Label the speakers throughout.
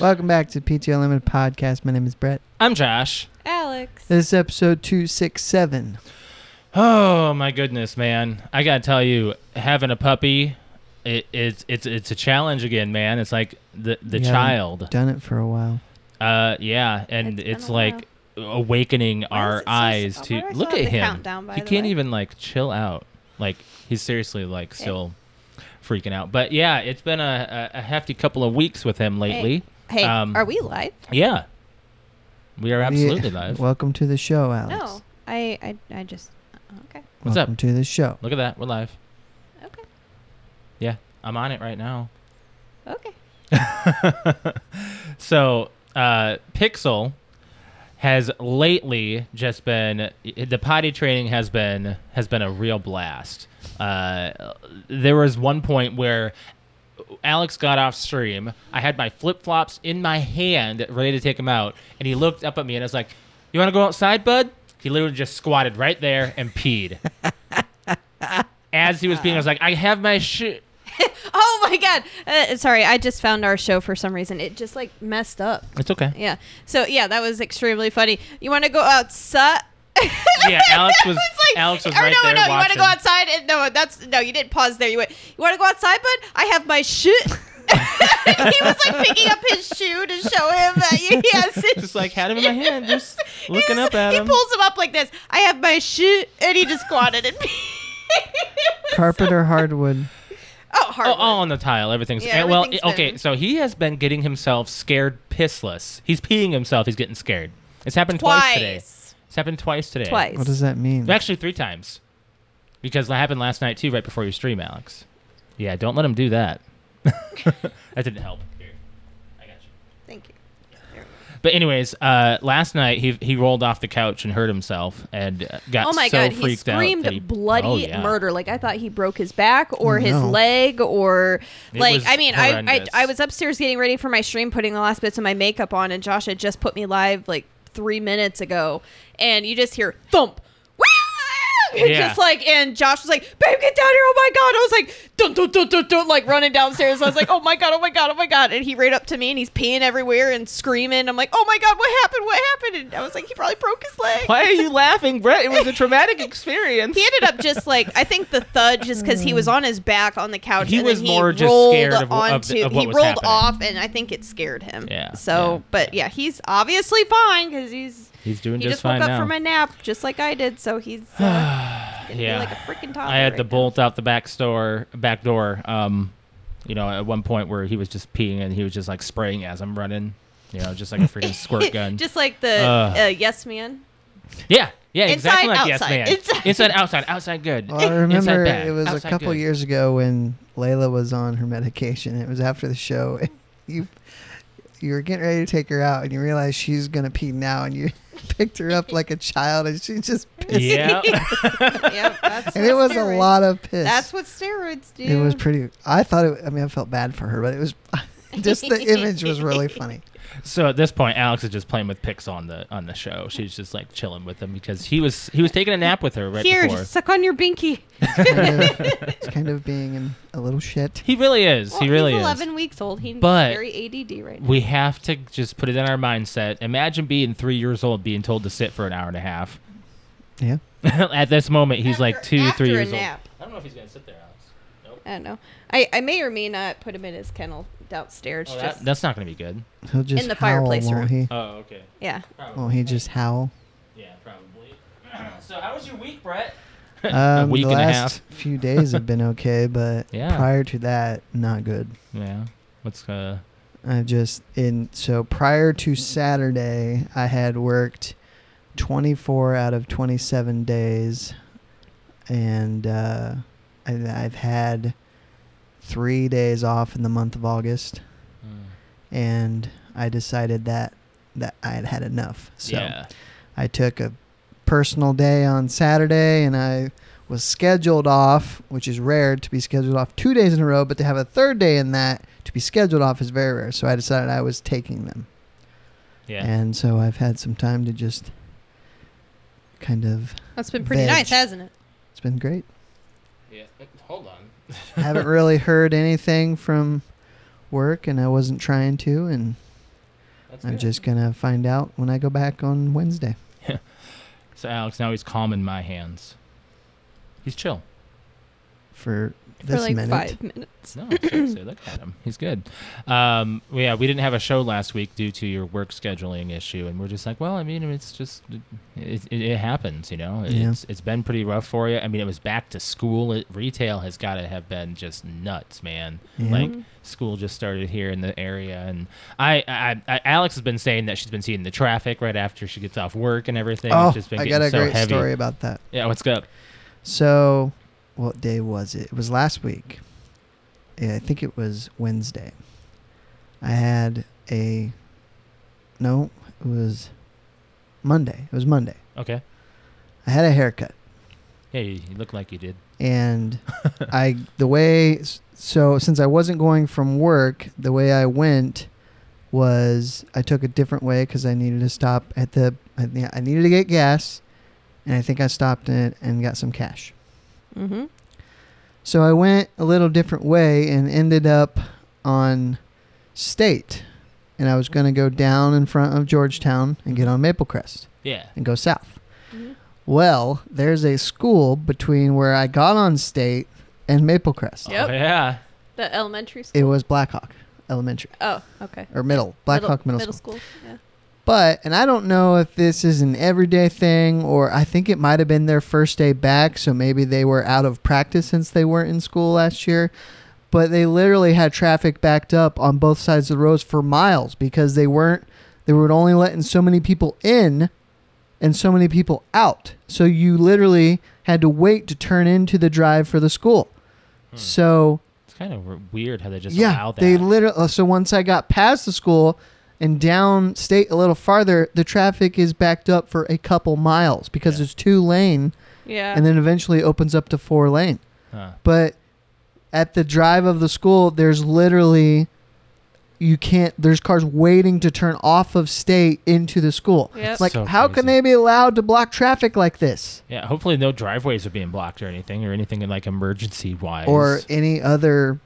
Speaker 1: Welcome back to PTO Limited Podcast. My name is Brett.
Speaker 2: I'm Josh.
Speaker 3: Alex.
Speaker 1: This is episode 267.
Speaker 2: Oh my goodness, man! I gotta tell you, having a puppy, it, it's it's it's a challenge again, man. It's like the the
Speaker 1: We haven't
Speaker 2: child,
Speaker 1: Done it for a while.
Speaker 2: uh, yeah, and
Speaker 3: It's been
Speaker 2: it's,
Speaker 3: a
Speaker 2: like awakening our
Speaker 3: it so
Speaker 2: eyes
Speaker 3: slow? Why
Speaker 2: to
Speaker 3: do I still
Speaker 2: look
Speaker 3: have
Speaker 2: at
Speaker 3: the
Speaker 2: him.
Speaker 3: countdown, by
Speaker 2: he
Speaker 3: the
Speaker 2: can't
Speaker 3: way?
Speaker 2: even like chill out. Like he's seriously like still freaking out. But yeah, it's been a, a a hefty couple of weeks with him lately.
Speaker 3: Hey,
Speaker 2: Um,
Speaker 3: are we live?
Speaker 2: Yeah, we are absolutely
Speaker 1: Yeah.
Speaker 2: live.
Speaker 1: Welcome to the show, Alex.
Speaker 3: No, I, I, I just. Okay,
Speaker 2: What's
Speaker 1: Welcome
Speaker 2: up?
Speaker 1: to the show.
Speaker 2: Look at that, we're live.
Speaker 3: okay,
Speaker 2: Yeah, I'm on it right now.
Speaker 3: okay.
Speaker 2: So, uh, Pixel has lately just been the potty training has been has been a real blast. Uh, there was one point where Alex got off stream. I had my flip flops in my hand, ready to take him out, and he looked up at me and I was like, "You want to go outside, bud?" He literally just squatted right there and peed. As he was peeing, I was like, "I have my shoe."
Speaker 3: Oh my god! Uh, sorry, I just found our show for some reason. It just like messed up.
Speaker 2: It's okay.
Speaker 3: Yeah. So yeah, that was extremely funny. You want to go outside?
Speaker 2: Yeah, Alex was, Alex was
Speaker 3: or
Speaker 2: right
Speaker 3: no,
Speaker 2: there
Speaker 3: no, you want
Speaker 2: watching.
Speaker 3: to go outside? And, no, that's no, you didn't pause there. You went. You want to go outside, bud? I have my shit. he was like picking up his shoe to show him that you, he has his
Speaker 2: just like had him in my hand, just
Speaker 3: He
Speaker 2: looking
Speaker 3: was-
Speaker 2: up at
Speaker 3: he
Speaker 2: him.
Speaker 3: pulls him up like this. I have my shit, and he just squatted and.
Speaker 1: Carpet or hardwood?
Speaker 3: Oh,
Speaker 2: Oh,
Speaker 3: hard.
Speaker 2: all on the tile. Everything's
Speaker 3: Yeah,
Speaker 2: eh, well.
Speaker 3: everything's
Speaker 2: eh, okay,
Speaker 3: been-
Speaker 2: so he has been getting himself scared, pissless. He's peeing himself. He's getting scared. It's happened twice, today.
Speaker 3: twice.
Speaker 2: It's happened twice today.
Speaker 3: Twice.
Speaker 1: What does that mean?
Speaker 2: Actually, three times, because that happened last night too, right before your stream, Alex. Yeah, don't let him do that. that didn't help. Here, I got you.
Speaker 3: Thank you.
Speaker 2: But anyways, uh, last night he he rolled off the couch and hurt himself and uh, got
Speaker 3: oh my
Speaker 2: so
Speaker 3: god, he
Speaker 2: freaked out
Speaker 3: screamed
Speaker 2: that he
Speaker 3: bloody
Speaker 2: oh, yeah.
Speaker 3: murder. Like I thought he broke his back or his
Speaker 1: No.
Speaker 3: leg or
Speaker 2: It
Speaker 3: like
Speaker 2: was
Speaker 3: I mean I, I
Speaker 2: horrendous.
Speaker 3: I was upstairs getting ready for my stream, putting the last bits of my makeup on, and Josh had just put me live like three minutes ago, and you just hear thump. wham, and
Speaker 2: Yeah.
Speaker 3: Just like and Josh was like, "Babe, get down here! Oh my god!" I was like, "Don't, don't, don't, don't, don't!" Like running downstairs. I was like, "Oh my god! Oh my god! Oh my god!" And he ran up to me and he's peeing everywhere and screaming. I'm like, "Oh my god! What happened? What happened?" And I was like, "He probably broke his leg."
Speaker 2: Why are you laughing, Brett? It was a traumatic experience.
Speaker 3: He ended up just like I think the thud just because he was on his back on the couch.
Speaker 2: He
Speaker 3: and then
Speaker 2: was more just
Speaker 3: rolled
Speaker 2: scared of- of
Speaker 3: onto,
Speaker 2: the- of what
Speaker 3: he
Speaker 2: was
Speaker 3: rolled
Speaker 2: happening.
Speaker 3: off, and I think it scared him.
Speaker 2: Yeah,
Speaker 3: So,
Speaker 2: yeah,
Speaker 3: but yeah, he's obviously fine because he's
Speaker 2: He's doing
Speaker 3: he
Speaker 2: just
Speaker 3: just, woke
Speaker 2: fine
Speaker 3: up
Speaker 2: now.
Speaker 3: from a nap just like I did. So he's uh, gonna
Speaker 2: Yeah.
Speaker 3: be like a freaking toddler.
Speaker 2: I had to
Speaker 3: right
Speaker 2: bolt out the back door, back door. Um, you know, at one point where he was just peeing and he was just like spraying as I'm running. You know, just like a freaking
Speaker 3: now.
Speaker 2: squirt gun.
Speaker 3: just like the
Speaker 2: Ugh.
Speaker 3: uh, yes man.
Speaker 2: yeah, yeah, exactly
Speaker 3: Inside,
Speaker 2: like yes,
Speaker 3: outside,
Speaker 2: man.
Speaker 3: inside.
Speaker 2: Inside. outside, outside, good.
Speaker 1: Well, I
Speaker 2: inside
Speaker 1: remember
Speaker 2: bad,
Speaker 1: it was a
Speaker 2: outside
Speaker 1: couple
Speaker 2: good.
Speaker 1: years ago when Layla was on her medication. It was after the show. You you were getting ready to take her out, and you realized she's gonna pee now, and you picked her up like a child, and she just pissed.
Speaker 2: Yeah,
Speaker 3: yep, that's
Speaker 1: And it
Speaker 3: what
Speaker 1: was a
Speaker 3: steroids-
Speaker 1: lot of piss.
Speaker 3: That's what steroids do.
Speaker 1: It was pretty. I thought it. I mean, I felt bad for her, but it was just the image was really funny.
Speaker 2: So at this point, Alex is just playing with Pix on the on the show. She's just like chilling with him because he was he was taking a nap with her right
Speaker 3: Here,
Speaker 2: before.
Speaker 3: suck on your binky.
Speaker 1: Kind of, it's kind of being in a little shit.
Speaker 2: He really is.
Speaker 3: Well,
Speaker 2: he really
Speaker 3: he's
Speaker 2: is.
Speaker 3: 11 weeks old. He's
Speaker 2: But-
Speaker 3: very ADD right now.
Speaker 2: we have to just put it in our mindset. Imagine being three years old, being told to sit for an hour and a half.
Speaker 1: Yeah.
Speaker 2: At this moment, he's like
Speaker 3: After-
Speaker 2: two,
Speaker 3: after
Speaker 2: three
Speaker 3: a
Speaker 2: years
Speaker 3: nap.
Speaker 2: old. I don't know if he's gonna sit there, Alex. Nope.
Speaker 3: I don't know. I, I may or may not put him in his kennel downstairs.
Speaker 2: Oh, that-
Speaker 3: just
Speaker 2: that's not gonna be good.
Speaker 1: He'll just
Speaker 3: the
Speaker 1: howl,
Speaker 3: fireplace
Speaker 1: won't
Speaker 3: room.
Speaker 1: He?
Speaker 2: Oh, okay.
Speaker 3: yeah.
Speaker 2: Probably.
Speaker 1: Won't he just howl?
Speaker 2: Yeah, probably. so, how was your week, Brett?
Speaker 1: Um,
Speaker 2: week
Speaker 1: the
Speaker 2: and a
Speaker 1: last few days have been okay, but
Speaker 2: Yeah.
Speaker 1: prior to that, not good.
Speaker 2: Yeah. What's uh?
Speaker 1: I just in so prior to Saturday, I had worked 24 out of 27 days, and uh, I, I've had three days off in the month of August, and I decided that that I had had enough. So
Speaker 2: yeah.
Speaker 1: I took a personal day on Saturday, and I was scheduled off, which is rare to be scheduled off two days in a row, but to have a third day in that to be scheduled off is very rare. So I decided I was taking them.
Speaker 2: Yeah.
Speaker 1: And so I've had some time to just kind of.
Speaker 3: That's been pretty
Speaker 1: Veg.
Speaker 3: nice, hasn't it?
Speaker 1: It's been great.
Speaker 2: yeah. Hold on.
Speaker 1: I haven't really heard anything from work, and I wasn't trying to, and
Speaker 2: That's
Speaker 1: I'm
Speaker 2: good.
Speaker 1: just gonna find out when I go back on Wednesday.
Speaker 2: So Alex, now he's calm in my hands. He's chill.
Speaker 1: For this
Speaker 3: For like
Speaker 1: minute,
Speaker 3: five minutes.
Speaker 2: No, seriously, look at him. He's good. Um, well, yeah, we didn't have a show last week due to your work scheduling issue, and we're just like, well, I mean, it's just it, it, it happens, you know.
Speaker 1: Yeah.
Speaker 2: It's it's been pretty rough for you. I mean, it was back to school. It, retail has got to have been just nuts, man.
Speaker 1: Yeah.
Speaker 2: Like school just started here in the area, and I, I, I Alex has been saying that she's been seeing the traffic right after she gets off work and everything.
Speaker 1: oh,
Speaker 2: it's just been
Speaker 1: I got
Speaker 2: getting
Speaker 1: a
Speaker 2: so
Speaker 1: great
Speaker 2: heavy.
Speaker 1: story about that.
Speaker 2: Yeah, what's up?
Speaker 1: So, what day was it? It was last week. Yeah, I think it was Wednesday. I had a. No, it was Monday. It was Monday.
Speaker 2: Okay.
Speaker 1: I had a haircut.
Speaker 2: Yeah, you, you look like you did.
Speaker 1: and I the way so since I wasn't going from work, the way I went was I took a different way because I needed to stop at the I, think I needed to get gas, and I think I stopped it and got some cash.
Speaker 3: Mm-hmm.
Speaker 1: So I went a little different way and ended up on State, and I was going to go down in front of Georgetown and get on Maplecrest
Speaker 2: Yeah.
Speaker 1: and go south.
Speaker 3: Mm-hmm.
Speaker 1: Well, there's a school between where I got on state and Maplecrest.
Speaker 3: Yep.
Speaker 2: Oh, yeah.
Speaker 3: The elementary school.
Speaker 1: It was Blackhawk Elementary
Speaker 3: oh, okay.
Speaker 1: or Middle Blackhawk Middle, School.
Speaker 3: school. Yeah.
Speaker 1: But and I don't know if this is an everyday thing or I think it might have been their first day back, so maybe they were out of practice since they weren't in school last year. But they literally had traffic backed up on both sides of the roads for miles because they weren't they were only letting so many people in and so many people out. So you literally had to wait to turn into the drive for the school. So
Speaker 2: It's kind of weird how they just
Speaker 1: yeah,
Speaker 2: allow that.
Speaker 1: they literally. So once I got past the school and down state a little farther, the traffic is backed up for a couple miles because
Speaker 2: Yeah.
Speaker 1: it's two lane,
Speaker 3: Yeah.
Speaker 1: and then eventually opens up to four lane.
Speaker 2: Huh.
Speaker 1: But at the drive of the school, there's literally you can't. There's cars waiting to turn off of state into the school.
Speaker 3: Yep.
Speaker 1: Like,
Speaker 2: So
Speaker 1: how can
Speaker 2: crazy.
Speaker 1: they be allowed to block traffic like this?
Speaker 2: Yeah, hopefully no driveways are being blocked or anything, or anything like emergency wise.
Speaker 1: Or any other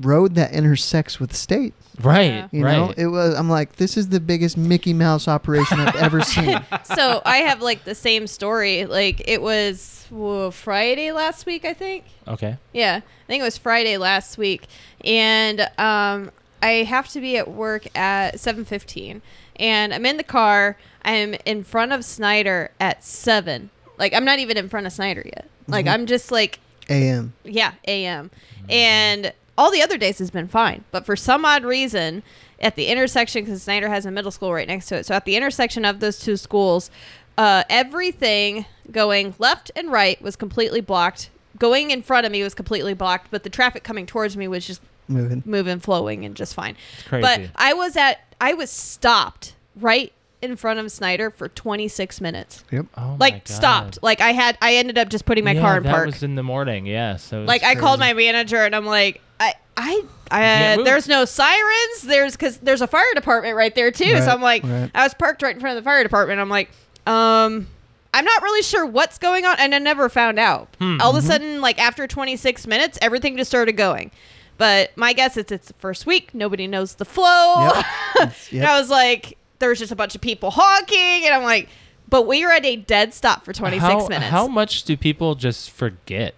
Speaker 1: road that intersects with state.
Speaker 2: right,
Speaker 1: You
Speaker 2: right.
Speaker 1: know, it was. I'm like, this is the biggest Mickey Mouse operation I've ever seen.
Speaker 3: so I have like the same story. Like it was whoa, Friday last week, I think.
Speaker 2: okay.
Speaker 3: Yeah, I think it was Friday last week, and um, I have to be at work at seven fifteen, and I'm in the car. I'm in front of Snyder at seven. Like I'm not even in front of Snyder yet. Like I'm just like
Speaker 1: A.M.
Speaker 3: yeah, AM. And all the other days has been fine. But for some odd reason, at the intersection, because Snyder has a middle school right next to it. So at the intersection of those two schools, uh, everything going left and right was completely blocked. Going in front of me was completely blocked, but the traffic coming towards me was just
Speaker 1: moving.
Speaker 3: moving, flowing, and just fine.
Speaker 2: crazy.
Speaker 3: But I was at, I was stopped right in front of Snyder for 26 minutes.
Speaker 1: Yep.
Speaker 2: Oh my
Speaker 3: Like
Speaker 2: God.
Speaker 3: stopped. Like I had, I ended up just putting my
Speaker 2: yeah,
Speaker 3: car in
Speaker 2: that
Speaker 3: park
Speaker 2: was in the morning. Yeah. So it's
Speaker 3: like I called
Speaker 1: crazy.
Speaker 3: my manager and I'm like, I, I,
Speaker 2: can't
Speaker 3: I
Speaker 2: move.
Speaker 3: there's no sirens. There's because there's a fire department right there too.
Speaker 1: Right,
Speaker 3: so I'm like,
Speaker 1: right.
Speaker 3: I was parked right in front of the fire department. I'm like, um. I'm not really sure what's going on, and I never found out.
Speaker 1: Hmm,
Speaker 3: All
Speaker 1: mm-hmm.
Speaker 3: of a sudden, like after 26 minutes, everything just started going. But my guess is it's the first week. Nobody knows the flow.
Speaker 1: Yep. It's-
Speaker 3: And I
Speaker 1: yep.
Speaker 3: was like, there's just a bunch of people honking, and I'm like, but we were at a dead stop for 26
Speaker 2: how,
Speaker 3: minutes.
Speaker 2: How much do people just forget?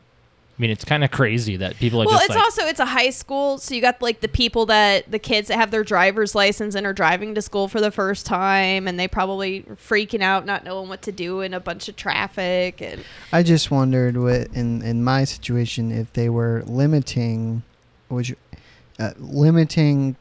Speaker 2: I mean, it's kind of crazy that people are
Speaker 3: Well,
Speaker 2: just
Speaker 3: it's
Speaker 2: like,
Speaker 3: also it's a high school, so you got like the people that the kids that have their driver's license and are driving to school for the first time, and they probably are freaking out, not knowing what to do, and a bunch of traffic, and
Speaker 1: I just wondered what in in my situation if they were limiting, which uh, limiting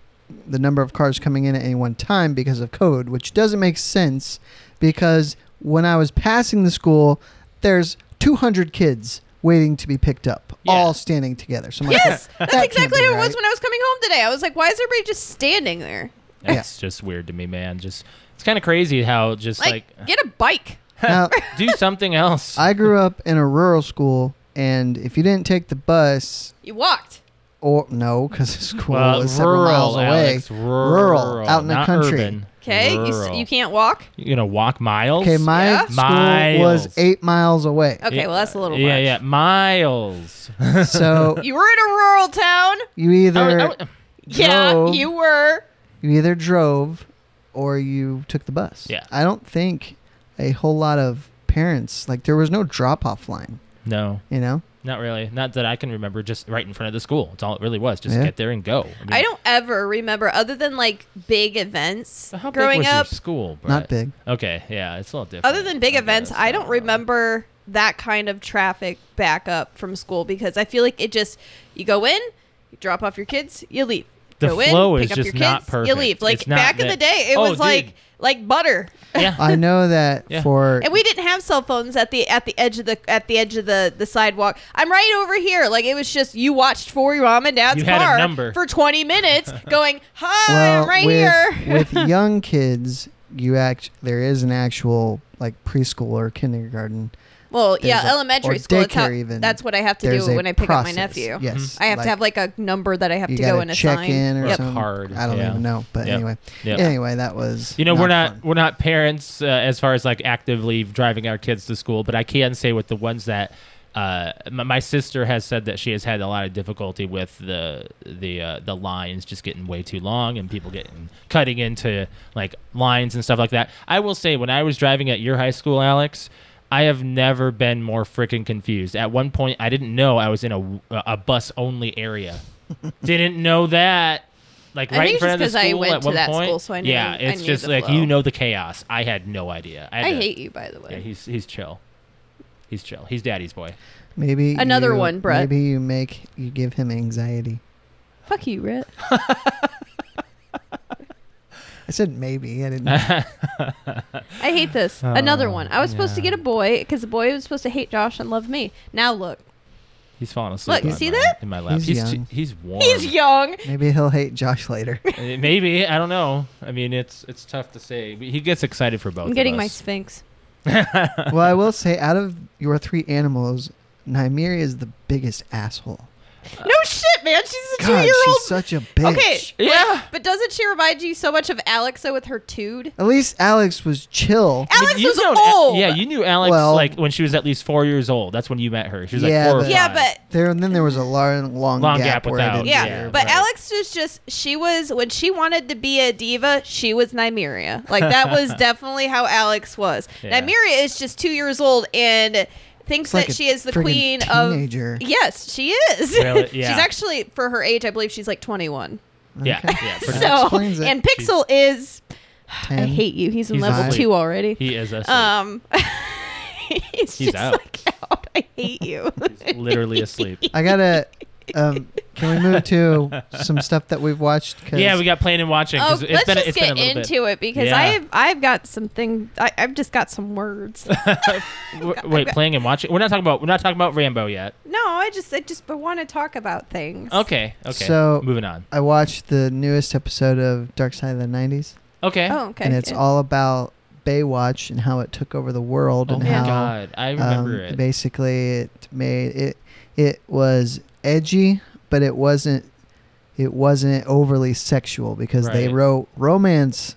Speaker 1: the number of cars coming in at any one time because of code, which doesn't make sense because when I was passing the school, there's 200 kids waiting to be picked up,
Speaker 2: Yeah.
Speaker 1: all standing together. So I'm like,
Speaker 3: Yes,
Speaker 1: "That
Speaker 3: that's
Speaker 1: can't
Speaker 3: exactly
Speaker 1: be
Speaker 3: how it was
Speaker 1: right."
Speaker 3: when I was coming home today. I was like, why is everybody just standing there?
Speaker 2: That's just weird to me, man. Just it's kind of crazy how just like,
Speaker 3: Like, get a bike.
Speaker 1: Now,
Speaker 2: do something else.
Speaker 1: I grew up in a rural school, and if you didn't take the bus,
Speaker 3: You walked.
Speaker 1: or no, because the school
Speaker 2: well,
Speaker 1: is several
Speaker 2: rural,
Speaker 1: miles away.
Speaker 2: Alex, rural,
Speaker 1: out in the
Speaker 2: not
Speaker 1: country.
Speaker 2: urban.
Speaker 3: Okay, you, s-
Speaker 2: Rural.
Speaker 3: you can't walk.
Speaker 2: You're gonna walk miles.
Speaker 1: Okay, my
Speaker 3: Yeah.
Speaker 1: school
Speaker 2: Miles.
Speaker 1: was eight miles away.
Speaker 3: Okay, well that's a little.
Speaker 2: Yeah,
Speaker 3: much.
Speaker 2: yeah, miles.
Speaker 1: So
Speaker 3: You were in a rural town.
Speaker 1: you either
Speaker 2: I would-
Speaker 3: Oh,
Speaker 2: I would-
Speaker 3: Yeah,
Speaker 1: No.
Speaker 3: you were.
Speaker 1: you either drove or you took the bus.
Speaker 2: Yeah.
Speaker 1: I don't think a whole lot of parents like there was no drop off line,
Speaker 2: no,
Speaker 1: you know?
Speaker 2: not really. Not that I can remember. Just right in front of the school. It's all it really was. Just
Speaker 1: Yeah.
Speaker 2: get there and go. mean,
Speaker 3: I don't ever remember other than like big events
Speaker 2: so how big
Speaker 3: growing
Speaker 2: was your
Speaker 3: up.
Speaker 2: school, Brett?
Speaker 1: Not big.
Speaker 2: Okay, yeah, it's a little different.
Speaker 3: Other than big
Speaker 2: I
Speaker 3: events,
Speaker 2: guess.
Speaker 3: I don't remember that kind of traffic back up from school because I feel like it just you go in, you drop off your kids, you leave.
Speaker 2: The
Speaker 3: go
Speaker 2: flow
Speaker 3: in,
Speaker 2: is
Speaker 3: pick up
Speaker 2: just
Speaker 3: your
Speaker 2: not
Speaker 3: kids,
Speaker 2: perfect.
Speaker 3: you leave. Like
Speaker 2: It's not
Speaker 3: back in the
Speaker 2: that-
Speaker 3: day, it
Speaker 2: Oh,
Speaker 3: was
Speaker 2: dude.
Speaker 3: like like butter.
Speaker 2: Yeah.
Speaker 1: I know that
Speaker 2: Yeah.
Speaker 1: for
Speaker 3: And we didn't have cell phones at the at the edge of the at the edge of the the sidewalk. I'm right over here. Like it was just you watched for your mom and dad's
Speaker 2: You had a
Speaker 3: car
Speaker 2: number.
Speaker 3: for 20 minutes, going, "Hi,
Speaker 1: well
Speaker 3: I'm right
Speaker 1: with,
Speaker 3: here."
Speaker 1: with young kids, you act there is an actual like preschool or kindergarten.
Speaker 3: well, yeah,
Speaker 1: there's a-
Speaker 3: elementary
Speaker 1: or
Speaker 3: school. That's, how,
Speaker 1: daycare even.
Speaker 3: that's what I have to
Speaker 1: There's
Speaker 3: do
Speaker 1: a
Speaker 3: when I pick
Speaker 1: process.
Speaker 3: up my nephew.
Speaker 2: Mm-hmm.
Speaker 1: Yes.
Speaker 3: I have
Speaker 1: like,
Speaker 3: to have like a number that I have
Speaker 1: you
Speaker 3: to go
Speaker 1: gotta
Speaker 3: and
Speaker 1: check
Speaker 3: assign.
Speaker 1: in or
Speaker 2: Yep.
Speaker 1: something.
Speaker 2: Card,
Speaker 1: I don't
Speaker 2: yeah.
Speaker 1: even know, but
Speaker 2: Yep.
Speaker 1: anyway.
Speaker 2: Yep.
Speaker 1: Anyway, that was
Speaker 2: You know, we're not
Speaker 1: fun.
Speaker 2: we're not parents uh, as far as like actively driving our kids to school, but I can say with the ones that uh, my, my sister has said that she has had a lot of difficulty with the the uh, the lines just getting way too long and people getting cutting into like lines and stuff like that. I will say when I was driving at your high school, Alex. I have never been more freaking confused. At one point, I didn't know I was in a, a bus only area. didn't know that. Like
Speaker 3: I
Speaker 2: right
Speaker 3: think
Speaker 2: in
Speaker 3: it's
Speaker 2: front of the
Speaker 3: just 'cause I
Speaker 2: school
Speaker 3: went
Speaker 2: at
Speaker 3: to
Speaker 2: one
Speaker 3: that
Speaker 2: point.
Speaker 3: school, so I knew-
Speaker 2: yeah,
Speaker 3: I
Speaker 2: it's
Speaker 3: knew
Speaker 2: just
Speaker 3: the
Speaker 2: like
Speaker 3: flow.
Speaker 2: you know the chaos. I had no idea. I,
Speaker 3: I
Speaker 2: had to-
Speaker 3: hate you, by the way.
Speaker 2: Yeah, he's he's chill. He's chill. He's daddy's boy.
Speaker 1: Maybe
Speaker 3: Another
Speaker 1: you-
Speaker 3: one, Brett.
Speaker 1: Maybe you make you give him anxiety.
Speaker 3: Fuck you, Rhett.
Speaker 1: I said maybe. I didn't.
Speaker 3: I hate this. Another
Speaker 2: Oh,
Speaker 3: one. I was supposed to
Speaker 2: yeah.
Speaker 3: get a boy because the boy was supposed to hate Josh and love me. Now look,
Speaker 2: He's falling asleep.
Speaker 3: Look, you
Speaker 2: on
Speaker 3: see
Speaker 2: my-
Speaker 3: that?
Speaker 2: in my lap?
Speaker 1: He's
Speaker 2: He's he's,
Speaker 1: young.
Speaker 2: he's warm.
Speaker 3: he's young.
Speaker 1: maybe he'll hate Josh later.
Speaker 2: Uh, Maybe I don't know. I mean, it's it's tough to say. But He gets excited for both.
Speaker 3: I'm getting
Speaker 2: of
Speaker 3: my
Speaker 2: us.
Speaker 3: sphinx.
Speaker 1: well, I will say, out of your three animals, Nymeria is the biggest asshole.
Speaker 2: Uh,
Speaker 3: No shit, man. She's a two
Speaker 1: God,
Speaker 3: year old.
Speaker 1: she's such a bitch.
Speaker 3: Okay.
Speaker 2: Yeah.
Speaker 3: But doesn't she remind you so much of Alexa with her tood?
Speaker 1: At least Alex was chill.
Speaker 2: I mean,
Speaker 3: Alex
Speaker 2: you
Speaker 3: was
Speaker 2: known Al-
Speaker 3: old.
Speaker 2: yeah, you knew Alex
Speaker 1: Well-
Speaker 2: like when she was at least four years old. That's when you met her. She was
Speaker 1: Yeah,
Speaker 2: like four or
Speaker 1: but-
Speaker 3: Yeah,
Speaker 2: five.
Speaker 3: but
Speaker 1: There and then there was a long, long,
Speaker 2: Long gap
Speaker 1: where I
Speaker 2: without,
Speaker 1: didn't
Speaker 3: yeah,
Speaker 1: hear,
Speaker 2: Yeah,
Speaker 3: but
Speaker 2: right.
Speaker 3: Alex was just she was when she wanted to be a diva, she was Nymeria. Like that was definitely how Alex was.
Speaker 2: Yeah.
Speaker 3: Nymeria is just two years old and thinks
Speaker 1: It's like
Speaker 3: that
Speaker 1: a
Speaker 3: she is the
Speaker 1: friggin'
Speaker 3: queen
Speaker 1: teenager.
Speaker 3: of. Yes, she is.
Speaker 2: Really? Yeah.
Speaker 3: she's actually for her age, I believe she's like twenty one.
Speaker 2: yeah,
Speaker 1: Okay.
Speaker 2: yeah. pretty much.
Speaker 3: So
Speaker 1: explains it.
Speaker 3: and Pixel is. I
Speaker 1: Ten.
Speaker 3: hate you. He's in
Speaker 2: He's
Speaker 3: level
Speaker 2: asleep.
Speaker 3: two already.
Speaker 2: He is asleep.
Speaker 3: um, he's,
Speaker 2: He's
Speaker 3: just
Speaker 2: out.
Speaker 3: like out. I hate you.
Speaker 2: He's literally asleep.
Speaker 1: I gotta. Um, can we move to some stuff that we've watched? 'Cause
Speaker 2: Yeah, we got playing and watching. 'cause
Speaker 3: oh,
Speaker 2: it's
Speaker 3: let's
Speaker 2: been a-
Speaker 3: just
Speaker 2: it's
Speaker 3: get
Speaker 2: been a little bit.
Speaker 3: into it because
Speaker 2: Yeah.
Speaker 3: I've I've got something. I, I've just got some words.
Speaker 2: W- Wait, playing and watching. We're not talking about. We're not talking about Rambo yet.
Speaker 3: no, I just I just want to talk about things.
Speaker 2: Okay. Okay.
Speaker 1: So-
Speaker 2: moving on.
Speaker 1: I watched the newest episode of Dark Side of the '90s.
Speaker 2: Okay.
Speaker 3: Oh, okay.
Speaker 1: and it's
Speaker 3: yeah.
Speaker 1: all about Baywatch and how it took over the world
Speaker 2: Oh
Speaker 1: and
Speaker 2: my
Speaker 1: how
Speaker 2: god, I remember
Speaker 1: um,
Speaker 2: it.
Speaker 1: basically it made it it was edgy, but it wasn't it wasn't overly sexual because they
Speaker 2: Right.
Speaker 1: wrote romance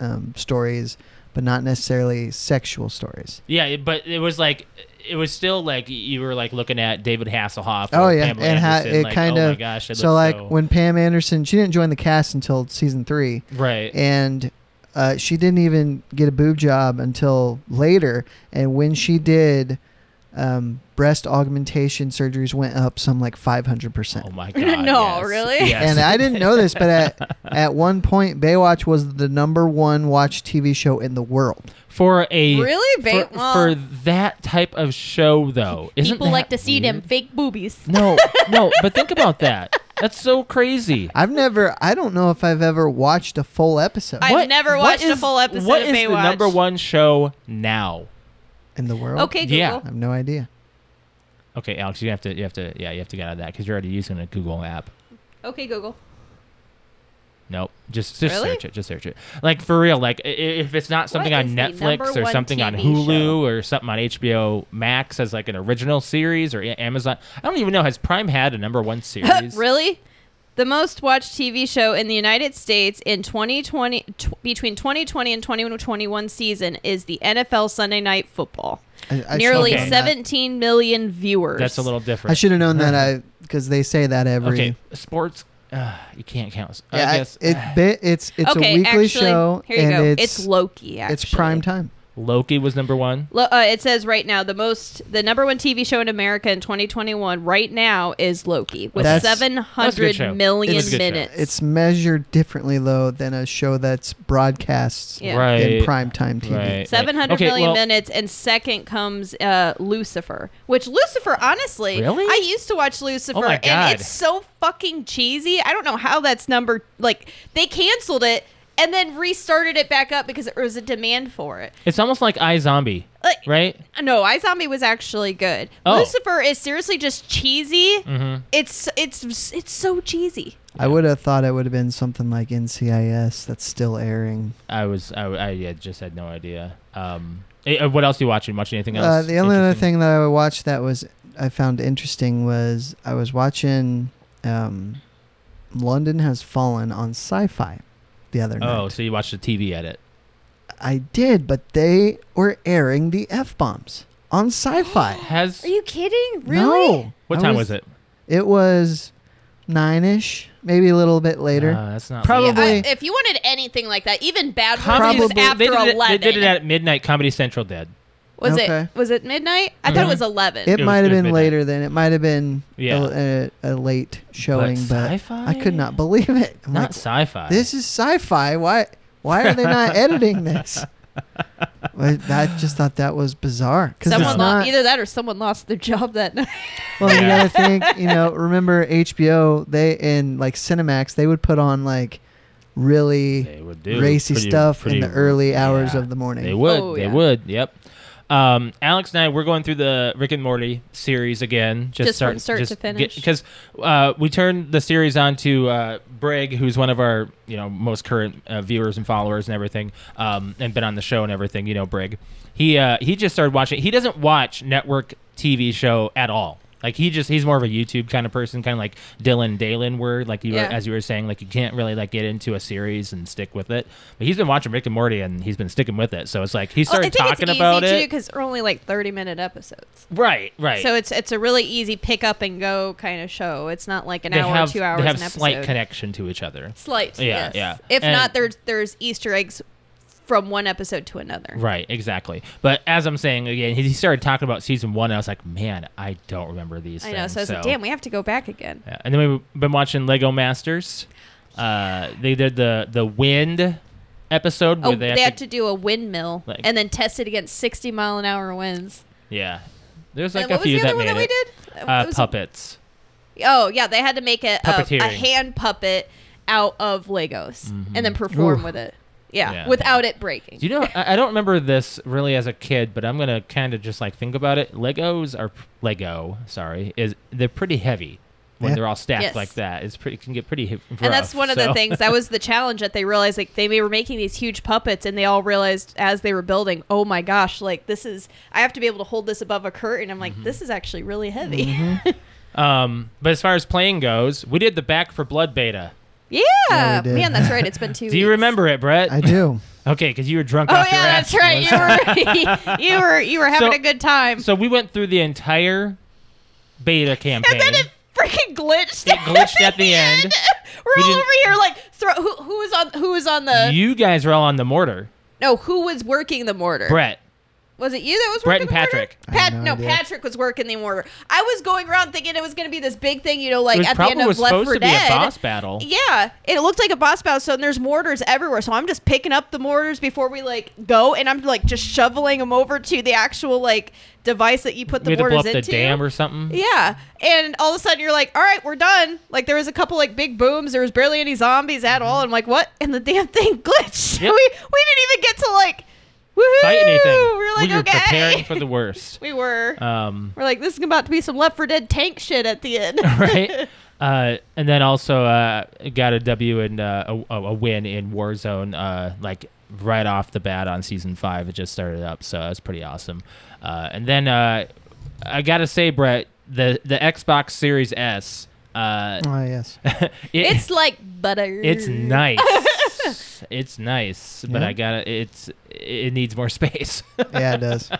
Speaker 1: um, stories, but not necessarily sexual stories.
Speaker 2: yeah, it- but it was like it was still like you were like looking at David Hasselhoff.
Speaker 1: Oh,
Speaker 2: or
Speaker 1: yeah,
Speaker 2: Pamela
Speaker 1: and how
Speaker 2: Anderson,
Speaker 1: it
Speaker 2: like,
Speaker 1: kind
Speaker 2: oh my
Speaker 1: of-
Speaker 2: gosh, it
Speaker 1: so like
Speaker 2: looked so,
Speaker 1: when Pam Anderson, she didn't join the cast until season three.
Speaker 2: right.
Speaker 1: and uh, she didn't even get a boob job until later. And when she did, um, breast augmentation surgeries went up some like 500%.
Speaker 2: oh my god.
Speaker 3: No,
Speaker 2: yes.
Speaker 3: really?
Speaker 2: Yes.
Speaker 1: And I didn't know this, but at, at one point, Baywatch was the number one watched TV show in the world.
Speaker 2: for a
Speaker 3: Really? Ba-
Speaker 2: for,
Speaker 3: well-
Speaker 2: for that type of show though, isn't
Speaker 3: people like
Speaker 2: that
Speaker 3: to see them
Speaker 2: weird?
Speaker 3: fake boobies.
Speaker 2: No, no, but think about that. That's so crazy.
Speaker 1: I've never. I don't know if I've ever watched a full episode
Speaker 3: I- I've never watched a full episode
Speaker 2: What
Speaker 3: of
Speaker 2: is the
Speaker 3: Baywatch.
Speaker 2: number one show now?
Speaker 1: in the world.
Speaker 3: Okay, Google.
Speaker 2: Yeah.
Speaker 1: I have no idea.
Speaker 2: Okay, Alex, you have to, you have to, yeah, you have to get out of that because you're already using a Google app.
Speaker 3: Okay, Google.
Speaker 2: Nope, just just
Speaker 3: Really?
Speaker 2: search it, just search it. Like for real, like i- i- if it's not something
Speaker 3: What
Speaker 2: on
Speaker 3: is the number
Speaker 2: Netflix or
Speaker 3: one
Speaker 2: something on
Speaker 3: TV
Speaker 2: Hulu
Speaker 3: show?
Speaker 2: or something on HBO Max as like an original series or A- Amazon, I don't even know. Has Prime had a number one series?
Speaker 3: really? The most watched TV show in the United States in 2020 tw- between 2020 and 2021 season is the NFL Sunday Night Football.
Speaker 1: I, I
Speaker 3: Nearly
Speaker 1: should've
Speaker 2: Okay.
Speaker 1: known that.
Speaker 3: 17 million viewers.
Speaker 2: That's a little different.
Speaker 1: I should have known that. I because they say that every.
Speaker 2: Okay, sports. Uh, you can't count. I
Speaker 1: Yeah, I-
Speaker 2: guess
Speaker 1: it bi- it's it's
Speaker 3: okay,
Speaker 1: a weekly
Speaker 3: actually,
Speaker 1: show
Speaker 3: Here you
Speaker 1: and
Speaker 3: go.
Speaker 1: it's
Speaker 3: It's Loki. Actually,
Speaker 1: it's prime time.
Speaker 2: Loki was number one.
Speaker 3: Lo- uh, it says right now the most the number one TV show in America in 2021 right now is Loki with
Speaker 1: That's-
Speaker 2: That's a good
Speaker 3: 700
Speaker 2: show.
Speaker 3: million
Speaker 2: It's a good show.
Speaker 3: minutes.
Speaker 1: It's measured differently though than a show that's broadcast
Speaker 3: Yeah.
Speaker 2: Right.
Speaker 1: in prime time TV.
Speaker 2: Right.
Speaker 3: Seven hundred
Speaker 2: Okay,
Speaker 3: million
Speaker 2: well-
Speaker 3: minutes, and second comes uh, Lucifer, which Lucifer, honestly,
Speaker 2: Really? Oh
Speaker 3: I used to watch Lucifer,
Speaker 2: my God.
Speaker 3: and it's so fucking cheesy. I don't know how that's number like they canceled it and then restarted it back up because there was a demand for it.
Speaker 2: It's almost like I Zombie,
Speaker 3: Like,
Speaker 2: right?
Speaker 3: No, iZombie was actually good.
Speaker 2: Oh. Mm-hmm.
Speaker 3: Lucifer is seriously just cheesy. It's it's it's so cheesy.
Speaker 1: I would have thought it would have been something like NCIS that's still airing.
Speaker 2: I was I, I yeah, just had no idea. Um, eh, uh, what else are you watching? Watching anything else?
Speaker 1: Uh, the only other
Speaker 2: interesting?
Speaker 1: thing that I would watch that was I found interesting was I was watching um, London Has Fallen on Sci-Fi the other
Speaker 2: Oh,
Speaker 1: night.
Speaker 2: so you watched the TV edit?
Speaker 1: I did, but they were airing the f bombs on Sci-Fi.
Speaker 2: Has
Speaker 3: Are you kidding? Really?
Speaker 1: No,
Speaker 2: what
Speaker 1: I
Speaker 2: time was, it?
Speaker 1: It was nine ish, maybe a little bit later.
Speaker 2: Uh, that's not
Speaker 1: Probably-
Speaker 3: I- if you wanted anything like that, even bad
Speaker 2: Comedy
Speaker 3: reviews
Speaker 1: Probably-
Speaker 3: after
Speaker 2: they, did it, they
Speaker 3: eleven.
Speaker 2: did it at midnight. Comedy Central did.
Speaker 3: Was
Speaker 1: Okay.
Speaker 3: it was it midnight? I thought it
Speaker 2: Mm-hmm.
Speaker 3: was eleven.
Speaker 1: it
Speaker 2: was-
Speaker 1: might
Speaker 2: it
Speaker 1: have
Speaker 2: was
Speaker 1: been
Speaker 2: midnight.
Speaker 1: later then. It might have been
Speaker 2: Yeah.
Speaker 1: a, a, a late showing, but,
Speaker 2: sci-fi?
Speaker 1: I could not believe it. I'm
Speaker 2: Not
Speaker 1: like,
Speaker 2: sci-fi.
Speaker 1: this is sci-fi. Why? Why are they not editing this? I, I just thought that was bizarre because it's
Speaker 3: someone lo-
Speaker 1: not.
Speaker 3: either that or someone lost their job that night.
Speaker 1: Well, you
Speaker 2: Yeah.
Speaker 1: gotta think. You know, remember HBO? They in like Cinemax, they would put on like really
Speaker 2: They would do
Speaker 1: racy
Speaker 2: pretty-
Speaker 1: stuff in
Speaker 2: pretty-
Speaker 1: the early hours
Speaker 2: yeah.
Speaker 1: of the morning.
Speaker 2: They would.
Speaker 3: Oh,
Speaker 2: they
Speaker 3: yeah.
Speaker 2: would. Yep. Um, Alex and I, we're going through the Rick and Morty series again. Just,
Speaker 3: Just from start to finish.
Speaker 2: Because uh, we turned the series on to uh, Brig, who's one of our you know most current uh, viewers and followers and everything, um, and been on the show and everything. You know, Brig. He uh, he just started watching. He doesn't watch network TV show at all. Like he just he's more of a YouTube kind of person, kind of like Dylan Dalen were like you were,
Speaker 3: Yeah.
Speaker 2: as you were saying, like you can't really like get into a series and stick with it. But he's been watching Rick and Morty and he's been sticking with it. So it's like he
Speaker 3: I
Speaker 2: started
Speaker 3: think
Speaker 2: talking
Speaker 3: it's easy
Speaker 2: about
Speaker 3: too
Speaker 2: it.
Speaker 3: because they're only like thirty minute episodes,
Speaker 2: Right, right.
Speaker 3: so it's it's a really easy pick up and go kind of show. It's not like an
Speaker 2: they
Speaker 3: hour,
Speaker 2: have
Speaker 3: two hours.
Speaker 2: they have
Speaker 3: an episode.
Speaker 2: slight connection to each other.
Speaker 3: Slight,
Speaker 2: Yeah,
Speaker 3: yes.
Speaker 2: yeah.
Speaker 3: If
Speaker 2: And-
Speaker 3: not, there's there's Easter eggs from one episode to another.
Speaker 2: Right, exactly. But as I'm saying again, he, he started talking about season one. And I was like, man, I don't remember these.
Speaker 3: I know.
Speaker 2: things.
Speaker 3: So I was like, damn, we have to go back again.
Speaker 2: Yeah. And then we've been watching Lego Masters. Uh, they did the the wind episode where
Speaker 3: oh,
Speaker 2: they,
Speaker 3: they,
Speaker 2: have to,
Speaker 3: to, do a windmill
Speaker 2: Like-
Speaker 3: and then test it against sixty mile an hour winds.
Speaker 2: yeah. There's like
Speaker 3: and
Speaker 2: a
Speaker 3: what was
Speaker 2: few
Speaker 3: the other one
Speaker 2: made
Speaker 3: that we
Speaker 2: it.
Speaker 3: did?
Speaker 2: Uh,
Speaker 3: It was a-
Speaker 2: puppets.
Speaker 3: Oh yeah, they had to make a a, a
Speaker 2: Puppeteering.
Speaker 3: hand puppet out of Legos and then perform
Speaker 1: Ooh.
Speaker 3: with it. Yeah,
Speaker 2: Mm-hmm. Yeah.
Speaker 3: without it breaking.
Speaker 2: Do you know? I, I don't remember this really as a kid, but I'm gonna kind of just like think about it. Legos are Lego. Sorry, is they're pretty heavy when
Speaker 1: Yeah.
Speaker 2: they're all stacked
Speaker 3: Yes.
Speaker 2: like that. It's pretty it can get pretty. he- Rough,
Speaker 3: and that's one of the
Speaker 2: so-
Speaker 3: things that was the challenge that they realized like they were making these huge puppets and they all realized as they were building, "Oh my gosh, like this is I have to be able to hold this above a curtain." I'm like,
Speaker 2: Mm-hmm.
Speaker 3: "This is actually really heavy."
Speaker 1: Mm-hmm.
Speaker 2: Um, but as far as playing goes, we did the Back for Blood beta.
Speaker 3: yeah.
Speaker 1: Yeah, we did.
Speaker 3: Man, that's right. It's been 2
Speaker 2: Do you
Speaker 3: weeks.
Speaker 2: remember it, Brett?
Speaker 1: I do.
Speaker 2: okay, because you were drunk.
Speaker 3: Oh
Speaker 2: off your
Speaker 3: yeah,
Speaker 2: ass
Speaker 3: that's right. You were you were you were having
Speaker 2: So-
Speaker 3: a good time.
Speaker 2: So we went through the entire beta campaign.
Speaker 3: And then it freaking glitched.
Speaker 2: It glitched at the end.
Speaker 3: We're
Speaker 2: We
Speaker 3: all
Speaker 2: didn't-
Speaker 3: over here like throw who who was on who was on the
Speaker 2: you guys were all on the mortar.
Speaker 3: no who was working the mortar.
Speaker 2: Brett,
Speaker 3: Was it you that was
Speaker 2: Brett and
Speaker 3: working the
Speaker 2: Patrick.
Speaker 3: Mortar? Pat,
Speaker 1: I have
Speaker 3: no,
Speaker 1: no idea.
Speaker 3: Patrick was working the mortar. I was going around thinking it was going to be this big thing, you know,
Speaker 2: It
Speaker 3: like
Speaker 2: was
Speaker 3: at the
Speaker 2: probably
Speaker 3: end of
Speaker 2: was
Speaker 3: Left
Speaker 2: supposed
Speaker 3: 4
Speaker 2: to be a
Speaker 3: Dead.
Speaker 2: boss battle.
Speaker 3: Yeah, it looked like a boss battle. So and there's mortars everywhere. So I'm just picking up the mortars before we like go, and I'm like just shoveling them over to the actual like device that you put the
Speaker 2: we had to
Speaker 3: mortars
Speaker 2: blow up the
Speaker 3: into.
Speaker 2: dam or something.
Speaker 3: Yeah. And all of a sudden you're like, all right, we're done. Like there was a couple like big booms. There was barely any zombies at all. I'm like, what? And the damn thing glitched.
Speaker 2: Yep.
Speaker 3: We we didn't even get to like woohoo.
Speaker 2: Fight anything.
Speaker 3: We were like,
Speaker 2: we were
Speaker 3: okay.
Speaker 2: preparing for the worst.
Speaker 3: we were.
Speaker 2: Um,
Speaker 3: we're like, this is about to be some Left for Dead tank shit at the end.
Speaker 2: right? Uh, and then also uh, got a W and uh, a, a win in Warzone, uh, like right off the bat on season five. It just started up, so that's pretty awesome. Uh, and then uh, I gotta say, Brett, the the Xbox Series S, uh,
Speaker 1: Oh yes.
Speaker 2: it-
Speaker 3: it's like butter.
Speaker 2: it's nice. it's nice, but
Speaker 1: Yeah.
Speaker 2: I gotta. It's it needs more space.
Speaker 1: Yeah, it does.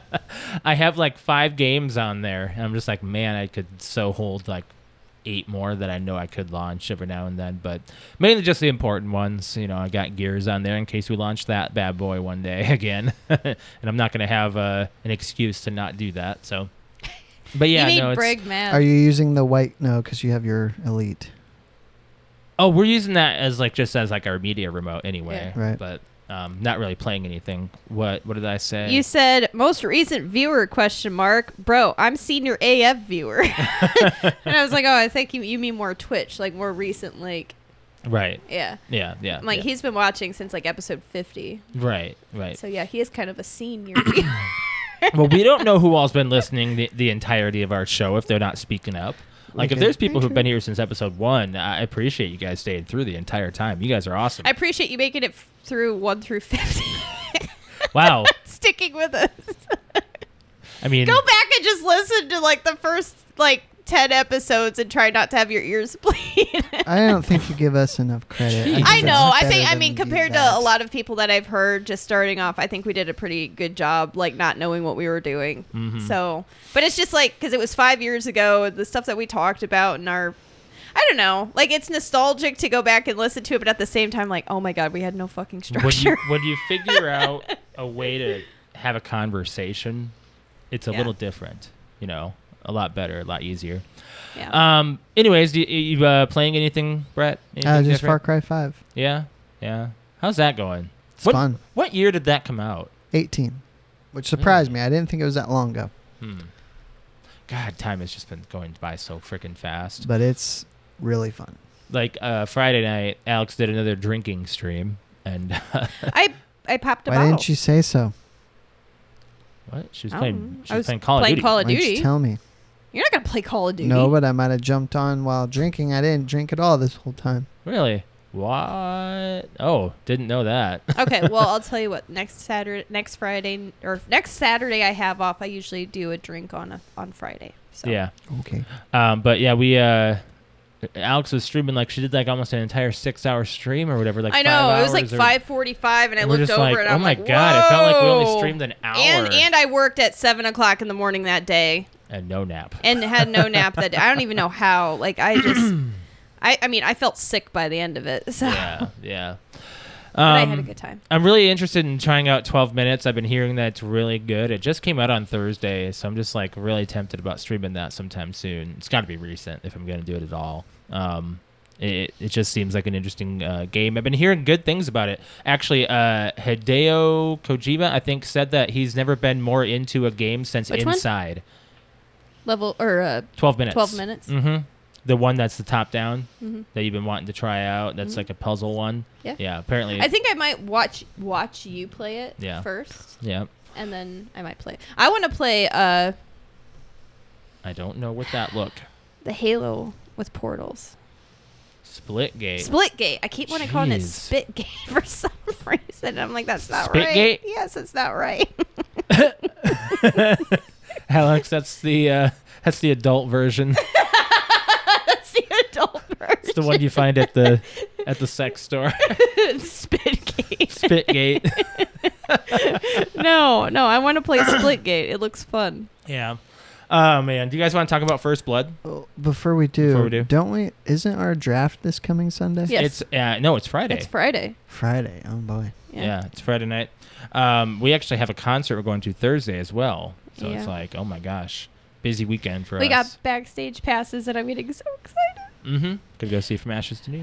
Speaker 2: I have like five games on there, and I'm just like, man, I could so hold like eight more that I know I could launch every now and then, but mainly just the important ones. You know, I got Gears on there in case we launch that bad boy one day again, and I'm not gonna have uh, an excuse to not do that. So, but yeah,
Speaker 3: you need
Speaker 2: no, it's,
Speaker 3: Brig, man.
Speaker 1: Are you using the white? No, because you have your elite.
Speaker 2: oh, we're using that as like just as like our media remote anyway,
Speaker 1: Yeah. Right.
Speaker 2: But um, not really playing anything. What what did I say?
Speaker 3: You said most recent viewer question mark, bro. I'm senior AF viewer, and I was like, oh, I think you, you mean more Twitch, like more recent, like
Speaker 2: right.
Speaker 3: yeah.
Speaker 2: Yeah, yeah.
Speaker 3: I'm like
Speaker 2: yeah.
Speaker 3: he's been watching since like episode 50,
Speaker 2: right, right.
Speaker 3: so yeah, he is kind of a senior.
Speaker 2: well, we don't know who all's been listening the, the entirety of our show if they're not speaking up. Like, if
Speaker 1: Okay.
Speaker 2: there's people who've been here since episode one, I appreciate you guys staying through the entire time. You guys are awesome.
Speaker 3: I appreciate you making it f- through one through 50,
Speaker 2: wow.
Speaker 3: sticking with us.
Speaker 2: I mean,
Speaker 3: Go back and just listen to like the first like 10 episodes and try not to have your ears bleed.
Speaker 1: I don't think you give us enough credit.
Speaker 2: Jeez.
Speaker 1: think
Speaker 3: I
Speaker 1: it's
Speaker 3: know. I
Speaker 1: better
Speaker 3: think. I
Speaker 1: than
Speaker 3: mean,
Speaker 1: you
Speaker 3: compared to
Speaker 1: guys.
Speaker 3: a lot of people that I've heard, just starting off, I think we did a pretty good job, like not knowing what we were doing.
Speaker 1: Mm-hmm.
Speaker 2: Mhm.
Speaker 3: So, but it's just like because it was five years ago, the stuff that we talked about and our. I don't know. Like it's nostalgic to go back and listen to it, but at the same time, like, oh my god, we had no fucking
Speaker 2: when you
Speaker 3: structure.
Speaker 2: when you figure out a way to have a conversation, it's a
Speaker 3: Yeah.
Speaker 2: little different. You know, a lot better, a lot easier.
Speaker 3: yeah.
Speaker 1: Uh,
Speaker 2: Um. Anyways, do you, you uh, playing anything, Brett? Anything
Speaker 1: Uh, just
Speaker 2: different?
Speaker 1: Far Cry Five.
Speaker 2: Yeah. Yeah. How's that going?
Speaker 1: It's
Speaker 2: what,
Speaker 1: fun.
Speaker 2: What year did that come out?
Speaker 1: 18, which
Speaker 2: Mm.
Speaker 1: surprised me. I didn't think it was that long ago,
Speaker 2: Hmm. God, time has just been going by so freaking fast.
Speaker 1: but it's really fun.
Speaker 2: Like uh, Friday night, Alex did another drinking stream, and
Speaker 3: I I popped a
Speaker 1: Why
Speaker 3: bottle.
Speaker 1: didn't you say so?
Speaker 2: what she was
Speaker 3: I don't
Speaker 2: playing?
Speaker 3: know.
Speaker 2: She
Speaker 3: Oh,
Speaker 2: was
Speaker 3: I was
Speaker 2: playing Call of
Speaker 3: playing
Speaker 2: Duty.
Speaker 3: Call
Speaker 1: Why
Speaker 3: of
Speaker 1: didn't
Speaker 3: Duty.
Speaker 1: you tell me?
Speaker 3: You're not gonna play Call of Duty.
Speaker 1: No, but I might have jumped on while drinking. I didn't drink at all this whole time.
Speaker 2: really? What? Oh, didn't know that.
Speaker 3: okay. Well, I'll tell you what. Next Saturday, next Friday, n- or next Saturday, I have off. I usually do a drink on a on Friday. So.
Speaker 2: Yeah.
Speaker 1: Okay.
Speaker 2: Um. But yeah, we. uh Alex was streaming like she did like almost an entire six-hour stream or whatever. Like
Speaker 3: I know
Speaker 2: five
Speaker 3: it was like
Speaker 2: hours or-
Speaker 3: five forty-five, and I
Speaker 2: we're
Speaker 3: looked
Speaker 2: just
Speaker 3: over
Speaker 2: like,
Speaker 3: and
Speaker 2: oh
Speaker 3: I'm
Speaker 2: my
Speaker 3: like,
Speaker 2: god! It felt like we only
Speaker 3: "Whoa."
Speaker 2: streamed an hour
Speaker 3: And and I worked at seven o'clock in the morning that day
Speaker 2: and no nap.
Speaker 3: and had no nap that day. I don't even know how. Like I just, I I mean, I felt sick by the end of it. So
Speaker 2: yeah, yeah.
Speaker 3: but I had a
Speaker 2: Um,
Speaker 3: good time.
Speaker 2: I'm really interested in trying out 12 minutes. I've been hearing that it's really good. It just came out on Thursday, so I'm just like really tempted about streaming that sometime soon. It's got to be recent if I'm going to do it at all. Um, it, it just seems like an interesting uh, game. I've been hearing good things about it. Actually, uh, Hideo Kojima, I think, said that he's never been more into a game since
Speaker 3: Which one?
Speaker 2: Inside.
Speaker 3: Level or uh,
Speaker 2: 12 minutes.
Speaker 3: 12 minutes?
Speaker 2: hmm The one that's the top down
Speaker 3: Mhm.
Speaker 2: that you've been wanting to try out. That's
Speaker 3: Mhm.
Speaker 2: like a puzzle one.
Speaker 3: Yeah.
Speaker 2: Yeah, apparently.
Speaker 3: I think I might watch watch you play it
Speaker 2: Yeah.
Speaker 3: first,
Speaker 2: yeah.
Speaker 3: and then I might play. I want to play uh
Speaker 2: I don't know what that look.
Speaker 3: the Halo with portals.
Speaker 2: Split gate.
Speaker 3: Splitgate. I keep wanting to call it
Speaker 2: Jeez.
Speaker 3: Spitgate for some reason. I'm like, that's not right.
Speaker 2: Spitgate?
Speaker 3: Yes, it's not right.
Speaker 2: Alex, that's the uh, that's the adult version.
Speaker 3: that's the adult version.
Speaker 2: It's the one you find at the at the sex store.
Speaker 3: Spitgate.
Speaker 2: Spit gate.
Speaker 3: no, no, I want to play Splitgate. It looks fun.
Speaker 2: yeah. Oh man, do you guys want to talk about First Blood?
Speaker 1: Well, before we do,
Speaker 2: Before we do.
Speaker 1: not we? Isn't our draft this coming Sunday?
Speaker 3: Yes.
Speaker 2: It's uh, no, it's Friday.
Speaker 3: It's Friday.
Speaker 1: Friday. Oh boy.
Speaker 2: Yeah. it's Friday night. Um, we actually have a concert we're going to Thursday as well. So it's
Speaker 3: Yeah.
Speaker 2: like, oh my gosh, busy weekend for
Speaker 3: We
Speaker 2: us.
Speaker 3: got backstage passes, and I'm getting so excited.
Speaker 2: Mm-hmm. Could go see From Ashes to New.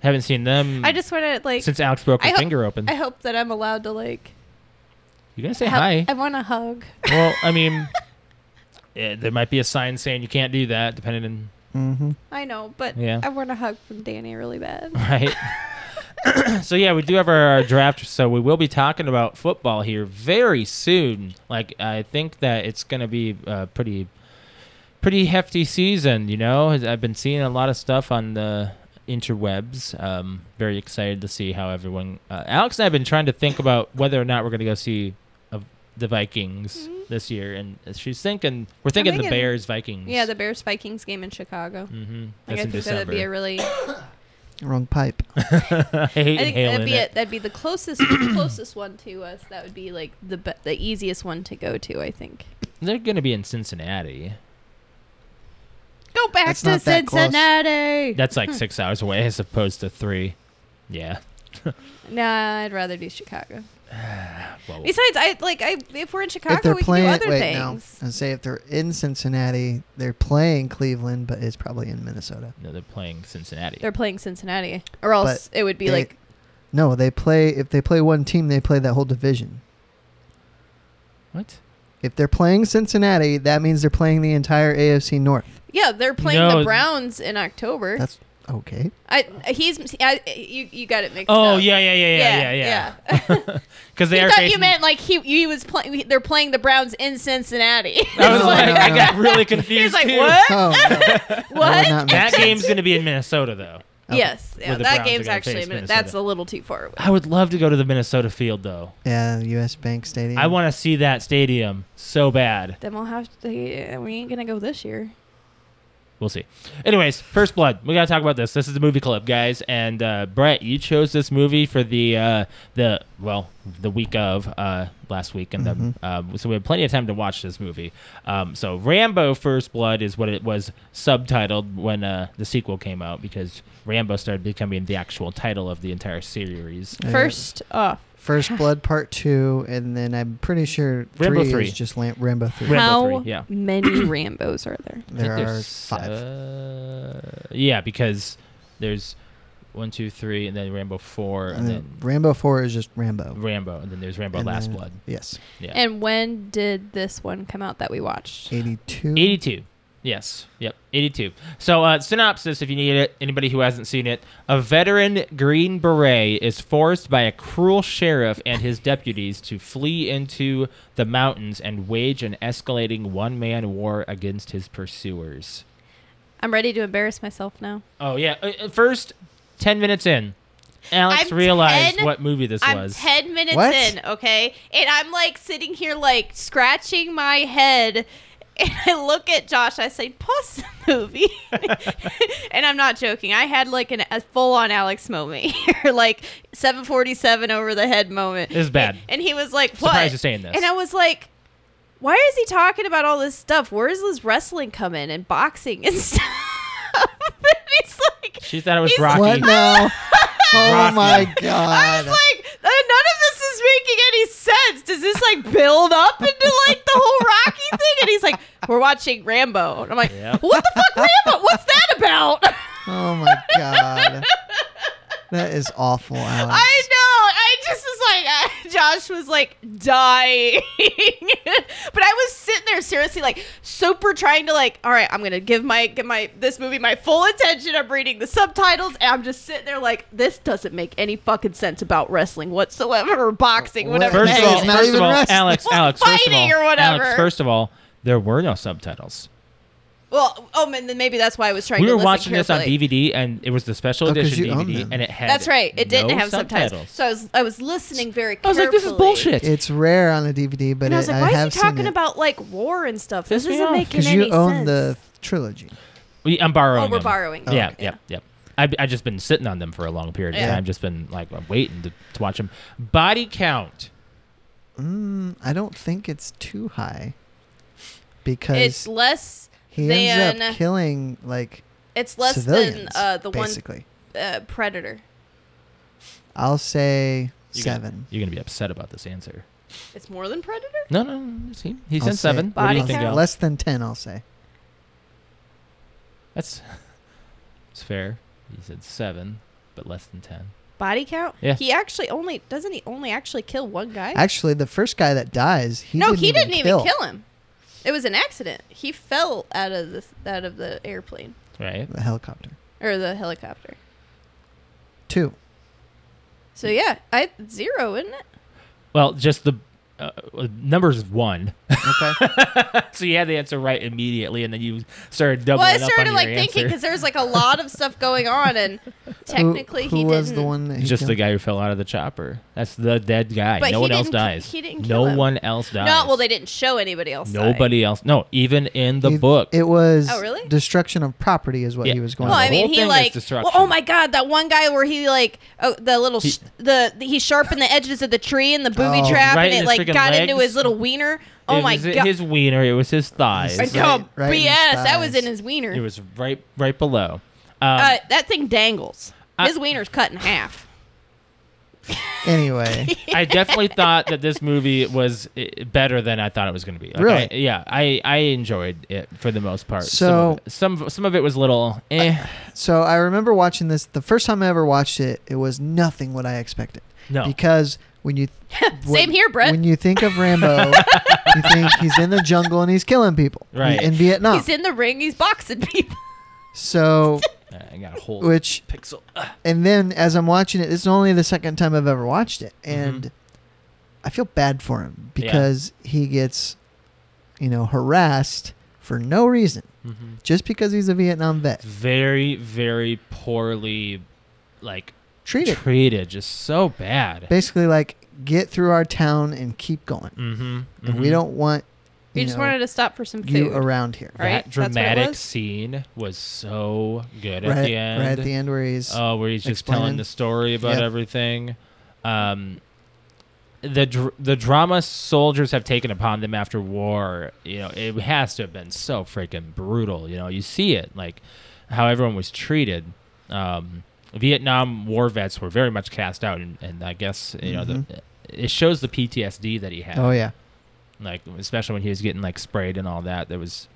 Speaker 2: Haven't seen them
Speaker 3: I just want to like.
Speaker 2: since Alex broke her
Speaker 3: I ho-
Speaker 2: finger open.
Speaker 3: I hope that I'm allowed to like.
Speaker 2: you gotta say
Speaker 3: hug-
Speaker 2: hi.
Speaker 3: I want to hug.
Speaker 2: well, I mean, eh, there might be a sign saying you can't do that, depending on
Speaker 1: Mm-hmm.
Speaker 3: I know, but
Speaker 2: Yeah. Hmm.
Speaker 3: I want a hug from Danny really bad.
Speaker 2: right. so yeah, we do have our, our draft, so we will be talking about football here very soon. Like I think that it's gonna be a pretty, pretty hefty season. You know, As I've been seeing a lot of stuff on the interwebs. Um, very excited to see how everyone. Uh, Alex and I have been trying to think about whether or not we're gonna go see. uh, The Vikings
Speaker 3: Mhm.
Speaker 2: this year, and she's thinking we're thinking, the
Speaker 3: thinking-
Speaker 2: Bears Vikings.
Speaker 3: Yeah, the Bears Vikings game in Chicago.
Speaker 2: Mm-hmm.
Speaker 3: Like, I think that'd be a really.
Speaker 1: Wrong pipe.
Speaker 2: I hate
Speaker 3: I think that'd
Speaker 2: inhaling
Speaker 3: be
Speaker 2: it.
Speaker 3: it. That'd be the closest closest one to us. That would be like the be- the easiest one to go to. I think.
Speaker 2: They're gonna be in Cincinnati.
Speaker 3: Go back
Speaker 1: That's
Speaker 3: to
Speaker 1: not that close.
Speaker 3: Cincinnati.
Speaker 2: That's like six hours away as opposed to three. Yeah.
Speaker 3: Nah, I'd rather do Chicago.
Speaker 2: Well,
Speaker 3: Besides, I like I if we're in Chicago,
Speaker 1: if they're
Speaker 3: we
Speaker 1: playing,
Speaker 3: can do other
Speaker 1: wait,
Speaker 3: things.
Speaker 1: no, I say if they're in Cincinnati, they're playing Cleveland, but it's probably in Minnesota.
Speaker 2: no, they're playing Cincinnati.
Speaker 3: They're playing Cincinnati, or else it would be
Speaker 1: They-
Speaker 3: like
Speaker 1: no, they play. If they play one team, they play that whole division.
Speaker 2: what?
Speaker 1: If they're playing Cincinnati, that means they're playing the entire AFC North.
Speaker 3: yeah, they're playing
Speaker 2: No.
Speaker 3: the Browns in October.
Speaker 1: That's okay.
Speaker 3: I he's I, you you got it mixed up.
Speaker 2: Oh yeah, yeah, yeah, yeah, yeah, yeah. Because they
Speaker 3: He
Speaker 2: are.
Speaker 3: thought
Speaker 2: facing,
Speaker 3: you meant like he he was playing. They're playing the Browns in Cincinnati.
Speaker 2: I was
Speaker 1: No,
Speaker 2: like,
Speaker 1: no,
Speaker 2: I
Speaker 1: no.
Speaker 2: got really
Speaker 3: he
Speaker 2: confused.
Speaker 3: was like,
Speaker 2: too.
Speaker 3: what?
Speaker 1: Oh, no,
Speaker 3: What?
Speaker 1: we're not
Speaker 2: That
Speaker 1: mixing.
Speaker 2: game's gonna be in Minnesota though.
Speaker 1: Okay.
Speaker 3: Yes, yeah,
Speaker 2: Where the
Speaker 3: that
Speaker 2: Browns are
Speaker 3: game's
Speaker 2: gonna
Speaker 3: actually
Speaker 2: face
Speaker 3: a minute,
Speaker 2: Minnesota.
Speaker 3: that's a little too far away.
Speaker 2: I would love to go to the Minnesota field though.
Speaker 1: Yeah, U.S. Bank Stadium.
Speaker 2: I want to see that stadium so bad.
Speaker 3: Then we'll have to. We ain't gonna go this year.
Speaker 2: We'll see. Anyways, First Blood. We gotta talk about this. This is the movie club, guys. And uh, Brett, you chose this movie for the uh, the well the week of uh, last week, and
Speaker 1: Mhm.
Speaker 2: the, um, so we had plenty of time to watch this movie. Um, so Rambo: First Blood is what it was subtitled when uh, the sequel came out because Rambo started becoming the actual title of the entire series.
Speaker 1: Uh,
Speaker 3: First off,
Speaker 1: First Blood Part Two, and then I'm pretty sure
Speaker 2: Rambo
Speaker 1: three,
Speaker 2: three.
Speaker 1: is just Lam- Rambo Three.
Speaker 2: Rambo
Speaker 3: how
Speaker 2: three, yeah.
Speaker 3: many Rambo's are there?
Speaker 2: I think
Speaker 1: there are
Speaker 2: there's,
Speaker 1: five.
Speaker 2: uh, yeah, because there's one, two, three, and then Rambo four,
Speaker 1: and
Speaker 2: and
Speaker 1: then
Speaker 2: then
Speaker 1: Rambo Four is just Rambo.
Speaker 2: Rambo, and then there's Rambo
Speaker 1: And
Speaker 2: Last
Speaker 1: then-
Speaker 2: Blood.
Speaker 1: Yes,
Speaker 2: Yeah.
Speaker 3: And when did this one come out that we watched?
Speaker 1: 82.
Speaker 2: 82. Yes. Yep. 82. So, uh, synopsis if you need it, anybody who hasn't seen it. A veteran Green Beret is forced by a cruel sheriff and his deputies to flee into the mountains and wage an escalating one man war against his pursuers.
Speaker 3: I'm ready to embarrass myself now.
Speaker 2: Oh, yeah. Uh, uh, First 10 minutes in, Alex
Speaker 3: I'm
Speaker 2: realized
Speaker 3: 10
Speaker 2: what movie this
Speaker 3: I'm
Speaker 2: was.
Speaker 3: 10 minutes
Speaker 1: What?
Speaker 3: in, okay? And I'm like sitting here, like scratching my head. And I look at Josh, I say, pause the movie. and I'm not joking. I had like an, a full on Alex moment here, like 747 over the head moment.
Speaker 2: This is bad.
Speaker 3: And he was like, what?
Speaker 2: Surprised you're saying this.
Speaker 3: And I was like, why is he talking about all this stuff? Where does this wrestling come in and boxing and stuff? and he's like,
Speaker 2: she thought it was
Speaker 3: He's-
Speaker 2: Rocky.
Speaker 1: What now? oh
Speaker 2: Rocky.
Speaker 1: my
Speaker 3: I was
Speaker 1: god!
Speaker 3: like, uh, none of this is making any sense. Does this like build up into like the whole Rocky thing? And he's like, we're watching Rambo. And I'm like,
Speaker 2: Yep.
Speaker 3: what the fuck, Rambo? What's that about?
Speaker 1: Oh my god! That is awful, Alex.
Speaker 3: I know. I just was like, uh, Josh was like dying. but I was sitting there seriously, like super trying to like, all right, I'm gonna give my give my this movie my full attention. I'm reading the subtitles, and I'm just sitting there like, this doesn't make any fucking sense about wrestling whatsoever or boxing,
Speaker 1: What?
Speaker 3: whatever.
Speaker 2: First of
Speaker 3: the heck
Speaker 2: all,
Speaker 3: it
Speaker 1: It's not
Speaker 2: first of
Speaker 1: even
Speaker 2: all,
Speaker 1: wrestling.
Speaker 2: Alex,
Speaker 3: Well,
Speaker 2: Alex, first of all,
Speaker 3: fighting or
Speaker 2: Alex,
Speaker 3: whatever.
Speaker 2: first of all, there were no subtitles.
Speaker 3: Well, oh, and then maybe that's why I was trying.
Speaker 2: we
Speaker 3: to
Speaker 2: were
Speaker 3: listen
Speaker 2: watching this on
Speaker 3: carefully.
Speaker 2: DVD, and it was the special
Speaker 1: Oh, 'cause
Speaker 2: edition
Speaker 1: you own
Speaker 2: DVD,
Speaker 1: them.
Speaker 2: and it had.
Speaker 3: That's right. It didn't
Speaker 2: no
Speaker 3: have subtitles. so I was I was listening very.
Speaker 2: I was
Speaker 3: Carefully.
Speaker 2: like, "This is bullshit."
Speaker 1: it's rare on a DVD, but
Speaker 3: And I was
Speaker 1: it-
Speaker 3: like, why is
Speaker 1: have
Speaker 3: he talking
Speaker 1: seen
Speaker 3: about like war and stuff? This
Speaker 2: Piss me
Speaker 3: isn't
Speaker 2: off.
Speaker 3: making
Speaker 1: Because
Speaker 3: any
Speaker 1: you own
Speaker 3: sense.
Speaker 1: the trilogy.
Speaker 2: We- I'm borrowing.
Speaker 3: Oh, we're
Speaker 2: them.
Speaker 3: borrowing.
Speaker 1: Oh,
Speaker 2: yeah,
Speaker 3: them.
Speaker 2: yeah, yeah. I've, i just been sitting on them for a long period of
Speaker 1: Yeah.
Speaker 2: time. I've just been like I'm waiting to, to watch them. Body count.
Speaker 1: Mm, I don't think it's too high because
Speaker 3: It's less.
Speaker 1: he ends
Speaker 3: than-
Speaker 1: up killing like
Speaker 3: It's less
Speaker 1: civilians.
Speaker 3: than uh, the
Speaker 1: basically,
Speaker 3: one uh, predator.
Speaker 1: I'll say
Speaker 2: You're gonna-
Speaker 1: Seven.
Speaker 2: you're gonna be upset about this answer.
Speaker 3: It's more than Predator?
Speaker 2: No, no, no, it's he he
Speaker 1: I'll
Speaker 2: said
Speaker 1: say-
Speaker 2: seven. What do you
Speaker 3: Body
Speaker 2: think?
Speaker 3: count?
Speaker 2: Al?
Speaker 1: Less than ten, I'll say.
Speaker 2: That's it's fair. He said seven, but less than ten.
Speaker 3: Body count?
Speaker 2: Yeah.
Speaker 3: He actually only doesn't he only actually kill one guy?
Speaker 1: Actually, the first guy that dies, he
Speaker 3: no,
Speaker 1: didn't
Speaker 3: he
Speaker 1: even
Speaker 3: didn't
Speaker 1: kill.
Speaker 3: even kill him. It was an accident. He fell out of the out of the airplane
Speaker 2: Right.
Speaker 1: The helicopter.
Speaker 3: or the helicopter.
Speaker 1: Two.
Speaker 3: So yeah, I zero, isn't it?
Speaker 2: Well, just the uh, uh, numbers one.
Speaker 1: Okay.
Speaker 2: so you had the answer right immediately, and then you started doubling
Speaker 3: well, I
Speaker 2: up on
Speaker 3: started
Speaker 2: your
Speaker 3: like thinking
Speaker 2: answer.
Speaker 3: because there was like a lot of stuff going on, and
Speaker 1: Who-
Speaker 3: technically
Speaker 1: who,
Speaker 3: he
Speaker 1: was
Speaker 3: didn't.
Speaker 1: the one that he
Speaker 2: just the
Speaker 1: killed?
Speaker 2: guy who fell out of the chopper. That's the dead guy.
Speaker 3: But
Speaker 2: no
Speaker 3: he
Speaker 2: one else
Speaker 3: didn't-
Speaker 2: dies.
Speaker 3: he didn't
Speaker 2: no
Speaker 3: kill him.
Speaker 2: one else dies.
Speaker 3: No, well, they didn't show anybody else. die.
Speaker 2: Nobody else. No, even in the
Speaker 1: He-
Speaker 2: book.
Speaker 1: It was
Speaker 3: Oh, really?
Speaker 1: destruction of property is what
Speaker 2: Yeah.
Speaker 1: he was going
Speaker 3: Well,
Speaker 2: The
Speaker 3: I
Speaker 1: for.
Speaker 2: whole
Speaker 3: mean,
Speaker 2: thing
Speaker 3: he
Speaker 2: is
Speaker 3: like.
Speaker 2: destruction.
Speaker 3: Well, oh my God, that one guy where he like, oh, the little,
Speaker 2: He-
Speaker 3: sh- the he sharpened the edges of the tree in the booby
Speaker 1: Oh.
Speaker 3: trap,
Speaker 2: Right
Speaker 3: and
Speaker 2: in
Speaker 3: it
Speaker 2: his
Speaker 3: like
Speaker 2: freaking
Speaker 3: got into
Speaker 2: legs.
Speaker 3: his little wiener. Oh
Speaker 2: it
Speaker 3: my
Speaker 2: was
Speaker 3: God!
Speaker 2: his wiener. It was his thighs.
Speaker 3: I
Speaker 1: Right-
Speaker 3: know,
Speaker 1: right in his
Speaker 3: BS. That was
Speaker 1: thighs.
Speaker 3: in his wiener.
Speaker 2: It was right, right below. Um,
Speaker 3: uh, that thing dangles.
Speaker 2: I-
Speaker 3: his wiener's cut in half.
Speaker 1: Anyway,
Speaker 2: I definitely thought that this movie was eh, better than I thought it was going to be. Like,
Speaker 1: Really?
Speaker 2: I- yeah, I, I enjoyed it for the most part.
Speaker 1: So-
Speaker 2: some of it, some, some of it was a little eh.
Speaker 1: so I remember watching this the first time I ever watched it. It was nothing what I expected
Speaker 2: no,
Speaker 1: because when you
Speaker 3: Same here, Brett.
Speaker 1: When you think of Rambo, you think he's in the jungle and he's killing people
Speaker 2: Right.
Speaker 1: in Vietnam.
Speaker 3: He's in the ring. He's boxing people.
Speaker 1: so,
Speaker 2: Uh, I got a whole
Speaker 1: which
Speaker 2: pixel. Ugh.
Speaker 1: and then as I'm watching it, this is only the second time I've ever watched it, and I feel bad for him
Speaker 2: Mm-hmm. Yeah.
Speaker 1: because he gets, you know, harassed for no reason,
Speaker 2: Mhm.
Speaker 1: just because he's a Vietnam vet.
Speaker 2: Very, very poorly, like
Speaker 1: Treated
Speaker 2: treated, just so bad.
Speaker 1: basically like get through our town and keep going,
Speaker 2: Mm-hmm.
Speaker 1: and we don't want you
Speaker 3: You just
Speaker 1: know,
Speaker 3: wanted to stop for some food.
Speaker 1: you around here.
Speaker 2: That
Speaker 3: right? That's what it
Speaker 2: dramatic
Speaker 3: was?
Speaker 2: scene was so good
Speaker 1: Right,
Speaker 2: at the end.
Speaker 1: right at the end where he's
Speaker 2: Oh, where he's just telling
Speaker 1: Explaining.
Speaker 2: the story about
Speaker 1: Yeah.
Speaker 2: everything. Um, the dr- the drama soldiers have taken upon them after war, you know, it has to have been so freaking brutal. You know, you see it like how everyone was treated. Um, Vietnam war vets were very much cast out, and, and I guess you know the, it shows the PTSD that he had.
Speaker 1: Mm-hmm. oh yeah,
Speaker 2: Like especially when he was getting like sprayed and all that. There was.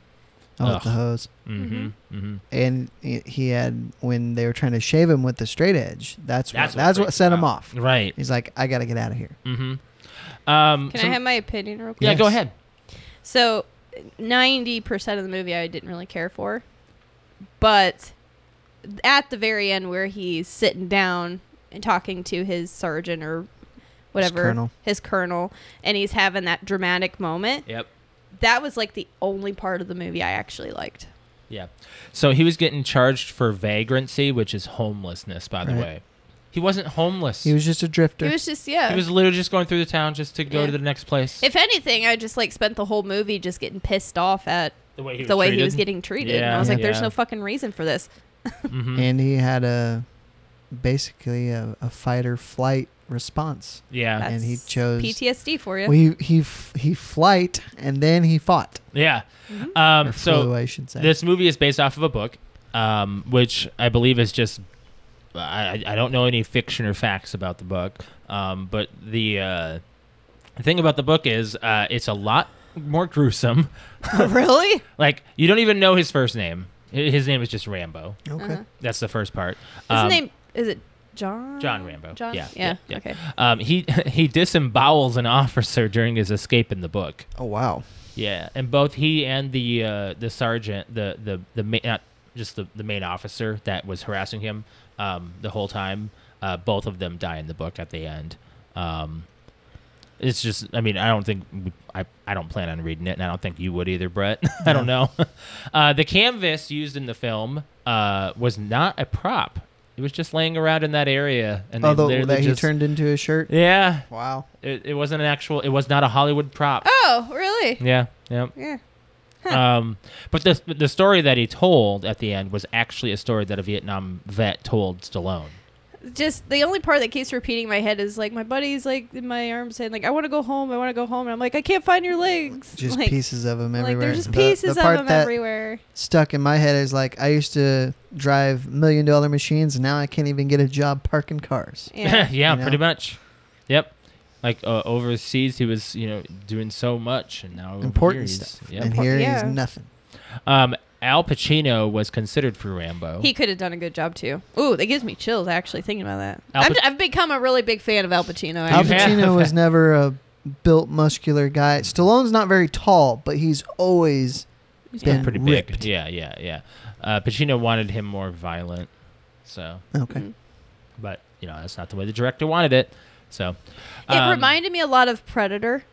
Speaker 1: oh
Speaker 2: Ugh.
Speaker 1: the hose.
Speaker 2: Mm-hmm. Mm-hmm.
Speaker 1: and he he had when they were trying to shave him with the straight edge. That's what, that's what,
Speaker 2: freaked
Speaker 1: set him
Speaker 2: out.
Speaker 1: off.
Speaker 2: Right.
Speaker 1: He's like, I gotta get out of here.
Speaker 2: Mm-hmm. Um,
Speaker 3: Can
Speaker 2: some-
Speaker 3: I have my opinion real quick?
Speaker 2: yeah, go
Speaker 1: Yes.
Speaker 2: ahead.
Speaker 3: So, ninety percent of the movie I didn't really care for, but at the very end where he's sitting down and talking to his sergeant or whatever
Speaker 1: colonel.
Speaker 3: his colonel, and he's having that dramatic moment,
Speaker 2: Yep.
Speaker 3: that was like the only part of the movie I actually liked.
Speaker 2: Yeah. So he was getting charged for vagrancy, which is homelessness, by the
Speaker 1: Right.
Speaker 2: way. He wasn't homeless.
Speaker 1: He was just a drifter.
Speaker 3: It was just yeah.
Speaker 2: He was literally just going through the town just to go
Speaker 3: Yeah.
Speaker 2: to the next place.
Speaker 3: if anything, I just like spent the whole movie just getting pissed off at
Speaker 2: the way he was,
Speaker 3: the way he
Speaker 2: treated.
Speaker 3: was getting treated. and
Speaker 2: Yeah,
Speaker 3: I was like, there's
Speaker 2: yeah.
Speaker 3: no fucking reason for this.
Speaker 2: Mhm.
Speaker 1: and he had a basically a, a fight or flight response.
Speaker 2: Yeah.
Speaker 3: That's
Speaker 1: And he chose-
Speaker 3: PTSD for you.
Speaker 1: Well, he he f- he flight and then he fought.
Speaker 2: Yeah.
Speaker 3: Mhm.
Speaker 2: Um,
Speaker 1: Or
Speaker 2: so
Speaker 1: flew, I should say.
Speaker 2: this movie is based off of a book, um, which I believe is just. I, I I don't know any fiction or facts about the book, um, but the uh, thing about the book is uh, it's a lot more gruesome.
Speaker 3: really?
Speaker 2: Like you don't even know his first name. Hi- His name is just Rambo.
Speaker 1: okay.
Speaker 3: Uh-huh.
Speaker 2: That's the first part.
Speaker 3: His
Speaker 2: Um,
Speaker 3: name is it John?
Speaker 2: John Rambo.
Speaker 3: John?
Speaker 2: Yeah,
Speaker 3: Yeah.
Speaker 2: yeah, yeah.
Speaker 3: Okay.
Speaker 2: Um, he he disembowels an officer during his escape in the book.
Speaker 1: Oh wow.
Speaker 2: Yeah, and both he and the uh, the sergeant, the the the ma- not just the, the main officer that was harassing him um, the whole time, uh, both of them die in the book at the end. Um, it's just, I mean, I don't think I I don't plan on reading it, and I don't think you would either, Brett. I don't know. uh, the canvas used in the film uh, was not a prop; it was just laying around in that area, and
Speaker 1: Oh,
Speaker 2: they
Speaker 1: the,
Speaker 2: literally
Speaker 1: that he
Speaker 2: just-
Speaker 1: turned into a shirt.
Speaker 2: Yeah,
Speaker 1: Wow.
Speaker 2: it, it wasn't an actual. It was not a Hollywood prop.
Speaker 1: Ah!
Speaker 3: Oh, really?
Speaker 2: Yeah, yeah.
Speaker 3: Yeah.
Speaker 2: Um, but the the story that he told at the end was actually a story that a Vietnam vet told Stallone.
Speaker 3: Just the only part that keeps repeating in my head is like my buddy's like in my arms saying like I want to go home, I want to go home, and I'm like I can't find your legs.
Speaker 1: Just
Speaker 3: like,
Speaker 1: pieces of him
Speaker 3: Like
Speaker 1: everywhere.
Speaker 3: there's just
Speaker 1: The- the
Speaker 3: pieces of
Speaker 1: part
Speaker 3: them
Speaker 1: that
Speaker 3: everywhere.
Speaker 1: stuck in my head is like I used to drive million dollar machines and now I can't even get a job parking cars.
Speaker 3: Yeah.
Speaker 2: yeah,
Speaker 1: You know?
Speaker 2: pretty much. Yep. Like uh, overseas, he was you know doing so much, and now over
Speaker 1: Important
Speaker 2: here he's-
Speaker 1: stuff.
Speaker 2: Yep.
Speaker 1: And here
Speaker 3: Yeah.
Speaker 1: he's nothing.
Speaker 2: Um, Al Pacino was considered for Rambo.
Speaker 3: He could have done a good job too. Ooh, that gives me chills actually thinking about that.
Speaker 2: Al
Speaker 3: I'm,
Speaker 2: Pac-
Speaker 3: I've become a really big fan of Al Pacino.
Speaker 1: Al
Speaker 3: actually.
Speaker 2: have-
Speaker 1: Pacino was never a built, muscular guy. Stallone's not very tall, but he's always
Speaker 2: he's
Speaker 1: been
Speaker 2: pretty
Speaker 1: ripped.
Speaker 2: big. Yeah, yeah, yeah. Uh, Pacino wanted him more violent, so
Speaker 1: okay.
Speaker 3: Mm.
Speaker 2: but you know that's not the way the director wanted it. So
Speaker 3: It
Speaker 2: um,
Speaker 3: reminded me a lot of Predator.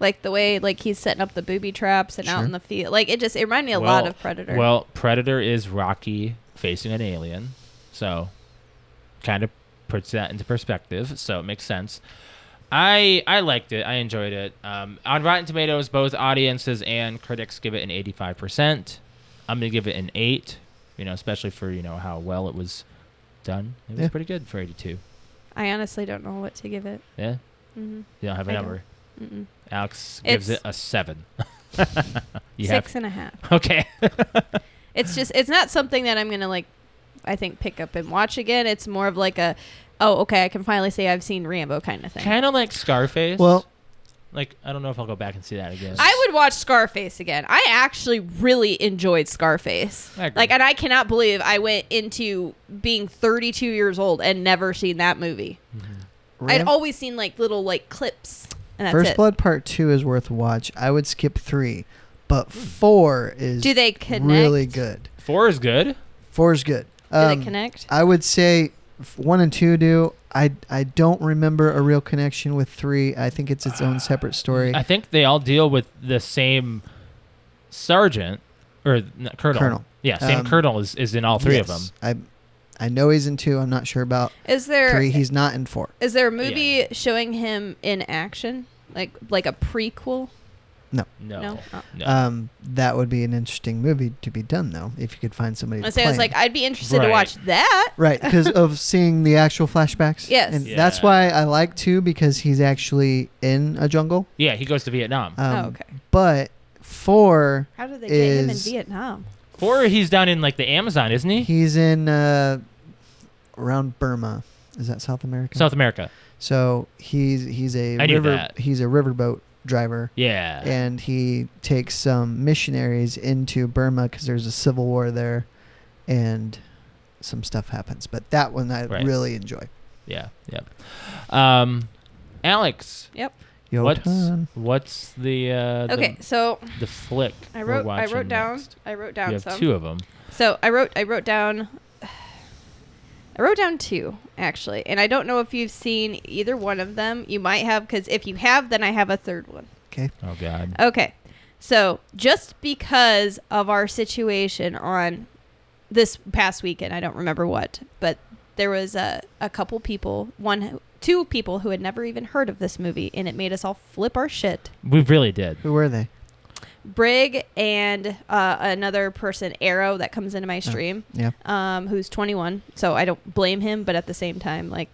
Speaker 3: Like the way like he's setting up the booby traps and out
Speaker 1: Sure.
Speaker 3: in the field. Like it just it reminded me a
Speaker 2: well-
Speaker 3: lot of Predator.
Speaker 2: Well, Predator is Rocky facing an alien, so kind of puts that into perspective. So it makes sense. I I liked it. I enjoyed it. Um, on Rotten Tomatoes, both audiences and critics give it an eighty-five percent. I'm gonna give it an eight. You know, especially for you know how well it was done. It was
Speaker 1: Yeah.
Speaker 2: pretty good for eighty-two.
Speaker 3: I honestly don't know what to give it.
Speaker 2: Yeah,
Speaker 3: hmm
Speaker 2: you don't have a
Speaker 3: I don't.
Speaker 2: number.
Speaker 3: Mm-mm.
Speaker 2: Alex gives
Speaker 3: It's-
Speaker 2: it a seven. you
Speaker 3: Six and a half.
Speaker 2: have okay.
Speaker 3: It's just it's not something that I'm gonna like. I think pick up and watch again. It's more of like a, oh okay, I can finally say I've seen Rambo kind of thing.
Speaker 2: Kind of like Scarface.
Speaker 1: Well,
Speaker 2: Like I don't know if I'll go back and see that again.
Speaker 3: I would watch Scarface again. I actually really enjoyed Scarface.
Speaker 2: I agree.
Speaker 3: Like, and I cannot believe I went into being 32 years old and never seen that movie.
Speaker 2: Mm-hmm.
Speaker 3: I'd
Speaker 1: Ram-
Speaker 3: always seen like little like clips, and that's
Speaker 1: First
Speaker 3: it.
Speaker 1: Blood Part Two is worth a watch. I would skip three, but four is
Speaker 3: Do they connect?
Speaker 1: really good.
Speaker 2: Four is good.
Speaker 1: Four is good.
Speaker 3: Do
Speaker 1: Um,
Speaker 3: they connect?
Speaker 1: I would say f- one and two do. I I don't remember a real connection with three. I think it's its own separate story.
Speaker 2: I think they all deal with the same sergeant or n- colonel.
Speaker 1: Colonel.
Speaker 2: Yeah, same
Speaker 1: Um,
Speaker 2: colonel is, is in all three of them.
Speaker 1: Yes. I I know he's in two. I'm not sure about
Speaker 3: Is there
Speaker 1: three. He's not in four.
Speaker 3: is there a movie showing him in action, like like a prequel?
Speaker 2: No.
Speaker 3: No. Oh.
Speaker 2: No.
Speaker 1: Um, that would be an interesting movie to be done though, if you could find somebody.
Speaker 3: I
Speaker 1: To
Speaker 3: say I was
Speaker 1: play him.
Speaker 3: like, I'd be interested
Speaker 2: Right.
Speaker 3: to watch that.
Speaker 1: Right, because of seeing the actual flashbacks.
Speaker 3: Yes.
Speaker 1: and that's
Speaker 2: Yeah.
Speaker 1: why I like two because he's actually in a jungle.
Speaker 2: yeah, he goes to Vietnam.
Speaker 1: Um,
Speaker 3: oh, okay.
Speaker 1: But four,
Speaker 3: How did they get him in
Speaker 1: is-
Speaker 3: Vietnam?
Speaker 2: Four, he's down in like the Amazon, isn't he?
Speaker 1: he's in uh, around Burma. Is that South America?
Speaker 2: South America.
Speaker 1: So he's he's a
Speaker 2: I knew
Speaker 1: river
Speaker 2: that.
Speaker 1: he's a riverboat driver,
Speaker 2: Yeah.
Speaker 1: and he takes some missionaries into Burma because there's a civil war there, and some stuff happens. But that one I
Speaker 2: Right.
Speaker 1: really enjoy.
Speaker 2: Yeah. Yeah. Um, Alex,
Speaker 3: Yep.
Speaker 1: Yo,
Speaker 2: what's
Speaker 1: ton.
Speaker 2: what's the uh, the-
Speaker 3: Okay, so
Speaker 2: the, flick
Speaker 3: I
Speaker 2: we're
Speaker 3: wrote I
Speaker 2: watching
Speaker 3: wrote down
Speaker 2: next?
Speaker 3: I wrote
Speaker 2: You
Speaker 3: down
Speaker 2: have
Speaker 3: some.
Speaker 2: two of them.
Speaker 3: So I wrote I wrote down I wrote down two actually, and I don't know if you've seen either one of them. You might have because if you have, then I have a third one.
Speaker 1: okay?
Speaker 2: Oh God.
Speaker 3: Okay, so just because of our situation on this past weekend, I don't remember what, but there was a a couple people one. Two people who had never even heard of this movie, and it made us all flip our shit.
Speaker 2: We really did.
Speaker 1: Who were they?
Speaker 3: Brig and uh, another person, Arrow, that comes into my stream,
Speaker 1: Yeah.
Speaker 3: um, who's 21. So I don't blame him, but at the same time, like,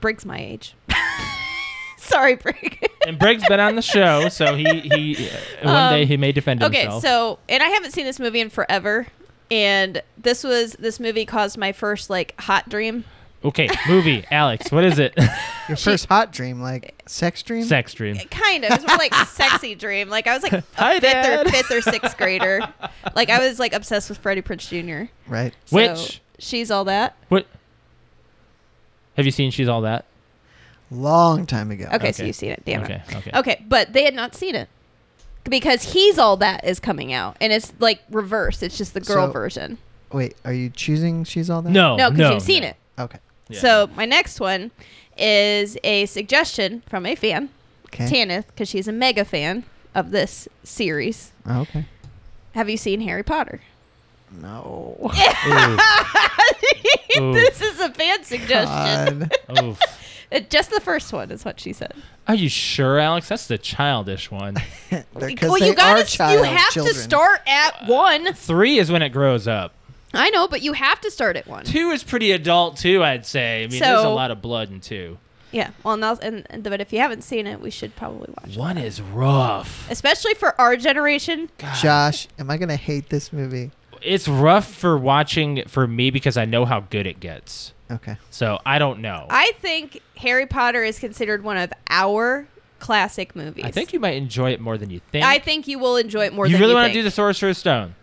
Speaker 3: Brig's my age. Sorry, Brig.
Speaker 2: and Briggs been on the show, so he he uh, one
Speaker 3: Um,
Speaker 2: day he may defend
Speaker 3: okay,
Speaker 2: himself.
Speaker 3: so and I haven't seen this movie in forever, and this was this movie caused my first like hot dream.
Speaker 2: okay, movie Alex, what is it?
Speaker 1: Your first hot dream,
Speaker 3: Eh.
Speaker 1: like sex dream?
Speaker 2: Sex dream.
Speaker 3: Kind of, it was more like sexy dream. Like I was like a
Speaker 2: Hi,
Speaker 3: fifth
Speaker 2: Dad.
Speaker 3: or fifth or sixth grader. Like I was like obsessed with Freddie Prince Jr.
Speaker 1: Right.
Speaker 3: So
Speaker 2: Which-
Speaker 3: she's all that.
Speaker 2: What? Have you seen She's All That?
Speaker 1: Long time ago. Uh,
Speaker 3: Okay, so
Speaker 2: Okay.
Speaker 3: you've seen it. Damn
Speaker 2: okay,
Speaker 3: it.
Speaker 2: okay.
Speaker 3: Okay, but they had not seen it because he's all that is coming out, and it's like reverse. It's just the girl
Speaker 1: So-
Speaker 3: version.
Speaker 1: Wait, are you choosing She's All That?
Speaker 2: No,
Speaker 3: no,
Speaker 2: no,
Speaker 3: because
Speaker 2: Oh, no
Speaker 3: you've seen it.
Speaker 1: Okay.
Speaker 2: Yeah.
Speaker 3: So my next one is a suggestion from a fan,
Speaker 1: Okay.
Speaker 3: Tanith, because she's a mega fan of this series.
Speaker 1: Oh, okay.
Speaker 3: Have you seen Harry Potter?
Speaker 1: No.
Speaker 2: Ooh.
Speaker 3: this is a fan suggestion.
Speaker 1: God.
Speaker 2: Oof.
Speaker 3: Uh, Just the first one is what she said.
Speaker 2: Are you sure, Alex? That's the childish one.
Speaker 1: They're- 'cause
Speaker 3: Well,
Speaker 1: they
Speaker 3: you gotta,
Speaker 1: are
Speaker 3: s-
Speaker 1: child
Speaker 3: you have
Speaker 1: children.
Speaker 3: to start at one.
Speaker 2: Three is when it grows up.
Speaker 3: I know, but you have to start at one.
Speaker 2: Two is pretty adult too, I'd say. I mean, there's a
Speaker 3: So-
Speaker 2: lot of blood in two.
Speaker 3: Yeah. Well, and, that's- and and- but if you haven't seen it, we should probably watch it.
Speaker 2: One is rough.
Speaker 3: Especially for our generation.
Speaker 1: Josh, am I gonna hate this movie?
Speaker 2: it's rough for watching for me because I know how good it gets.
Speaker 1: Okay.
Speaker 2: So I don't know.
Speaker 3: I think Harry Potter is considered one of our classic movies.
Speaker 2: I think you might enjoy it more than you think.
Speaker 3: I think you will enjoy it more.
Speaker 2: you
Speaker 3: than
Speaker 2: really
Speaker 3: you
Speaker 2: want
Speaker 3: think.
Speaker 2: to do the Sorcerer's Stone.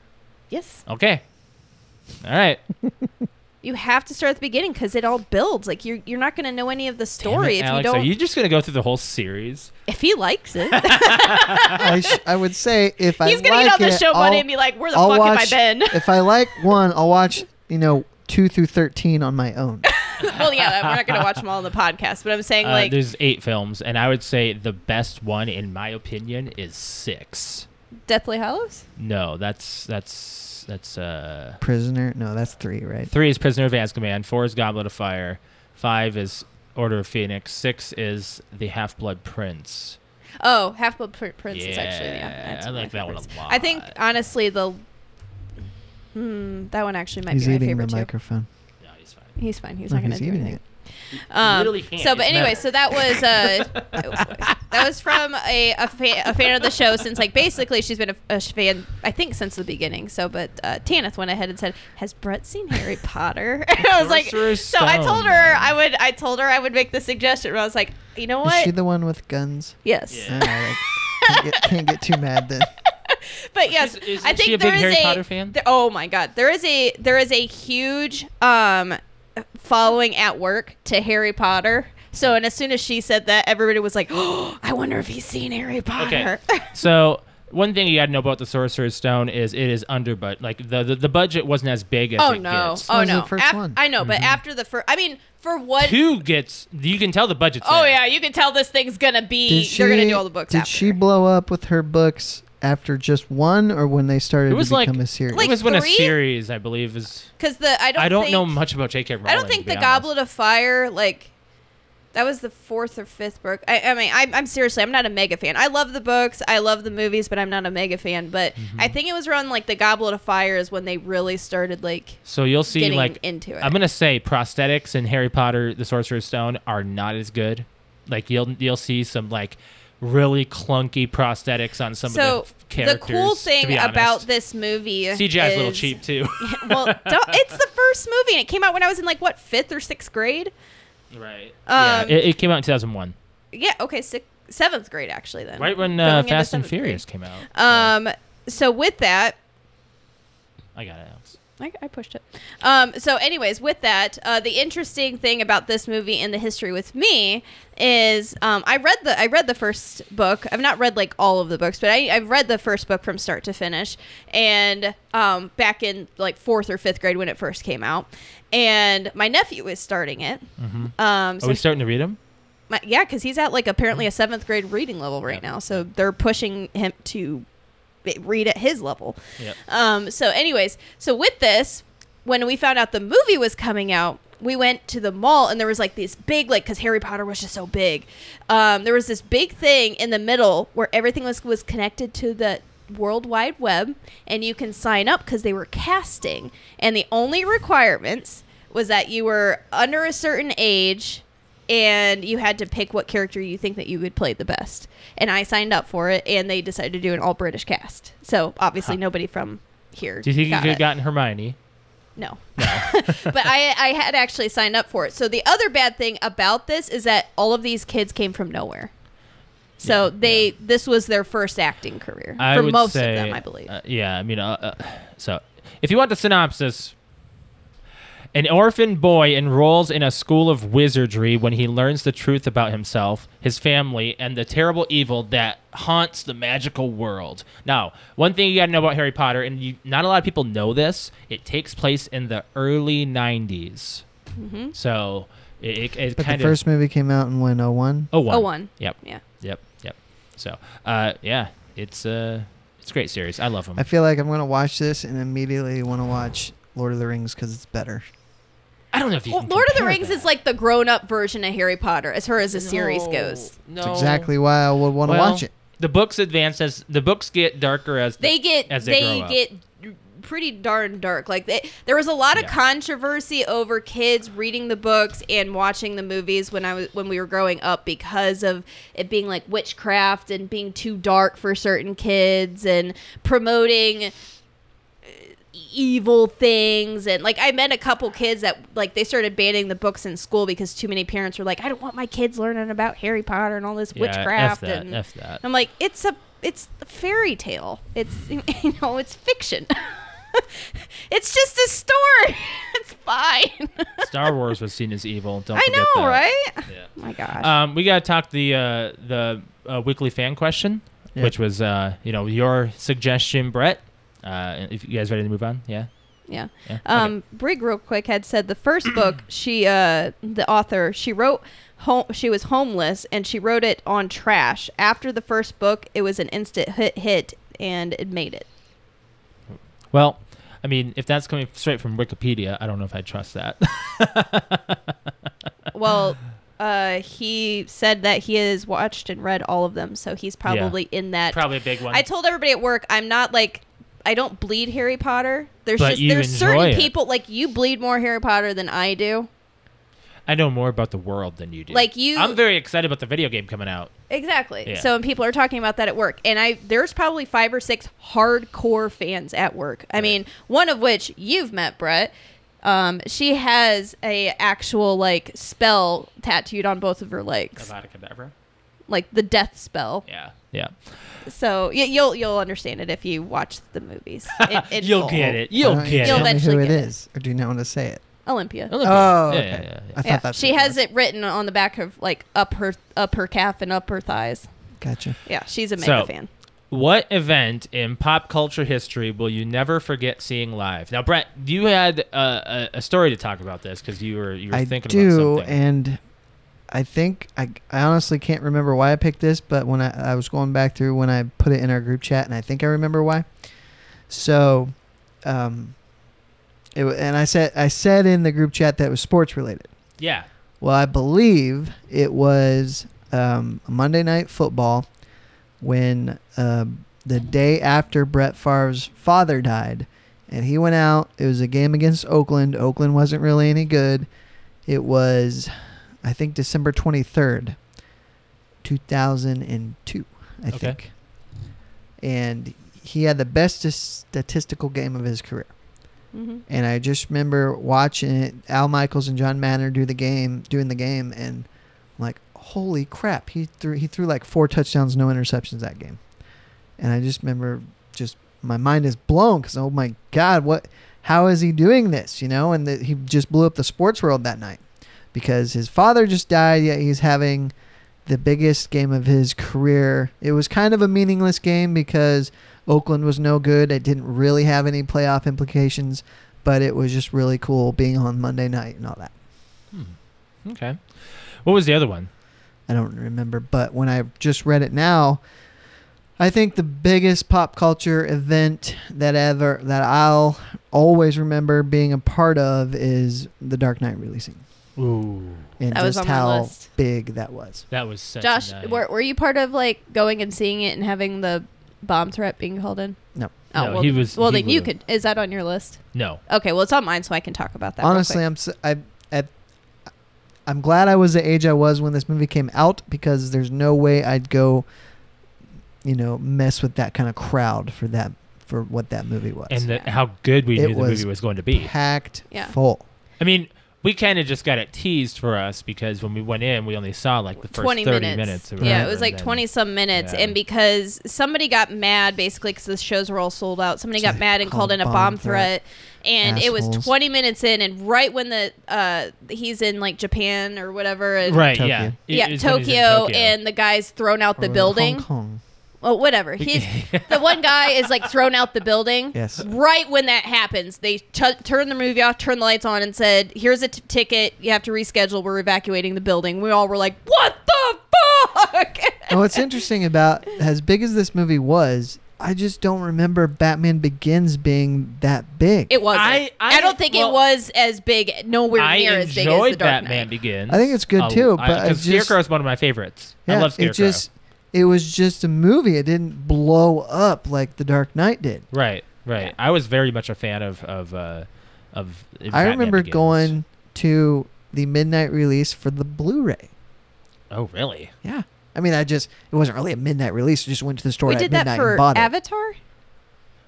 Speaker 3: Yes,
Speaker 2: Okay. All right.
Speaker 3: you have to start at the beginning because it all builds. Like you're you're not going to know any of the
Speaker 2: Damn
Speaker 3: story
Speaker 2: it,
Speaker 3: if
Speaker 2: Alex,
Speaker 3: you
Speaker 2: Are
Speaker 3: don't.
Speaker 2: you just gonna go through the whole series?
Speaker 3: if he likes it,
Speaker 1: I, sh- I would say if I
Speaker 3: he's going to
Speaker 1: like
Speaker 3: get on the
Speaker 1: it,
Speaker 3: show one
Speaker 1: I'll-
Speaker 3: day and be like, "Where the
Speaker 1: I'll
Speaker 3: fuck
Speaker 1: watch,
Speaker 3: have I
Speaker 1: if I like one, I'll watch, you know, two through 13 on my own.
Speaker 3: been?" well, yeah, we're not going to watch them all on the podcast, but I'm saying
Speaker 2: Uh,
Speaker 3: like
Speaker 2: there's eight films, and I would say the best one, in my opinion, is six.
Speaker 3: Deathly Hallows.
Speaker 2: No, that's that's that's uh
Speaker 1: Prisoner. No, that's three, right?
Speaker 2: three is Prisoner of Azkaban, four is Goblet of Fire, five is Order of Phoenix, six is The Half Blood Prince.
Speaker 3: Oh, Half Blood Prin- Prince is actually yeah.
Speaker 2: Yeah,
Speaker 3: that's
Speaker 2: I
Speaker 3: one of
Speaker 2: like
Speaker 3: my
Speaker 2: that one a
Speaker 3: favorites. I think
Speaker 2: lot.
Speaker 3: honestly the. Hmm, that one actually might
Speaker 1: He's
Speaker 3: be my
Speaker 1: eating the
Speaker 3: favorite too.
Speaker 1: microphone.
Speaker 2: No, he's fine.
Speaker 3: He's fine. He's
Speaker 1: No,
Speaker 3: not going
Speaker 1: he's
Speaker 3: to do
Speaker 1: eating
Speaker 3: anything.
Speaker 1: it.
Speaker 3: Um,
Speaker 2: literally can't.
Speaker 3: so, but
Speaker 2: It's
Speaker 3: anyway,
Speaker 2: metal.
Speaker 3: so that was uh, that was from a a, fa- a fan of the show since like basically she's been a, a fan I think since the beginning. So, but uh, Tanith went ahead and said, "Has Brett seen Harry Potter?" I was like,
Speaker 2: Sorcerer's
Speaker 3: so I told
Speaker 2: Stone,
Speaker 3: her
Speaker 2: man.
Speaker 3: I would I told her I would make the suggestion. But I was like, you know
Speaker 1: Is
Speaker 3: what?
Speaker 1: she the one with guns?
Speaker 3: yes,
Speaker 2: Yeah.
Speaker 1: All right. Can't get, can't get too mad then.
Speaker 3: but yes,
Speaker 2: Is- isn't
Speaker 3: I think
Speaker 2: she a big
Speaker 3: there is
Speaker 2: Harry
Speaker 3: a-
Speaker 2: Potter fan?
Speaker 3: there- oh my god, there is a there is a huge um following at work to Harry Potter. So and as soon as she said that, everybody was like, "Oh, I wonder if he's seen Harry Potter."
Speaker 2: so one thing you got to know about the Sorcerer's Stone is it is under but like the, the the budget wasn't as big as
Speaker 3: oh
Speaker 2: it
Speaker 3: no!
Speaker 2: gets.
Speaker 1: That
Speaker 3: Oh
Speaker 1: was
Speaker 3: no!
Speaker 1: the first one. Mm-hmm.
Speaker 3: I know, but after the first, I mean, for what?
Speaker 2: Two gets you can tell the budget's
Speaker 3: Oh
Speaker 2: there.
Speaker 3: yeah, you can tell this thing's gonna be.
Speaker 1: Did she,
Speaker 3: they're gonna do all the books.
Speaker 1: Did
Speaker 3: after.
Speaker 1: she blow up with her books after just one or when they started
Speaker 2: It was
Speaker 1: to
Speaker 2: like-
Speaker 1: become a series?
Speaker 3: like
Speaker 2: it was when a
Speaker 3: three?
Speaker 2: series I believe is
Speaker 3: Because the I don't.
Speaker 2: I don't
Speaker 3: think,
Speaker 2: know much about J.K. Rowling.
Speaker 3: I don't think
Speaker 2: to be
Speaker 3: the
Speaker 2: honest.
Speaker 3: Goblet of Fire like that was the fourth or fifth book. I, I mean, I'm, I'm seriously, I'm not a mega fan. I love the books, I love the movies, but I'm not a mega fan. But
Speaker 2: Mm-hmm.
Speaker 3: I think it was around like the Goblet of Fire is when they really started like
Speaker 2: So you'll see,
Speaker 3: getting
Speaker 2: like,
Speaker 3: into it.
Speaker 2: I'm gonna say prosthetics in Harry Potter, the Sorcerer's Stone, are not as good. Like you'll you'll see some like really clunky prosthetics on some
Speaker 3: so
Speaker 2: of the f-
Speaker 3: the
Speaker 2: characters.
Speaker 3: cool
Speaker 2: to
Speaker 3: thing
Speaker 2: be honest.
Speaker 3: about this movie
Speaker 2: CGI is a little
Speaker 3: is-
Speaker 2: cheap too.
Speaker 3: well, don't, it's the first movie, and it came out when I was in like what fifth or sixth grade.
Speaker 2: right. yeah,
Speaker 3: Um,
Speaker 2: it, it came out in 2001,
Speaker 3: Yeah, okay, sixth, seventh grade actually. Then
Speaker 2: right when
Speaker 3: Going
Speaker 2: uh,
Speaker 3: into
Speaker 2: Fast and
Speaker 3: seventh grade.
Speaker 2: Furious came out. So,
Speaker 3: Um, so with that,
Speaker 2: I got it. Alex.
Speaker 3: I, I pushed it. Um, so, anyways, with that, uh, the interesting thing about this movie and the history with me is um, I read the I read the first book. I've not read like all of the books, but I, I've read the first book from start to finish. And um, back in like fourth or fifth grade when it first came out, and my nephew was starting it. Um,
Speaker 2: Mm-hmm. Are
Speaker 3: so
Speaker 2: we starting to read them?
Speaker 3: my, yeah, because he's at like apparently a seventh grade reading level right now, so they're pushing him to read at his level.
Speaker 2: Yep.
Speaker 3: Um, so, anyways, so with this, when we found out the movie was coming out, we went to the mall and there was like this big, like, because Harry Potter was just so big. Um, there was this big thing in the middle where everything was, was connected to the World Wide Web and you can sign up because they were casting. And the only requirements was that you were under a certain age and you had to pick what character you think that you would play the best. And I signed up for it, and they decided to do an all British cast. So obviously,
Speaker 2: Huh.
Speaker 3: nobody from here.
Speaker 2: Do you think you
Speaker 3: got
Speaker 2: could
Speaker 3: it.
Speaker 2: have gotten Hermione?
Speaker 3: No. but I, I had actually signed up for it. So the other bad thing about this is that all of these kids came from nowhere. So
Speaker 2: Yeah,
Speaker 3: they this was their first acting career
Speaker 2: I
Speaker 3: for
Speaker 2: would
Speaker 3: most
Speaker 2: say,
Speaker 3: of them, I believe.
Speaker 2: uh, yeah, I mean, uh, uh, so if you want the synopsis, an orphan boy enrolls in a school of wizardry when he learns the truth about himself, his family, and the terrible evil that haunts the magical world. Now, one thing you got to know about Harry Potter, and you, not a lot of people know this, it takes place in the early '90s.
Speaker 3: Mm-hmm.
Speaker 2: So it, it, it
Speaker 1: but the
Speaker 2: kind of
Speaker 1: first movie came out in when, 01?
Speaker 2: oh one.
Speaker 3: Oh, one.
Speaker 2: Yep.
Speaker 3: yeah.
Speaker 2: Yep. Yep. So, uh, yeah, it's uh, it's a great series. I love them.
Speaker 1: I feel like I'm going to watch this and immediately want to watch Lord of the Rings because it's better.
Speaker 2: I don't know if you.
Speaker 3: Well,
Speaker 2: can
Speaker 3: Lord of the
Speaker 2: compare
Speaker 3: Rings
Speaker 2: that.
Speaker 3: is like the grown up version of Harry Potter as far as the series
Speaker 2: No,
Speaker 3: goes.
Speaker 2: No.
Speaker 1: It's exactly why I would want to
Speaker 2: Well,
Speaker 1: watch it.
Speaker 2: The books advance as the books get darker as
Speaker 3: they
Speaker 2: the,
Speaker 3: get
Speaker 2: as
Speaker 3: they,
Speaker 2: they, grow up.
Speaker 3: get pretty darn dark like they, there was a lot of
Speaker 2: Yeah.
Speaker 3: controversy over kids reading the books and watching the movies when i was when we were growing up because of it being like witchcraft and being too dark for certain kids and promoting uh, evil things and like I met a couple kids that like they started banning the books in school because too many parents were like, I don't want my kids learning about Harry Potter and all this
Speaker 2: Yeah,
Speaker 3: witchcraft
Speaker 2: F that,
Speaker 3: and
Speaker 2: F that.
Speaker 3: I'm like, it's a it's a fairy tale. It's you know, it's fiction. it's just a story. it's fine.
Speaker 2: Star Wars was seen as evil. Don't
Speaker 3: I
Speaker 2: forget
Speaker 3: know,
Speaker 2: that.
Speaker 3: right?
Speaker 2: Yeah.
Speaker 3: Oh my gosh.
Speaker 2: Um, we gotta talk the uh, the uh, weekly fan question,
Speaker 1: Yeah.
Speaker 2: which was uh, you know your suggestion, Brett. Uh, if you guys ready to move on, yeah.
Speaker 3: Yeah.
Speaker 2: Yeah,
Speaker 3: Um, Brig, real quick, had said the first book she, uh, the author, she wrote, home, she was homeless and she wrote it on trash. After the first book, it was an instant hit, hit, and it made it.
Speaker 2: Well, I mean, if that's coming straight from Wikipedia, I don't know if I trust that.
Speaker 3: Well, uh, he said that he has watched and read all of them, so he's probably in that.
Speaker 2: Probably a big one.
Speaker 3: I told everybody at work, I'm not like. I don't bleed Harry Potter. There's
Speaker 2: But
Speaker 3: just
Speaker 2: you
Speaker 3: there's
Speaker 2: enjoy
Speaker 3: certain
Speaker 2: it.
Speaker 3: people like you bleed more Harry Potter than I do.
Speaker 2: I know more about the world than you do.
Speaker 3: Like you-
Speaker 2: I'm very excited about the video game coming out.
Speaker 3: Exactly.
Speaker 2: Yeah.
Speaker 3: So and people are talking about that at work. And I there's probably five or six hardcore fans at work. I mean, one of which you've met, Brett. Um, she has a actual like spell tattooed on both of her legs.
Speaker 2: Avada Kedavra.
Speaker 3: Like the death spell.
Speaker 2: Yeah. Yeah.
Speaker 3: So y- you'll you'll understand it if you watch the movies. in- in
Speaker 2: You'll
Speaker 3: full.
Speaker 2: get it.
Speaker 1: Why
Speaker 2: You'll
Speaker 1: don't
Speaker 2: get
Speaker 3: You'll
Speaker 1: tell
Speaker 2: it.
Speaker 1: me who
Speaker 3: eventually
Speaker 1: it
Speaker 3: get it.
Speaker 1: is, or do you not want to say it?
Speaker 3: Olympia.
Speaker 2: Olympia.
Speaker 1: Oh,
Speaker 2: Yeah,
Speaker 1: okay.
Speaker 2: yeah, yeah, yeah.
Speaker 1: I thought
Speaker 3: yeah.
Speaker 1: that's
Speaker 3: She
Speaker 1: what it
Speaker 3: has
Speaker 1: was.
Speaker 3: it written on the back of like up her up her calf and up her thighs.
Speaker 1: Gotcha.
Speaker 3: Yeah, she's a mega
Speaker 2: So-
Speaker 3: fan.
Speaker 2: What event in pop culture history will you never forget seeing live? Now, Brett, you had a, a, a story to talk about this because you were you were
Speaker 1: I
Speaker 2: thinking
Speaker 1: do,
Speaker 2: about something.
Speaker 1: and I think I, I honestly can't remember why I picked this, but when I, I was going back through when I put it in our group chat, and I think I remember why. So, um, it, wa- and I said I said in the group chat that it was sports related.
Speaker 2: yeah,
Speaker 1: Well, I believe it was um, Monday Night Football when uh, the day after Brett Favre's father died, and he went out. It was a game against Oakland. Oakland wasn't really any good. It was, I think, December 23rd, 2002, I
Speaker 2: Okay.
Speaker 1: think. And he had the best statistical game of his career.
Speaker 3: Mm-hmm.
Speaker 1: And I just remember watching it, Al Michaels and John Manner do the game, doing the game, and I'm like, holy crap! He threw he threw like four touchdowns, no interceptions that game. And I just remember, just my mind is blown because oh my god, what? How is he doing this? You know, and that he just blew up the sports world that night because his father just died. Yet he's having the biggest game of his career. It was kind of a meaningless game because Oakland was no good. It didn't really have any playoff implications but it was just really cool being on Monday night and all that.
Speaker 2: Hmm. okay. What was the other one?
Speaker 1: I don't remember, but when I just read it now, I think the biggest pop culture event that ever that I'll always remember being a part of is The Dark Knight releasing,
Speaker 2: Ooh,
Speaker 1: and
Speaker 3: That was
Speaker 1: just
Speaker 3: on my
Speaker 1: how
Speaker 3: list.
Speaker 1: big that was.
Speaker 2: that was such a
Speaker 3: Josh,
Speaker 2: night.
Speaker 3: were, were you part of like going and seeing it and having the bomb threat being called in?
Speaker 1: No.
Speaker 3: Oh,
Speaker 2: No,
Speaker 3: well,
Speaker 2: he was-
Speaker 3: Well,
Speaker 2: he
Speaker 3: then you
Speaker 2: would've.
Speaker 3: could. Is that on your list?
Speaker 2: no.
Speaker 3: Okay, well, it's on mine, so I can talk about that. real
Speaker 1: Honestly,
Speaker 3: quick.
Speaker 1: I'm s- I, I I'm glad I was the age I was when this movie came out because there's no way I'd go, you know, mess with that kind of crowd for that for what that movie was.
Speaker 2: And the, how good we
Speaker 1: It
Speaker 2: knew the
Speaker 1: was
Speaker 2: movie was going to be.
Speaker 1: packed
Speaker 3: Yeah.
Speaker 1: full.
Speaker 2: I mean, we kind of just got it teased for us because when we went in, we only saw like the first
Speaker 3: 20
Speaker 2: 30
Speaker 3: minutes.
Speaker 2: or
Speaker 3: yeah,
Speaker 2: whatever,
Speaker 3: it was like
Speaker 2: and then-
Speaker 3: 20 some minutes.
Speaker 2: Yeah.
Speaker 3: And because somebody got mad, basically, because the shows were all sold out, somebody
Speaker 1: So
Speaker 3: got
Speaker 1: they
Speaker 3: mad and
Speaker 1: called
Speaker 3: called in a
Speaker 1: bomb
Speaker 3: bomb
Speaker 1: threat.
Speaker 3: threat. And it was
Speaker 1: Assholes.
Speaker 3: 20 minutes in, and right when the uh, he's in like Japan or whatever. And,
Speaker 2: Right,
Speaker 1: Tokyo.
Speaker 2: yeah. It-
Speaker 3: Yeah,
Speaker 2: it's when he's in
Speaker 3: Tokyo, and the guy's thrown out
Speaker 1: Or
Speaker 3: the building.
Speaker 1: Hong Kong.
Speaker 3: Well, whatever. He's the one guy is like thrown out the building.
Speaker 1: Yes.
Speaker 3: Right when that happens, they t- turn the movie off, turn the lights on, and said, "Here's a t- ticket. You have to reschedule. We're evacuating the building." We all were like, "What the fuck?"
Speaker 1: And what's interesting about as big as this movie was, I just don't remember Batman Begins being that big.
Speaker 3: it wasn't.
Speaker 2: I-
Speaker 3: I,
Speaker 2: I-
Speaker 3: don't think
Speaker 2: well,
Speaker 3: it was as big. Nowhere
Speaker 2: I
Speaker 3: near
Speaker 2: enjoyed
Speaker 3: as big as the Dark
Speaker 2: Batman
Speaker 3: Knight.
Speaker 2: Begins.
Speaker 1: I think it's good
Speaker 2: a-
Speaker 1: too,
Speaker 2: I-
Speaker 1: but I
Speaker 2: 'cause
Speaker 1: just-
Speaker 2: Scarecrow is one of my favorites. I love Scarecrow.
Speaker 1: It just it was just a movie. It didn't blow up like The Dark Knight did.
Speaker 2: Right, right.
Speaker 3: Yeah.
Speaker 2: I was very much a fan of of uh, of.
Speaker 1: I
Speaker 2: Batman
Speaker 1: remember
Speaker 2: Begins.
Speaker 1: going to the midnight release for the Blu-ray.
Speaker 2: Oh, really?
Speaker 1: Yeah. I mean, I just it wasn't really a midnight release. I just went to the store
Speaker 3: We
Speaker 1: at
Speaker 3: did
Speaker 1: midnight
Speaker 3: that
Speaker 1: and
Speaker 3: for
Speaker 1: bought it.
Speaker 3: Avatar.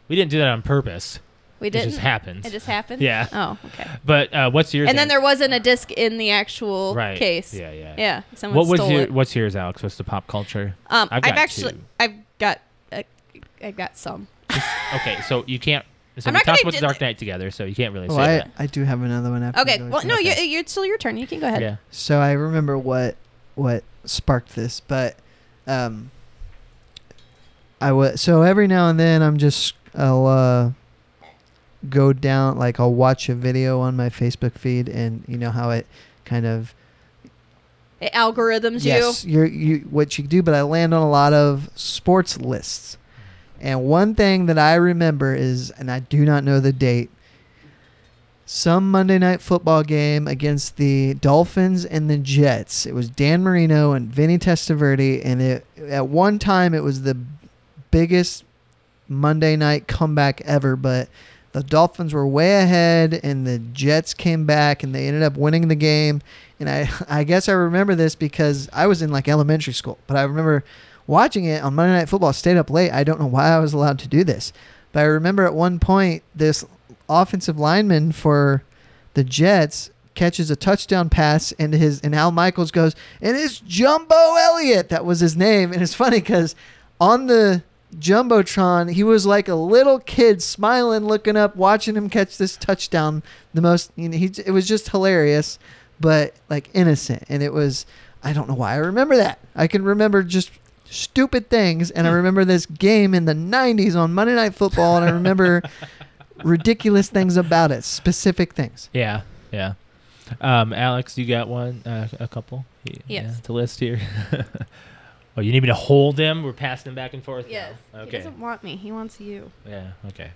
Speaker 2: We didn't do that on purpose.
Speaker 3: We
Speaker 2: It
Speaker 3: didn't.
Speaker 2: just happens.
Speaker 3: It just happened.
Speaker 2: Yeah.
Speaker 3: Oh, okay.
Speaker 2: but uh, what's yours?
Speaker 3: And then
Speaker 2: Alex?
Speaker 3: there wasn't a disc in the actual
Speaker 2: right.
Speaker 3: case.
Speaker 2: Yeah, yeah.
Speaker 3: Yeah. Someone
Speaker 2: What was
Speaker 3: stole
Speaker 2: your,
Speaker 3: it.
Speaker 2: what's yours, Alex? What's the pop culture?
Speaker 3: Um,
Speaker 2: I've
Speaker 3: I've,
Speaker 2: got
Speaker 3: actually,
Speaker 2: two.
Speaker 3: I've got, I, I got some.
Speaker 2: Okay, so you can't. So
Speaker 3: I'm
Speaker 2: we
Speaker 3: not
Speaker 2: talked
Speaker 3: gonna
Speaker 2: about the
Speaker 3: d-
Speaker 2: Dark Knight together, so you can't really
Speaker 1: Oh,
Speaker 2: say
Speaker 1: I,
Speaker 2: that.
Speaker 1: I do have another one after.
Speaker 3: Okay.
Speaker 1: you
Speaker 3: Well, no,
Speaker 2: okay.
Speaker 3: you, you- it's still your turn. You can go ahead.
Speaker 2: Yeah.
Speaker 1: So I remember what what sparked this, but um, I was so every now and then I'm just I'll uh, go down like I'll watch a video on my Facebook feed, and you know how it kind of
Speaker 3: It algorithms
Speaker 1: yes, you're, you what you do, but I land on a lot of sports lists. And one thing that I remember is, and I do not know the date, some Monday night football game against the Dolphins and the Jets. It was Dan Marino and Vinny Testaverde, and it at one time it was the biggest Monday night comeback ever, but the Dolphins were way ahead and the Jets came back and they ended up winning the game. And I, I guess I remember this because I was in like elementary school, but I remember watching it on Monday Night Football, stayed up late. I don't know why I was allowed to do this, but I remember at one point this offensive lineman for the Jets catches a touchdown pass and his and Al Michaels goes and it's Jumbo Elliott that was his name and it's funny because on the jumbotron he was like a little kid smiling looking up watching him catch this touchdown the most you know he it was just hilarious but like innocent and it was I don't know why I remember that I can remember just stupid things and I remember this game in the 90s on Monday Night Football and I remember ridiculous things about it specific things
Speaker 2: Yeah, yeah. Um, Alex, you got one, uh, a couple, Y-
Speaker 3: Yes.
Speaker 2: yeah, to list here. oh, you need me to hold him? We're passing him back and forth.
Speaker 3: you.
Speaker 2: now?
Speaker 3: Yes. He
Speaker 2: Okay.
Speaker 3: doesn't want me. He wants you.
Speaker 2: Yeah. Okay.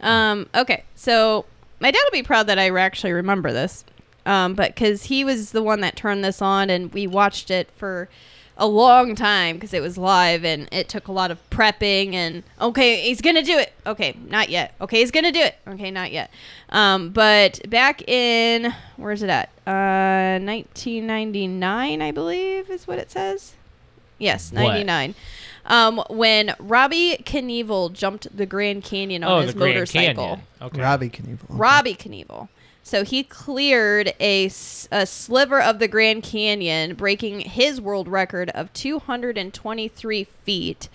Speaker 3: Um, okay. So my dad will be proud that I actually remember this. Um, but because he was the one that turned this on and we watched it for a long time because it was live and it took a lot of prepping and okay, he's going to do it. Okay, not yet. Okay, he's going to do it. Okay, not yet. Um, but back in, where's it at? Uh, 1999, I believe, is what it says. Yes,
Speaker 2: What?
Speaker 3: 99. Um, when Robbie Knievel jumped the Grand Canyon on
Speaker 2: oh,
Speaker 3: his
Speaker 2: the Grand
Speaker 3: motorcycle.
Speaker 2: Canyon. Okay.
Speaker 1: Robbie Knievel okay.
Speaker 3: Robbie Knievel. So he cleared a, s- a sliver of the Grand Canyon, breaking his world record of 223 feet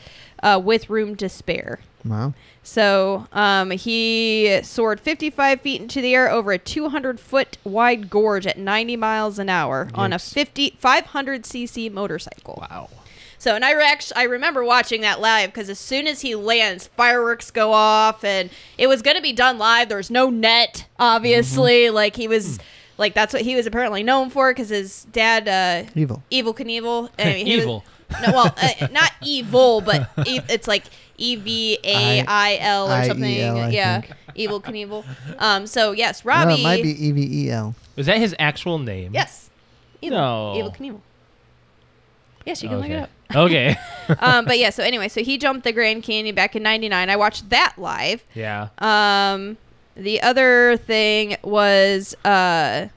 Speaker 3: uh, with room to spare.
Speaker 1: wow
Speaker 3: So um, he soared 55 feet into the air over a 200 foot wide gorge at 90 miles an hour on a
Speaker 2: Yikes.
Speaker 3: 50, 500cc motorcycle.
Speaker 2: Wow.
Speaker 3: So, and I re- actually, I remember watching that live because as soon as he lands, fireworks go off, and it was going to be done live. There was no net, obviously.
Speaker 1: Mm-hmm.
Speaker 3: Like he
Speaker 1: Mm.
Speaker 3: was, like that's what he was apparently known for because his dad, uh,
Speaker 1: evil
Speaker 3: Evil Knievel, I mean, he was-
Speaker 2: Evil.
Speaker 3: no, well, uh, not evil, but e- it's like E V A I L or
Speaker 1: I-
Speaker 3: something.
Speaker 1: I-E-L, I
Speaker 3: yeah,
Speaker 1: think.
Speaker 3: Evil Knievel. Um, so yes,
Speaker 1: No,
Speaker 3: Robbie.
Speaker 1: it might be E V E L.
Speaker 2: Was that his actual name?
Speaker 3: Yes. Evil,
Speaker 2: No.
Speaker 3: Evil Knievel. Yes, you can look it
Speaker 2: Okay.
Speaker 3: up.
Speaker 2: okay.
Speaker 3: um, but yeah, so anyway, so he jumped the Grand Canyon back in '99. I watched that live.
Speaker 2: Yeah.
Speaker 3: Um, the other thing was uh,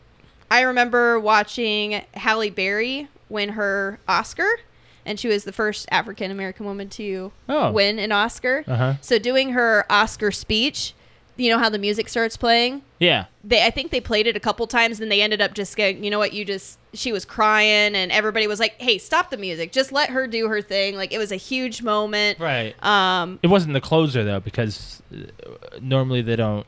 Speaker 3: I remember watching Halle Berry win her Oscar, and she was the first African American woman to
Speaker 2: Oh.
Speaker 3: win an Oscar.
Speaker 2: Uh huh.
Speaker 3: So doing her Oscar speech, you know how the music starts playing
Speaker 2: Yeah.
Speaker 3: they I think they played it a couple times and they ended up just getting you know what you just she was crying and everybody was like hey stop the music just let her do her thing like it was a huge moment
Speaker 2: Right.
Speaker 3: um
Speaker 2: It wasn't the closer though, because uh, normally they don't.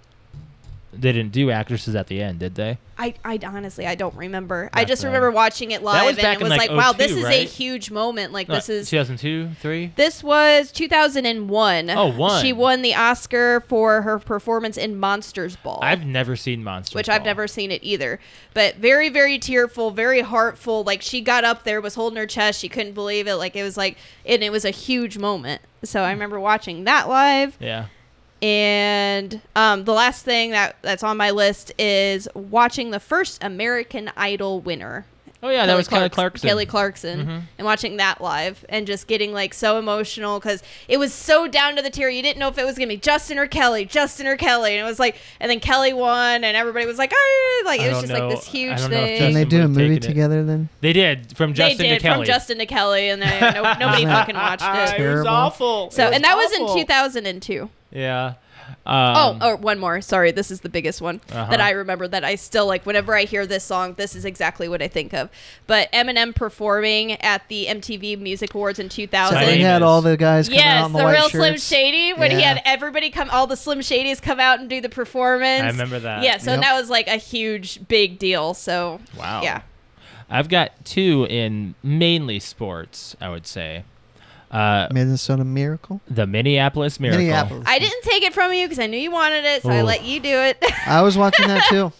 Speaker 2: They didn't do actresses at the end, did they?
Speaker 3: I, I honestly I don't remember I
Speaker 2: That's
Speaker 3: just
Speaker 2: right.
Speaker 3: remember watching it live
Speaker 2: was back
Speaker 3: and it
Speaker 2: in,
Speaker 3: was
Speaker 2: like,
Speaker 3: like, wow
Speaker 2: 02,
Speaker 3: this is a
Speaker 2: right?
Speaker 3: huge moment like
Speaker 2: No,
Speaker 3: this is
Speaker 2: 2002, three.
Speaker 3: this was 2001
Speaker 2: Oh, one.
Speaker 3: she won the Oscar for her performance in Monsters Ball
Speaker 2: I've never seen Monster.
Speaker 3: which I've never seen it either. But very, very tearful, very heartful. Like she got up there, was holding her chest. She couldn't believe it. Like it was like, and it was a huge moment. So I remember watching that live.
Speaker 2: Yeah.
Speaker 3: And um, the last thing that that's on my list is watching the first American Idol winner.
Speaker 2: Oh yeah, that was Kelly Clarkson. Mm-hmm.
Speaker 3: Kelly Clarkson, and watching that live and just getting like so emotional because it was so down to the tier. You didn't know if it was gonna be Justin or Kelly, Justin or Kelly, and it was like, and then Kelly won, and everybody was like, ah, like
Speaker 2: I
Speaker 3: it was
Speaker 2: don't
Speaker 3: just
Speaker 2: know-
Speaker 3: like this
Speaker 2: I
Speaker 3: huge
Speaker 2: don't know if
Speaker 3: thing.
Speaker 1: Can
Speaker 2: Justin
Speaker 1: they do a
Speaker 2: would've
Speaker 1: movie
Speaker 2: taken it.
Speaker 1: together then?
Speaker 2: They did from
Speaker 3: they
Speaker 2: Justin
Speaker 3: did
Speaker 2: to Kelly.
Speaker 3: from Justin to Kelly, and then no, nobody fucking watched it.
Speaker 1: Terrible.
Speaker 3: So, and that was in 2002.
Speaker 2: Yeah. Um,
Speaker 3: Oh, or one more. Sorry, this is the biggest one
Speaker 2: Uh-huh.
Speaker 3: that I remember. That I still like. Whenever I hear this song, this is exactly what I think of. But Eminem performing at the MTV Music Awards in 2000.
Speaker 1: So they
Speaker 2: Shiny is-
Speaker 1: had all the guys coming out
Speaker 3: Yes,
Speaker 1: in
Speaker 3: the,
Speaker 1: the, white
Speaker 3: real Slim
Speaker 1: shirts.
Speaker 3: Shady when he
Speaker 1: Yeah.
Speaker 3: had everybody come, all the Slim Shadys come out and do the performance.
Speaker 2: I remember that.
Speaker 3: Yeah, so
Speaker 1: Yep.
Speaker 3: that was like a huge, big deal. So
Speaker 2: Wow.
Speaker 3: yeah,
Speaker 2: I've got two in mainly sports, I would say. Uh,
Speaker 1: Minnesota Miracle.
Speaker 2: the Minneapolis Miracle.
Speaker 1: Minneapolis.
Speaker 3: I didn't take it from you because I knew you wanted it, so I
Speaker 2: Ooh.
Speaker 3: let you do it.
Speaker 1: I was watching that too.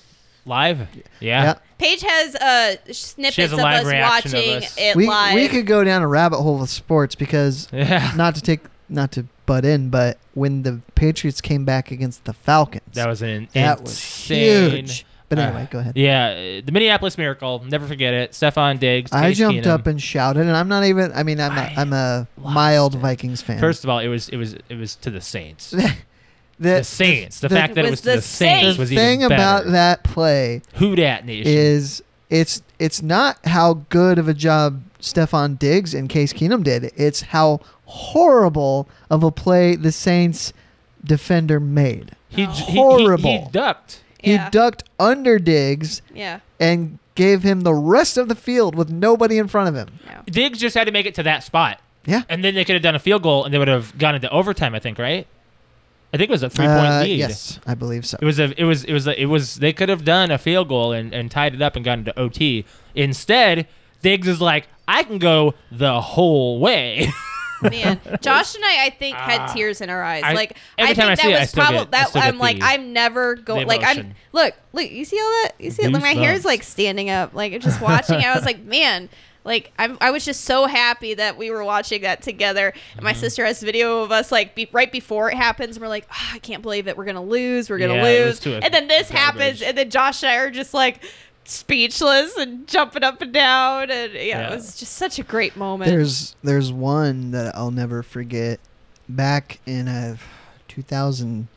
Speaker 2: Live? Yeah.
Speaker 1: yeah.
Speaker 3: Paige has uh, snippets
Speaker 2: She has a
Speaker 3: of
Speaker 2: live
Speaker 3: us
Speaker 2: reaction of
Speaker 3: watching
Speaker 2: us.
Speaker 3: it
Speaker 1: We,
Speaker 3: live.
Speaker 1: we could go down a rabbit hole with sports because
Speaker 2: Yeah.
Speaker 1: not to take not to butt in, but when the Patriots came back against the Falcons,
Speaker 2: That was an
Speaker 1: that was
Speaker 2: insane.
Speaker 1: huge. But anyway,
Speaker 2: Uh,
Speaker 1: go ahead.
Speaker 2: Yeah, uh, the Minneapolis Miracle. Never forget it. Stefan Diggs.
Speaker 1: I
Speaker 2: Case
Speaker 1: jumped
Speaker 2: Keenum.
Speaker 1: up and shouted, and I'm not even. I mean, I'm
Speaker 2: um, I
Speaker 1: a, I'm a
Speaker 2: lost
Speaker 1: mild
Speaker 2: it.
Speaker 1: Vikings fan.
Speaker 2: First of all, it was it was it was to the Saints.
Speaker 1: the,
Speaker 2: The Saints. The,
Speaker 1: the-
Speaker 2: fact that it was
Speaker 3: It was
Speaker 2: to the
Speaker 3: the
Speaker 2: Saints
Speaker 3: Saints.
Speaker 2: was
Speaker 1: the
Speaker 2: even
Speaker 1: thing
Speaker 2: better.
Speaker 1: about that play
Speaker 2: Who dat nation?
Speaker 1: is it's it's not how good of a job Stefan Diggs and Case Keenum did. It's how horrible of a play the Saints defender made.
Speaker 2: he,
Speaker 3: No.
Speaker 2: j- he- He, he,
Speaker 1: Horrible.
Speaker 2: ducked.
Speaker 3: yeah.
Speaker 1: He ducked under Diggs
Speaker 3: yeah.
Speaker 1: and gave him the rest of the field with nobody in front of him.
Speaker 3: No.
Speaker 2: Diggs just had to make it to that spot,
Speaker 1: Yeah.
Speaker 2: and then they could have done a field goal, and they would have gone into overtime. I think, right? I think it was a three point
Speaker 1: Uh,
Speaker 2: lead.
Speaker 1: Yes, I believe so.
Speaker 2: It was a, it was it was a, it was they could have done a field goal and, and tied it up and gotten to OT. Instead, Diggs is like, I can go the whole way.
Speaker 3: Man, Josh and I, I think,
Speaker 2: Ah.
Speaker 3: had tears in our eyes.
Speaker 2: I-
Speaker 3: like
Speaker 2: every
Speaker 3: I
Speaker 2: time I
Speaker 3: think
Speaker 2: see it, I
Speaker 3: that was
Speaker 2: still
Speaker 3: probably
Speaker 2: get- I
Speaker 3: that.
Speaker 2: still get
Speaker 3: I'm like,
Speaker 2: the-
Speaker 3: I'm never
Speaker 2: the
Speaker 3: going. Like
Speaker 2: emotion.
Speaker 3: I'm look, look. You see all that? You see it? Like my hair's
Speaker 2: Goosebumps.
Speaker 3: like standing up. Like just watching. I was like, man. Like I'm, I was just so happy that we were watching that together. And
Speaker 2: Mm-hmm.
Speaker 3: my sister has video of us like be, right before it happens. And we're like, "Ah, I can't believe it. We're gonna lose. We're gonna
Speaker 2: Yeah, it was
Speaker 3: lose.
Speaker 2: to a
Speaker 3: And then this
Speaker 2: garbage.
Speaker 3: happens. And then Josh and I are just like speechless and jumping up and down. And yeah,
Speaker 2: Yeah.
Speaker 3: it was just such a great moment.
Speaker 1: There's there's one that I'll never forget. Back in uh 2002,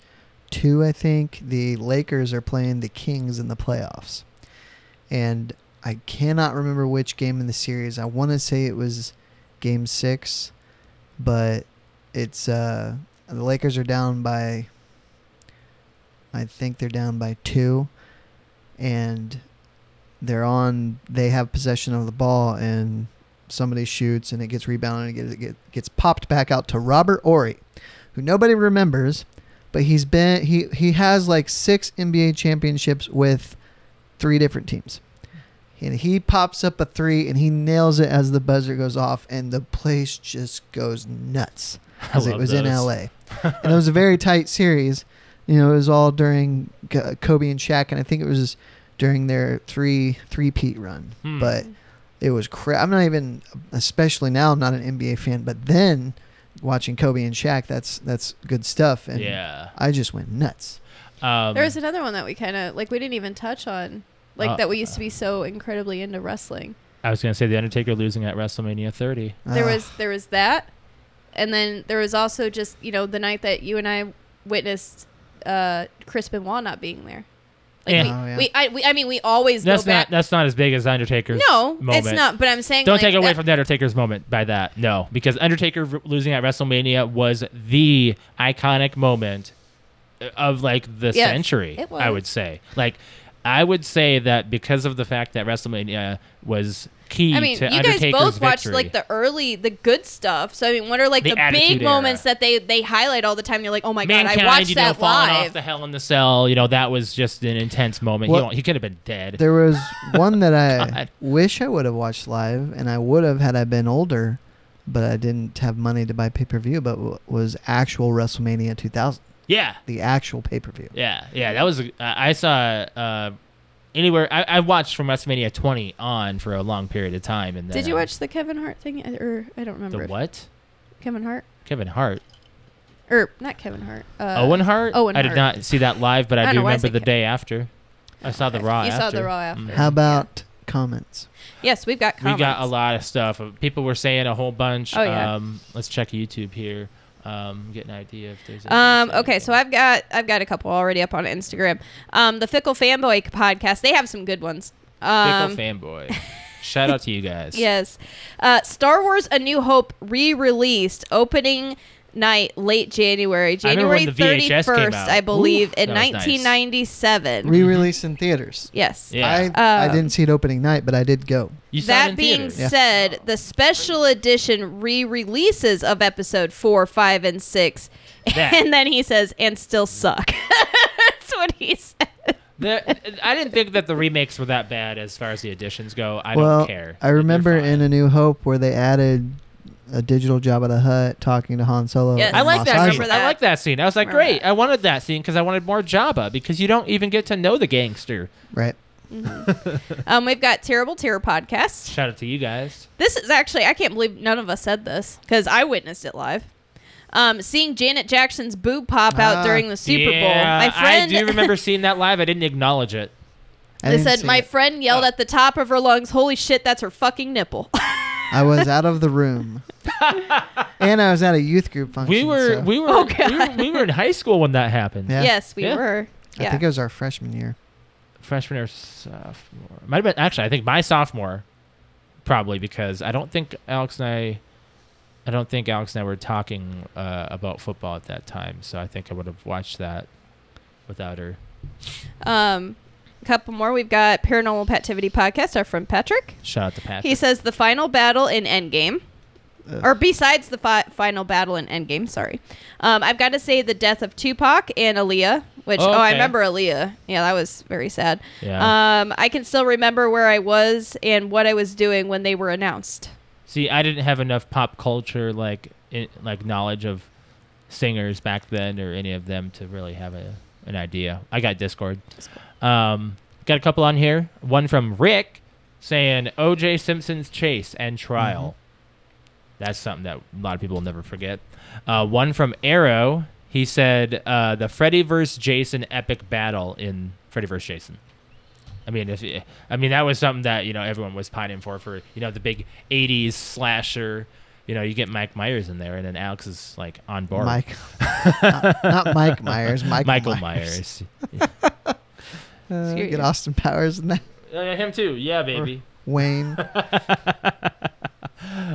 Speaker 1: I think the Lakers are playing the Kings in the playoffs, and I cannot remember which game in the series. I want to say it was Game Six, but it's uh, the Lakers are down by. I think they're down by two, and they're on. They have possession of the ball, and somebody shoots, and it gets rebounded, and it gets, it gets popped back out to Robert Ory, who nobody remembers, but he's been he he has like six NBA championships with three different teams. And he pops up a three and he nails it as the buzzer goes off, and the place just goes nuts because it
Speaker 2: love
Speaker 1: was in
Speaker 2: those.
Speaker 1: LA. and it was a very tight series. You know, it was all during K- Kobe and Shaq, and I think it was during their three three peat run.
Speaker 2: Hmm.
Speaker 1: But it was cra- I'm not even, especially now, I'm not an NBA fan. But then watching Kobe and Shaq, that's that's good stuff. And
Speaker 2: yeah.
Speaker 1: I just went nuts.
Speaker 2: Um,
Speaker 3: There was another one that we kind of like we didn't even touch on, like
Speaker 2: Uh,
Speaker 3: that we used to be so incredibly into wrestling.
Speaker 2: I was gonna say the Undertaker losing at WrestleMania 30.
Speaker 3: There
Speaker 1: Ah.
Speaker 3: was there was that, and then there was also just you know the night that you and I witnessed uh, Chris Benoit not being there. Like
Speaker 2: Yeah.
Speaker 3: we,
Speaker 1: Oh, yeah.
Speaker 3: we, I, we I mean we always
Speaker 2: That's
Speaker 3: go back.
Speaker 2: not that's not as big as Undertaker's.
Speaker 3: no,
Speaker 2: moment.
Speaker 3: it's not. But I'm saying
Speaker 2: Don't
Speaker 3: like,
Speaker 2: take away
Speaker 3: that-
Speaker 2: from the Undertaker's moment by that. No, because Undertaker v- losing at WrestleMania was the iconic moment uh, of like the
Speaker 3: Yes,
Speaker 2: century.
Speaker 3: it
Speaker 2: I
Speaker 3: was.
Speaker 2: would say. Like, I would say that because of the fact that WrestleMania was key
Speaker 3: I mean,
Speaker 2: to
Speaker 3: you guys
Speaker 2: Undertaker's
Speaker 3: both watched
Speaker 2: victory.
Speaker 3: like the early, the good stuff. So I mean, what are like
Speaker 2: The
Speaker 3: the,
Speaker 2: Attitude
Speaker 3: big
Speaker 2: Era.
Speaker 3: moments that they they highlight all the time? You're like, oh my
Speaker 2: Mankind,
Speaker 3: god, I watched
Speaker 2: you know,
Speaker 3: that
Speaker 2: falling off
Speaker 3: live.
Speaker 2: the hell in the cell. You know, that was just an intense moment. You
Speaker 1: What-
Speaker 2: know, he could have been dead.
Speaker 1: There was one that I
Speaker 2: God.
Speaker 1: wish I would have watched live, and I would have had I been older, but I didn't have money to buy pay per view. But w- was actual WrestleMania 2000,
Speaker 2: yeah.
Speaker 1: the actual pay per view.
Speaker 2: Yeah, yeah, that was. Uh, I saw uh, anywhere. I, I watched from WrestleMania 20 on for a long period of time. And then,
Speaker 3: Did you
Speaker 2: uh,
Speaker 3: watch the Kevin Hart thing? Or I don't remember.
Speaker 2: the what?
Speaker 3: Kevin Hart.
Speaker 2: Kevin Hart,
Speaker 3: or not Kevin Hart. Uh,
Speaker 2: Owen Hart.
Speaker 3: Owen
Speaker 2: I did
Speaker 3: Hart.
Speaker 2: not see that live, but
Speaker 3: I
Speaker 2: I,
Speaker 3: don't
Speaker 2: do
Speaker 3: know why I
Speaker 2: remember
Speaker 3: said
Speaker 2: the
Speaker 3: Ke-
Speaker 2: day after. I saw the
Speaker 3: Okay.
Speaker 2: Raw.
Speaker 3: You
Speaker 2: after.
Speaker 3: saw the Raw after.
Speaker 2: Mm.
Speaker 1: How about comments?
Speaker 3: Yes, we've got comments.
Speaker 2: We got a lot of stuff. People were saying a whole bunch.
Speaker 3: Oh, yeah.
Speaker 2: Um, let's check YouTube here. Um, get an idea if there's.
Speaker 3: Um,
Speaker 2: anything.
Speaker 3: okay, so I've got I've got a couple already up on Instagram. Um, the Fickle Fanboy podcast. They have some good ones. Um,
Speaker 2: Fickle fanboy. Shout out to you guys.
Speaker 3: Yes. Uh, Star Wars A New Hope re released, opening night, late January,
Speaker 2: I remember
Speaker 3: January
Speaker 2: when the VHS came
Speaker 3: 31st,
Speaker 2: out.
Speaker 3: I believe,
Speaker 2: Ooh,
Speaker 3: in
Speaker 2: that was nice.
Speaker 3: 1997.
Speaker 1: Re-release in theaters.
Speaker 3: yes.
Speaker 2: Yeah.
Speaker 1: I, I
Speaker 3: Uh,
Speaker 1: didn't see it opening night, but I did go.
Speaker 2: You saw it
Speaker 3: That
Speaker 2: in
Speaker 3: being
Speaker 2: theaters.
Speaker 3: said, the special edition re releases of episode four, five, and six.
Speaker 2: That.
Speaker 3: And then he says, and still suck. That's what he said.
Speaker 2: There- I didn't think that the remakes were that bad as far as the additions go. I
Speaker 1: well,
Speaker 2: don't care.
Speaker 1: I
Speaker 2: You're
Speaker 1: remember
Speaker 2: fine.
Speaker 1: in A New Hope where they added a digital Jabba the Hutt talking to Han Solo.
Speaker 3: Yes.
Speaker 1: and
Speaker 2: I like
Speaker 1: Moff
Speaker 2: that.
Speaker 1: Isley.
Speaker 2: Scene.
Speaker 3: Remember
Speaker 2: I
Speaker 3: that.
Speaker 2: like that scene. I was like,
Speaker 3: Remember
Speaker 2: great.
Speaker 3: that.
Speaker 2: I wanted that scene because I wanted more Jabba because you don't even get to know the gangster.
Speaker 1: Right.
Speaker 3: Um, we've got Terrible Terror Podcast.
Speaker 2: Shout out to you guys.
Speaker 3: This is actually, I can't believe none of us said this because I witnessed it live. Um, seeing Janet Jackson's boob pop out
Speaker 1: Ah,
Speaker 3: during the Super
Speaker 2: Yeah,
Speaker 3: Bowl. My friend.
Speaker 2: I do remember seeing that live. I didn't acknowledge it.
Speaker 1: I
Speaker 3: They
Speaker 1: didn't
Speaker 3: said
Speaker 1: see
Speaker 3: my
Speaker 1: it.
Speaker 3: friend yelled
Speaker 2: Oh.
Speaker 3: at the top of her lungs, "Holy shit, that's her fucking nipple!"
Speaker 1: I was out of the room, and I was at a youth group function.
Speaker 2: We were,
Speaker 1: so-
Speaker 2: we were,
Speaker 3: Oh,
Speaker 2: we were,
Speaker 3: God.
Speaker 2: we were in high school when that happened.
Speaker 1: Yeah.
Speaker 3: Yes, we
Speaker 2: Yeah.
Speaker 3: were.
Speaker 1: I
Speaker 3: Yeah.
Speaker 1: think it was our freshman year.
Speaker 2: Freshman or sophomore? Might have been actually. I think my sophomore, probably because I don't think Alex and I, I don't think Alex and I were talking uh, about football at that time. So I think I would have watched that without her.
Speaker 3: Um, a couple more. We've got Paranormal Activity podcast. Our friend Patrick.
Speaker 2: Shout out to Patrick.
Speaker 3: He says the final battle in Endgame,
Speaker 1: Ugh.
Speaker 3: or besides the fi- final battle in Endgame. Sorry, um, I've got to say the death of Tupac and Aaliyah. Which
Speaker 2: Oh,
Speaker 3: oh,
Speaker 2: okay.
Speaker 3: I
Speaker 2: Oh.
Speaker 3: remember Aaliyah. Yeah, that was very sad.
Speaker 2: yeah.
Speaker 3: Um, I can still remember where I was and what I was doing when they were announced.
Speaker 2: See, I didn't have enough pop culture like i like knowledge of singers back then or any of them to really have a an idea. I got Discord. Um, got a couple on here. One from Rick saying O.J. Simpson's chase and trial. That's something that a lot of people will never forget. Uh, one from Arrow. He said uh, the Freddy vs. Jason epic battle in Freddy vs. Jason. I mean, if you- I mean that was something that you know everyone was pining for for you know the big '80s slasher. You know, you get Mike Myers in there, and then Alex is like on board.
Speaker 1: Mike, not, not Mike Myers. Michael,
Speaker 2: Michael
Speaker 1: Myers.
Speaker 2: Myers.
Speaker 1: Uh,
Speaker 3: Serious.
Speaker 1: get Austin Powers and that
Speaker 2: Uh, him too. Yeah, baby.
Speaker 1: Wayne.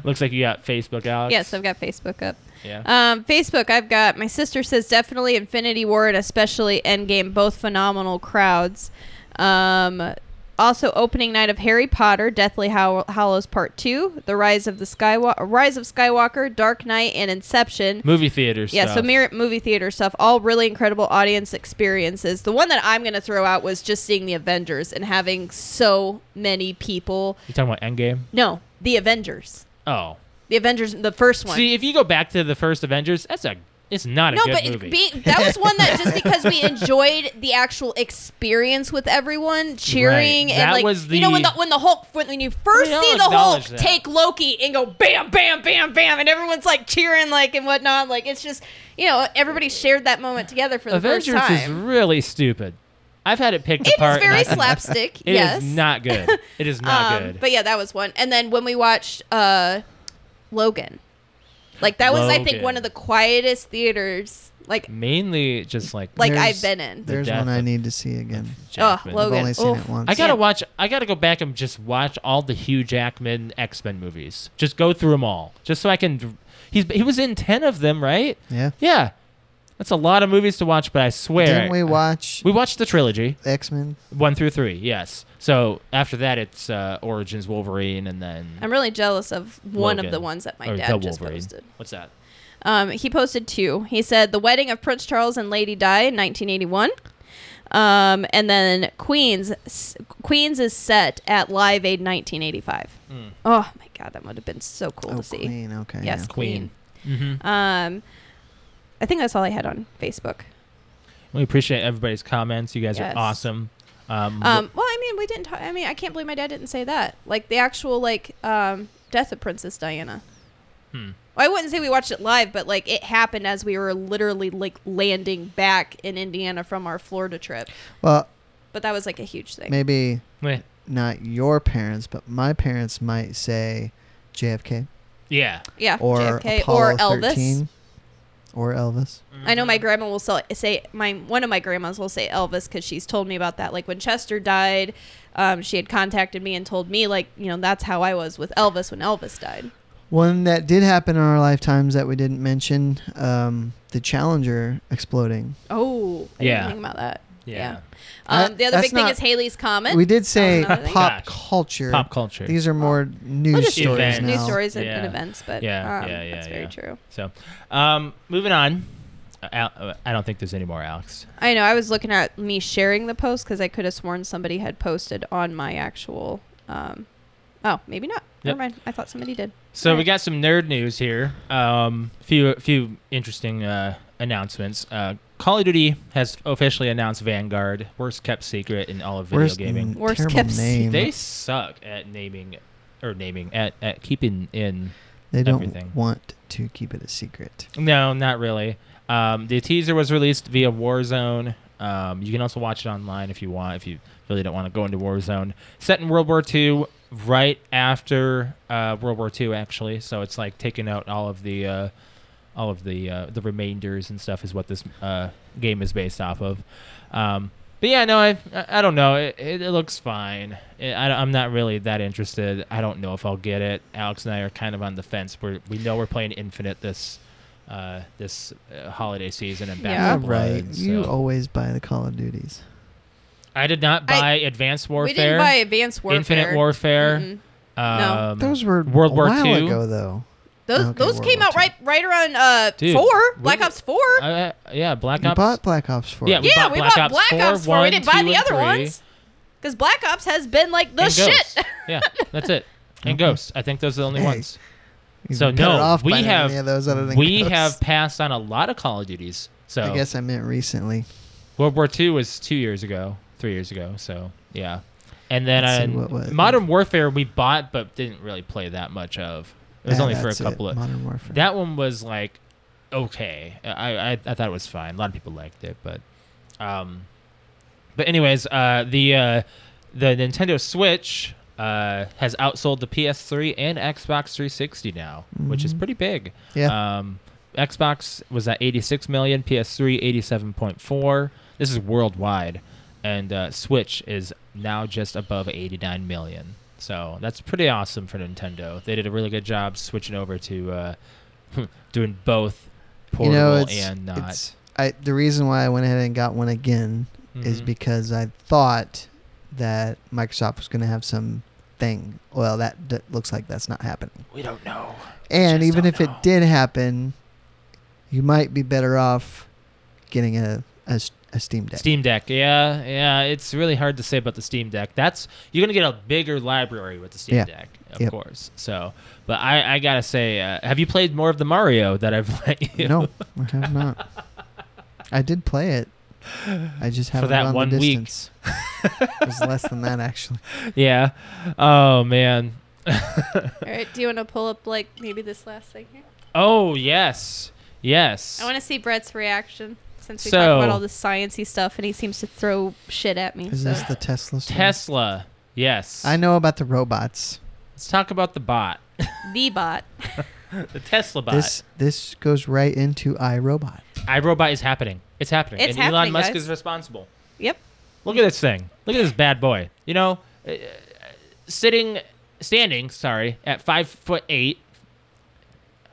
Speaker 2: Looks like you got Facebook, Alex.
Speaker 3: Yes, I've got Facebook up.
Speaker 2: Yeah.
Speaker 3: Um, Facebook, I've got my sister says definitely Infinity War and especially Endgame, both phenomenal crowds. Um, also, opening night of Harry Potter, Deathly Hol- Hollows Part Two, The Rise of the Skywalker, Rise of Skywalker, Dark Knight, and Inception.
Speaker 2: Movie theaters.
Speaker 3: Yeah, so mirror movie theater stuff, all really incredible audience experiences. The one that I'm going to throw out was just seeing the Avengers and having so many people.
Speaker 2: You talking about Endgame?
Speaker 3: No, the Avengers,
Speaker 2: Oh,
Speaker 3: the Avengers, the first one.
Speaker 2: see, if you go back to the first Avengers, that's a it's not a
Speaker 3: no,
Speaker 2: good
Speaker 3: but
Speaker 2: movie.
Speaker 3: be, that was one that just because we enjoyed the actual experience with everyone cheering
Speaker 2: Right.
Speaker 3: and
Speaker 2: That
Speaker 3: like
Speaker 2: was
Speaker 3: you know when the
Speaker 2: the-
Speaker 3: when the Hulk when, when you first
Speaker 2: We all
Speaker 3: see the Hulk
Speaker 2: acknowledge that.
Speaker 3: take Loki and go bam bam bam bam and everyone's like cheering like and whatnot like it's just you know everybody shared that moment together for the
Speaker 2: Avengers
Speaker 3: first
Speaker 2: is
Speaker 3: time.
Speaker 2: really stupid. I've had it picked
Speaker 3: It is
Speaker 2: apart. and
Speaker 3: very
Speaker 2: I-
Speaker 3: slapstick.
Speaker 2: It is
Speaker 3: yes,
Speaker 2: not good. It is not
Speaker 3: um,
Speaker 2: good.
Speaker 3: But yeah, that was one. And then when we watched uh, Logan, like that was I think
Speaker 2: Logan.
Speaker 3: one of the quietest theaters like
Speaker 2: Mainly just like
Speaker 3: like
Speaker 1: There's-
Speaker 3: I've been in.
Speaker 2: The
Speaker 1: There's
Speaker 2: death
Speaker 1: one I
Speaker 2: of-
Speaker 1: need to see again.
Speaker 2: Jackman.
Speaker 3: Oh, Logan.
Speaker 1: I've only seen
Speaker 3: Oof.
Speaker 1: it once.
Speaker 2: I gotta
Speaker 3: Yeah.
Speaker 2: watch. I gotta go back and just watch all the Hugh Jackman X Men movies. Just go through them all, just so I can. He's he was in ten of them, right?
Speaker 1: yeah.
Speaker 2: Yeah, that's a lot of movies to watch. But I swear,
Speaker 1: Didn't we watch
Speaker 2: we watched the trilogy
Speaker 1: X Men?
Speaker 2: one through three. Yes. So after that, it's uh, Origins Wolverine, and then
Speaker 3: I'm really jealous of one
Speaker 2: Logan.
Speaker 3: of the ones that my
Speaker 2: or
Speaker 3: dad
Speaker 2: The
Speaker 3: just
Speaker 2: Wolverine.
Speaker 3: posted.
Speaker 2: What's that?
Speaker 3: Um, he posted two. He said the wedding of Prince Charles and Lady Di in 1981. Um, and then Queens S- Queens is set at Live Aid 1985.
Speaker 2: Mm.
Speaker 3: Oh my god, that would have been so cool
Speaker 1: Oh,
Speaker 3: to see.
Speaker 1: Queen. Okay.
Speaker 3: Yes,
Speaker 1: yeah.
Speaker 3: Queen.
Speaker 2: Queen. Mm-hmm.
Speaker 3: Um, I think that's all I had on Facebook.
Speaker 2: We appreciate everybody's comments. You guys
Speaker 3: Yes.
Speaker 2: are awesome. Um,
Speaker 3: Um, well, I mean, we didn't. Talk, I mean, I can't believe my dad didn't say that. Like the actual like um, death of Princess Diana.
Speaker 2: Hmm.
Speaker 3: Well, I wouldn't say we watched it live, but like it happened as we were literally like landing back in Indiana from our Florida trip.
Speaker 1: Well,
Speaker 3: But that was like a huge thing.
Speaker 1: maybe
Speaker 2: wait.
Speaker 1: not your parents, but my parents might say JFK
Speaker 2: yeah.
Speaker 3: Yeah,
Speaker 1: or
Speaker 3: JFK
Speaker 1: Apollo
Speaker 3: or Elvis.
Speaker 1: 13 or Elvis.
Speaker 3: I know my grandma will sell, say my one of my grandmas will say Elvis because she's told me about that. Like when Chester died, um, she had contacted me and told me like you know that's how I was with Elvis when Elvis died.
Speaker 1: One that did happen in our lifetimes that we didn't mention um, the Challenger exploding.
Speaker 3: Oh, I
Speaker 2: Yeah.
Speaker 3: didn't think about that.
Speaker 2: Yeah.
Speaker 3: Um,
Speaker 1: That-
Speaker 3: the other
Speaker 1: that's
Speaker 3: big thing
Speaker 1: not-
Speaker 3: is Haley's Comet.
Speaker 1: We did say
Speaker 3: another thing.
Speaker 1: pop
Speaker 2: Gosh.
Speaker 1: culture.
Speaker 2: Pop culture.
Speaker 1: These are more news
Speaker 3: Well, just
Speaker 1: stories
Speaker 2: events.
Speaker 1: now.
Speaker 3: News stories and, and
Speaker 2: Yeah.
Speaker 3: events, but
Speaker 2: Yeah,
Speaker 3: um,
Speaker 2: yeah, yeah,
Speaker 3: that's very
Speaker 2: yeah.
Speaker 3: true.
Speaker 2: so, um, moving on. Uh, Al- uh, I don't think there's any more Alex.
Speaker 3: I know. I was looking at me sharing the post because I could have sworn somebody had posted on my actual. Um, oh, maybe not.
Speaker 2: Yep.
Speaker 3: Never mind. I thought somebody did.
Speaker 2: So we
Speaker 3: Alright.
Speaker 2: got some nerd news here. Um, few few interesting uh, announcements. Uh, Call of Duty has officially announced Vanguard, worst kept secret in all of video
Speaker 1: Worst-
Speaker 2: gaming.
Speaker 1: mm,
Speaker 3: Worst
Speaker 1: terrible
Speaker 3: kept se-
Speaker 1: name.
Speaker 2: They suck at naming or naming at, at keeping in.
Speaker 1: They don't
Speaker 2: everything.
Speaker 1: want to keep it a secret.
Speaker 2: No, not really. Um, the teaser was released via Warzone. Um, you can also watch it online if you want, if you really don't want to go into Warzone. Set in World War II, right after uh, World War II, actually. So it's like taking out all of the uh, all of the uh, the remainders and stuff is what this uh, game is based off of. Um, but yeah, no, I I I don't know. It, it, it looks fine. It, I, am not really that interested. I don't know if I'll get it. Alex and I are kind of on the fence. We're, we know we're playing Infinite this uh, this uh, holiday season and Back
Speaker 3: Yeah.
Speaker 2: for
Speaker 1: You're
Speaker 2: Blood,
Speaker 1: right. You
Speaker 2: so-
Speaker 1: always buy the Call of Duties.
Speaker 2: I did not
Speaker 3: I-
Speaker 2: buy Advanced
Speaker 3: We
Speaker 2: Warfare,
Speaker 3: didn't buy Advanced Warfare.
Speaker 2: Infinite Warfare.
Speaker 3: Mm-mm. No.
Speaker 2: Um,
Speaker 1: Those were
Speaker 2: World
Speaker 1: a
Speaker 2: War
Speaker 1: while
Speaker 2: II?
Speaker 1: ago, though.
Speaker 3: Those
Speaker 1: Okay,
Speaker 3: those
Speaker 1: World
Speaker 3: came
Speaker 1: War
Speaker 3: out
Speaker 1: Two.
Speaker 3: right right around uh
Speaker 2: Dude,
Speaker 3: four
Speaker 2: we
Speaker 3: Black
Speaker 2: didn't-
Speaker 3: Ops four.
Speaker 2: uh, yeah, Black
Speaker 1: You
Speaker 2: Ops.
Speaker 1: bought Black Ops 4.
Speaker 2: Yeah, we
Speaker 3: yeah,
Speaker 2: bought
Speaker 3: we
Speaker 2: Black
Speaker 3: bought
Speaker 2: Ops
Speaker 3: Black
Speaker 2: 4,
Speaker 3: Ops four. we
Speaker 2: one,
Speaker 3: didn't buy
Speaker 2: two,
Speaker 3: the
Speaker 2: and
Speaker 3: other
Speaker 2: three.
Speaker 3: ones because Black Ops has been like the
Speaker 2: and Ghost.
Speaker 3: shit.
Speaker 2: yeah, that's it. And
Speaker 1: Okay.
Speaker 2: Ghost. I think those are the only
Speaker 1: Hey,
Speaker 2: ones.
Speaker 1: You
Speaker 2: So
Speaker 1: can put
Speaker 2: no,
Speaker 1: it off
Speaker 2: we
Speaker 1: by
Speaker 2: have-
Speaker 1: any of those other than
Speaker 2: We
Speaker 1: Ghosts.
Speaker 2: have passed on a lot of Call of Duties. So
Speaker 1: I guess I meant recently.
Speaker 2: World War II was two years ago, three years ago. So yeah, and then
Speaker 1: Let's see,
Speaker 2: uh,
Speaker 1: what- what-
Speaker 2: Modern Warfare we bought but didn't really play that much of. It was
Speaker 1: Yeah,
Speaker 2: only for a
Speaker 1: that's it,
Speaker 2: couple of.
Speaker 1: Modern Warfare.
Speaker 2: That one was like okay. I, I I thought it was fine. A lot of people liked it, but um, but anyways, uh, the uh, the Nintendo Switch uh has outsold the PS3 and Xbox 360 now, which is
Speaker 1: Mhm.
Speaker 2: pretty big.
Speaker 1: yeah.
Speaker 2: Um, Xbox was at 86 million, PS3 87.4. This is worldwide, and uh, Switch is now just above 89 million. So that's pretty awesome for Nintendo. They did a really good job switching over to uh, doing both portable and not.
Speaker 1: It's, I, the reason why I went ahead and got one again is
Speaker 2: Mhm.
Speaker 1: because I thought that Microsoft was going to have some thing. Well, that d- looks like that's not happening.
Speaker 2: we don't know.
Speaker 1: And
Speaker 2: Just
Speaker 1: even
Speaker 2: don't
Speaker 1: if
Speaker 2: know.
Speaker 1: it did happen, you might be better off getting a a, s- a Steam Deck.
Speaker 2: Steam Deck, yeah, yeah. It's really hard to say about the Steam Deck. That's you're gonna get a bigger library with the Steam
Speaker 1: Yeah.
Speaker 2: Deck, of
Speaker 1: Yep.
Speaker 2: course. So, but I, I gotta say, uh, have you played more of the Mario that I've let you?
Speaker 1: No, I have not. I did play it. I just
Speaker 2: For
Speaker 1: haven't
Speaker 2: that
Speaker 1: gone
Speaker 2: one
Speaker 1: the
Speaker 2: week.
Speaker 1: distance. it was less than that actually.
Speaker 2: Yeah. Oh man.
Speaker 3: All right, do you want to pull up like maybe this last thing here?
Speaker 2: Oh yes. Yes.
Speaker 3: I want to see Brett's reaction since we
Speaker 2: So-
Speaker 3: talked about all the sciency stuff and he seems to throw shit at me.
Speaker 1: Is
Speaker 3: so.
Speaker 1: this the Tesla? story?
Speaker 2: Tesla. Yes.
Speaker 1: I know about the robots.
Speaker 2: Let's talk about the bot.
Speaker 3: the bot.
Speaker 2: The Tesla bot.
Speaker 1: This this goes right into iRobot.
Speaker 2: iRobot is happening. It's happening.
Speaker 3: It's
Speaker 2: and Elon
Speaker 3: happening,
Speaker 2: Musk
Speaker 3: guys.
Speaker 2: is responsible.
Speaker 3: Yep.
Speaker 2: Look at this thing. Look at this bad boy. You know, uh, sitting, standing, sorry, at five foot eight,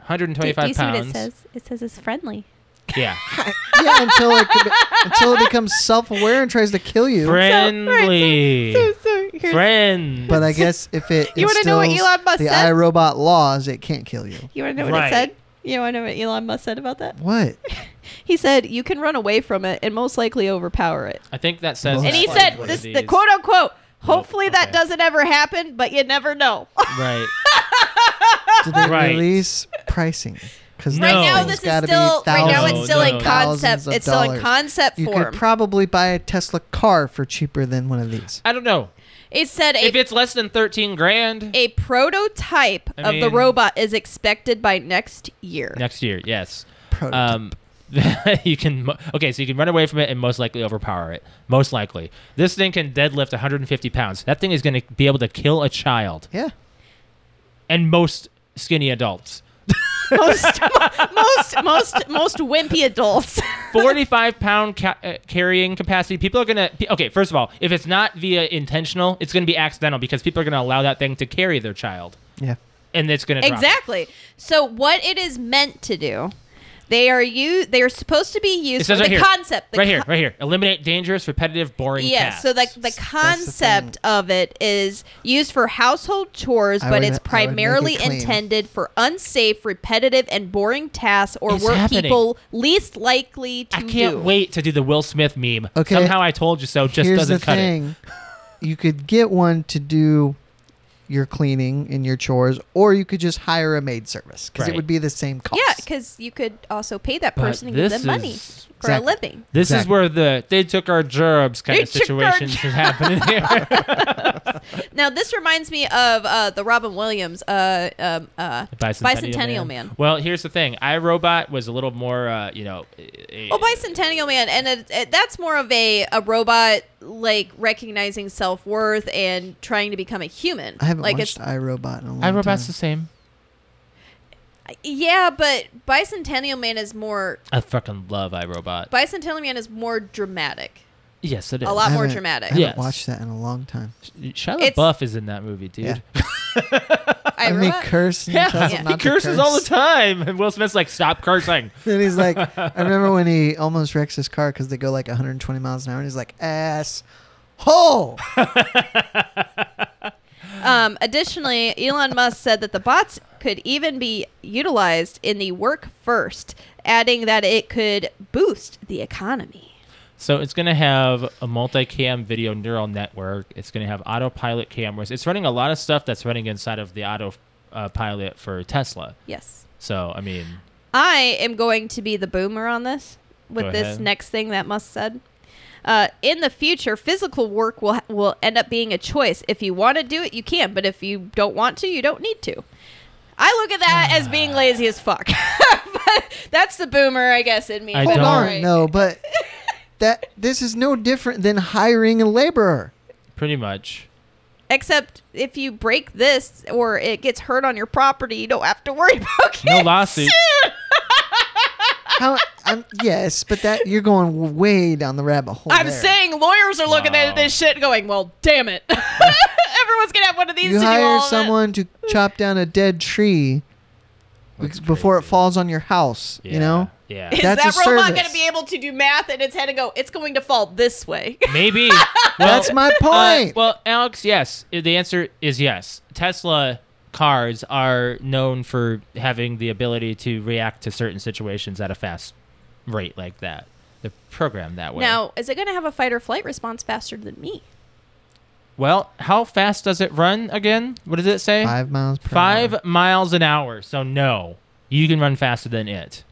Speaker 2: 125
Speaker 3: do, do you see
Speaker 2: pounds.
Speaker 3: what it says? It says it's friendly.
Speaker 2: Yeah.
Speaker 1: yeah, until it could- until it becomes self aware and tries to kill you.
Speaker 2: Friendly.
Speaker 3: So, so here's,
Speaker 2: Friends.
Speaker 1: But I guess if it
Speaker 3: You wanna know what
Speaker 1: instills
Speaker 3: Elon Musk
Speaker 1: the
Speaker 3: said?
Speaker 1: iRobot laws, it can't kill you.
Speaker 3: you want to know what
Speaker 2: Right.
Speaker 3: it said? You want to know what Elon Musk said about that?
Speaker 1: What?
Speaker 3: He said you can run away from it and most likely overpower it.
Speaker 2: I think that says.
Speaker 1: And
Speaker 3: And he
Speaker 2: that
Speaker 3: said
Speaker 2: one of
Speaker 3: this the
Speaker 2: these-
Speaker 3: quote unquote. Hopefully that
Speaker 2: okay.
Speaker 3: doesn't ever happen, but you never know.
Speaker 2: Right.
Speaker 1: Did they
Speaker 2: Right.
Speaker 1: release pricing? Because
Speaker 2: No.
Speaker 3: right now this
Speaker 2: It's
Speaker 3: is still right now it's
Speaker 2: No,
Speaker 3: still in
Speaker 2: no.
Speaker 3: concept. It's still in concept
Speaker 1: You
Speaker 3: form.
Speaker 1: could probably buy a Tesla car for cheaper than one of these.
Speaker 3: Uh,
Speaker 2: I don't know.
Speaker 3: it said
Speaker 2: If
Speaker 3: a,
Speaker 2: it's less than 13 grand.
Speaker 3: a prototype
Speaker 2: I
Speaker 3: of the
Speaker 2: mean-
Speaker 3: robot is expected by next year.
Speaker 2: Next year, yes.
Speaker 1: Prototype.
Speaker 2: Um, you can mo- okay, so you can run away from it and most likely overpower it. Most likely, this thing can deadlift 150 pounds. That thing is going to be able to kill a child
Speaker 1: yeah.
Speaker 2: and most skinny adults.
Speaker 3: most most most most wimpy adults.
Speaker 2: 45 pound ca- uh, carrying capacity. People are going to okay. First of all, if it's not via intentional, it's going to be accidental because people are going to allow that thing to carry their child.
Speaker 1: Yeah.
Speaker 2: and it's gonna drop it.
Speaker 3: Exactly. So what it is meant to do, they are you. They are supposed to be used.
Speaker 2: It says
Speaker 3: for
Speaker 2: right
Speaker 3: the
Speaker 2: here,
Speaker 3: concept. The
Speaker 2: right here,
Speaker 3: con-
Speaker 2: right here. Eliminate dangerous, repetitive, boring.
Speaker 3: Yeah.
Speaker 2: tasks.
Speaker 3: So like the
Speaker 1: That's the
Speaker 3: concept of it is used for household chores,
Speaker 1: I
Speaker 3: but
Speaker 1: would- I
Speaker 3: it's
Speaker 1: would make it
Speaker 3: primarily
Speaker 1: clean.
Speaker 3: intended for unsafe, repetitive, and boring tasks or
Speaker 2: It's
Speaker 3: work
Speaker 2: happening.
Speaker 3: people least likely to
Speaker 2: I can't
Speaker 3: do.
Speaker 2: wait to do the Will Smith meme.
Speaker 1: Okay,
Speaker 2: Somehow I told you so. Just
Speaker 1: Here's
Speaker 2: doesn't
Speaker 1: the
Speaker 2: cut it.
Speaker 1: thing: you could get one to do your cleaning and your chores, or you could just hire a maid service because
Speaker 2: Right.
Speaker 1: it would be the same cost.
Speaker 3: Yeah, because you could also pay that
Speaker 2: But
Speaker 3: person and give
Speaker 2: this
Speaker 3: them money
Speaker 2: is-
Speaker 3: for a
Speaker 1: Exactly.
Speaker 3: living.
Speaker 2: This is
Speaker 1: Exactly.
Speaker 2: where the they took our jobs kind
Speaker 3: They
Speaker 2: of
Speaker 3: took our
Speaker 2: situation is happening here.
Speaker 3: Now this reminds me of uh, the Robin Williams uh, um, uh, Bicentennial, Man.
Speaker 2: Well, here's the thing. I Robot was a little more, uh, you know. eh,
Speaker 3: Well, Bicentennial Oh, Man, and it, it, that's more of a, a robot like recognizing self worth and trying to become a human.
Speaker 1: I haven't
Speaker 3: like
Speaker 1: watched
Speaker 3: it's
Speaker 1: iRobot in a long
Speaker 2: I Robot's the
Speaker 1: time.
Speaker 2: same.
Speaker 3: yeah, but Bicentennial Man is more
Speaker 2: I fucking love iRobot.
Speaker 3: Bicentennial Man is more dramatic.
Speaker 2: Yes, it is.
Speaker 3: A lot
Speaker 1: I
Speaker 3: more
Speaker 1: haven't-
Speaker 3: dramatic.
Speaker 1: I haven't
Speaker 2: Yes.
Speaker 1: watched that in a long time.
Speaker 2: Shia
Speaker 3: It's-
Speaker 2: LaBeouf is in that movie, dude.
Speaker 1: Yeah.
Speaker 3: I
Speaker 1: and they
Speaker 3: robot.
Speaker 1: curse. And
Speaker 2: Yeah,
Speaker 1: he, tells
Speaker 3: Yeah.
Speaker 1: them
Speaker 2: he
Speaker 1: not to
Speaker 2: curses
Speaker 1: curse.
Speaker 2: all the time, and Will Smith's like, "Stop cursing."
Speaker 1: And he's like, I remember when he almost wrecks his car because they go like 120 miles an hour, and he's like, ass hole.
Speaker 3: Um, additionally, Elon Musk said that the bots could even be utilized in the work first, adding that it could boost the economy.
Speaker 2: So it's going to have a multi-cam video neural network. It's going to have autopilot cameras. It's running a lot of stuff that's running inside of the autopilot uh, pilot for Tesla.
Speaker 3: Yes.
Speaker 2: So I mean,
Speaker 3: I am going to be the boomer on this with
Speaker 2: Go
Speaker 3: this
Speaker 2: ahead.
Speaker 3: next thing that Musk said. Uh, in the future, physical work will will end up being a choice. If you want to do it, you can, but if you don't want to, you don't need to. I look at that as being lazy as fuck. but that's the boomer, I guess, in me.
Speaker 2: I
Speaker 1: Hold
Speaker 2: don't-
Speaker 1: on,
Speaker 3: Right.
Speaker 1: no, but that this is no different than hiring a laborer.
Speaker 2: pretty much.
Speaker 3: Except if you break this or it gets hurt on your property, you don't have to worry about getting
Speaker 2: No lawsuits.
Speaker 3: sued.
Speaker 1: How? I'm, yes, but that you're going way down the rabbit hole.
Speaker 3: I'm
Speaker 1: there.
Speaker 3: saying lawyers are looking
Speaker 2: Wow.
Speaker 3: at this shit going, well, damn it. Everyone's going to have one of these
Speaker 1: you
Speaker 3: to do
Speaker 1: hire
Speaker 3: all of it.
Speaker 1: someone to chop down a dead tree
Speaker 2: That's
Speaker 1: before it
Speaker 2: crazy.
Speaker 1: falls on your house.
Speaker 2: Yeah.
Speaker 1: You know.
Speaker 2: Yeah.
Speaker 3: Is
Speaker 1: That's
Speaker 3: that
Speaker 1: a
Speaker 3: robot
Speaker 1: service.
Speaker 3: going to be able to do math in its head and go, it's going to fall this way?
Speaker 2: Maybe. Well,
Speaker 1: That's my
Speaker 2: uh,
Speaker 1: point.
Speaker 2: well, Alex, yes. The answer is yes. Tesla cars are known for having the ability to react to certain situations at a fast rate like that. They're programmed that way.
Speaker 3: now, is it going to have a fight or flight response faster than me?
Speaker 2: Well, how fast does it run again? What does it say?
Speaker 1: Five miles per
Speaker 2: Five
Speaker 1: hour.
Speaker 2: miles an hour. So no, you can run faster than it.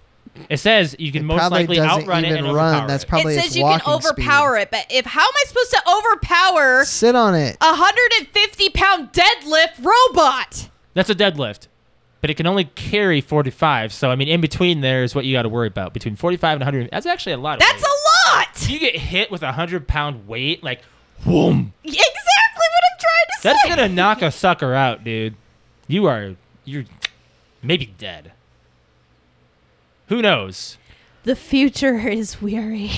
Speaker 2: It says you can
Speaker 1: It
Speaker 2: most
Speaker 1: probably
Speaker 2: likely
Speaker 1: doesn't
Speaker 2: outrun it
Speaker 1: even
Speaker 2: and
Speaker 1: run.
Speaker 2: overpower
Speaker 1: That's
Speaker 2: it.
Speaker 1: Probably
Speaker 3: it
Speaker 1: its
Speaker 3: says you can
Speaker 1: walking
Speaker 3: overpower it, but if how am I supposed to overpower
Speaker 1: Sit on it.
Speaker 3: a 150 pound deadlift robot?
Speaker 2: That's a deadlift, but it can only carry 45. So I mean, in between there is what you got to worry about. Between 45 and 100, that's actually a lot. Of weight.
Speaker 3: That's a lot!
Speaker 2: If you get hit with a hundred pound weight, like, whoom.
Speaker 3: Exactly what I'm trying to
Speaker 2: That's
Speaker 3: say.
Speaker 2: gonna knock a sucker out, dude. You are you're maybe dead. Who knows?
Speaker 3: the future is weary.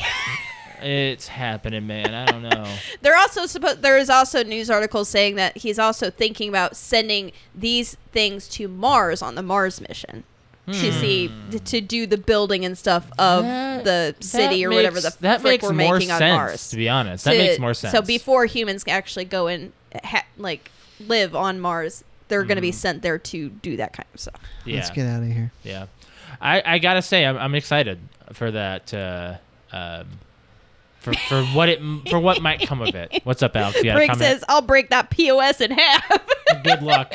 Speaker 2: It's happening, man. I don't know.
Speaker 3: They're also supposed. There is also news articles saying that he's also thinking about sending these things to Mars on the Mars mission to see to do the building and stuff of
Speaker 2: That-
Speaker 3: the city
Speaker 2: That
Speaker 3: or whatever the
Speaker 2: makes- that
Speaker 3: frick
Speaker 2: makes
Speaker 3: we're
Speaker 2: more
Speaker 3: making
Speaker 2: sense,
Speaker 3: on Mars.
Speaker 2: To be honest, that
Speaker 3: To-
Speaker 2: makes more sense.
Speaker 3: So before humans can actually go and ha- like live on Mars, they're going
Speaker 2: Hmm.
Speaker 3: to be sent there to do that kind of stuff.
Speaker 2: yeah,
Speaker 1: Let's get out of here.
Speaker 2: yeah. I, I gotta say, I'm, I'm excited for that. Uh, um, for, for what it for what might come of it. What's up, Alex? You got a
Speaker 3: Brink
Speaker 2: comment?
Speaker 3: says, "I'll break that POS in half.
Speaker 2: Good luck.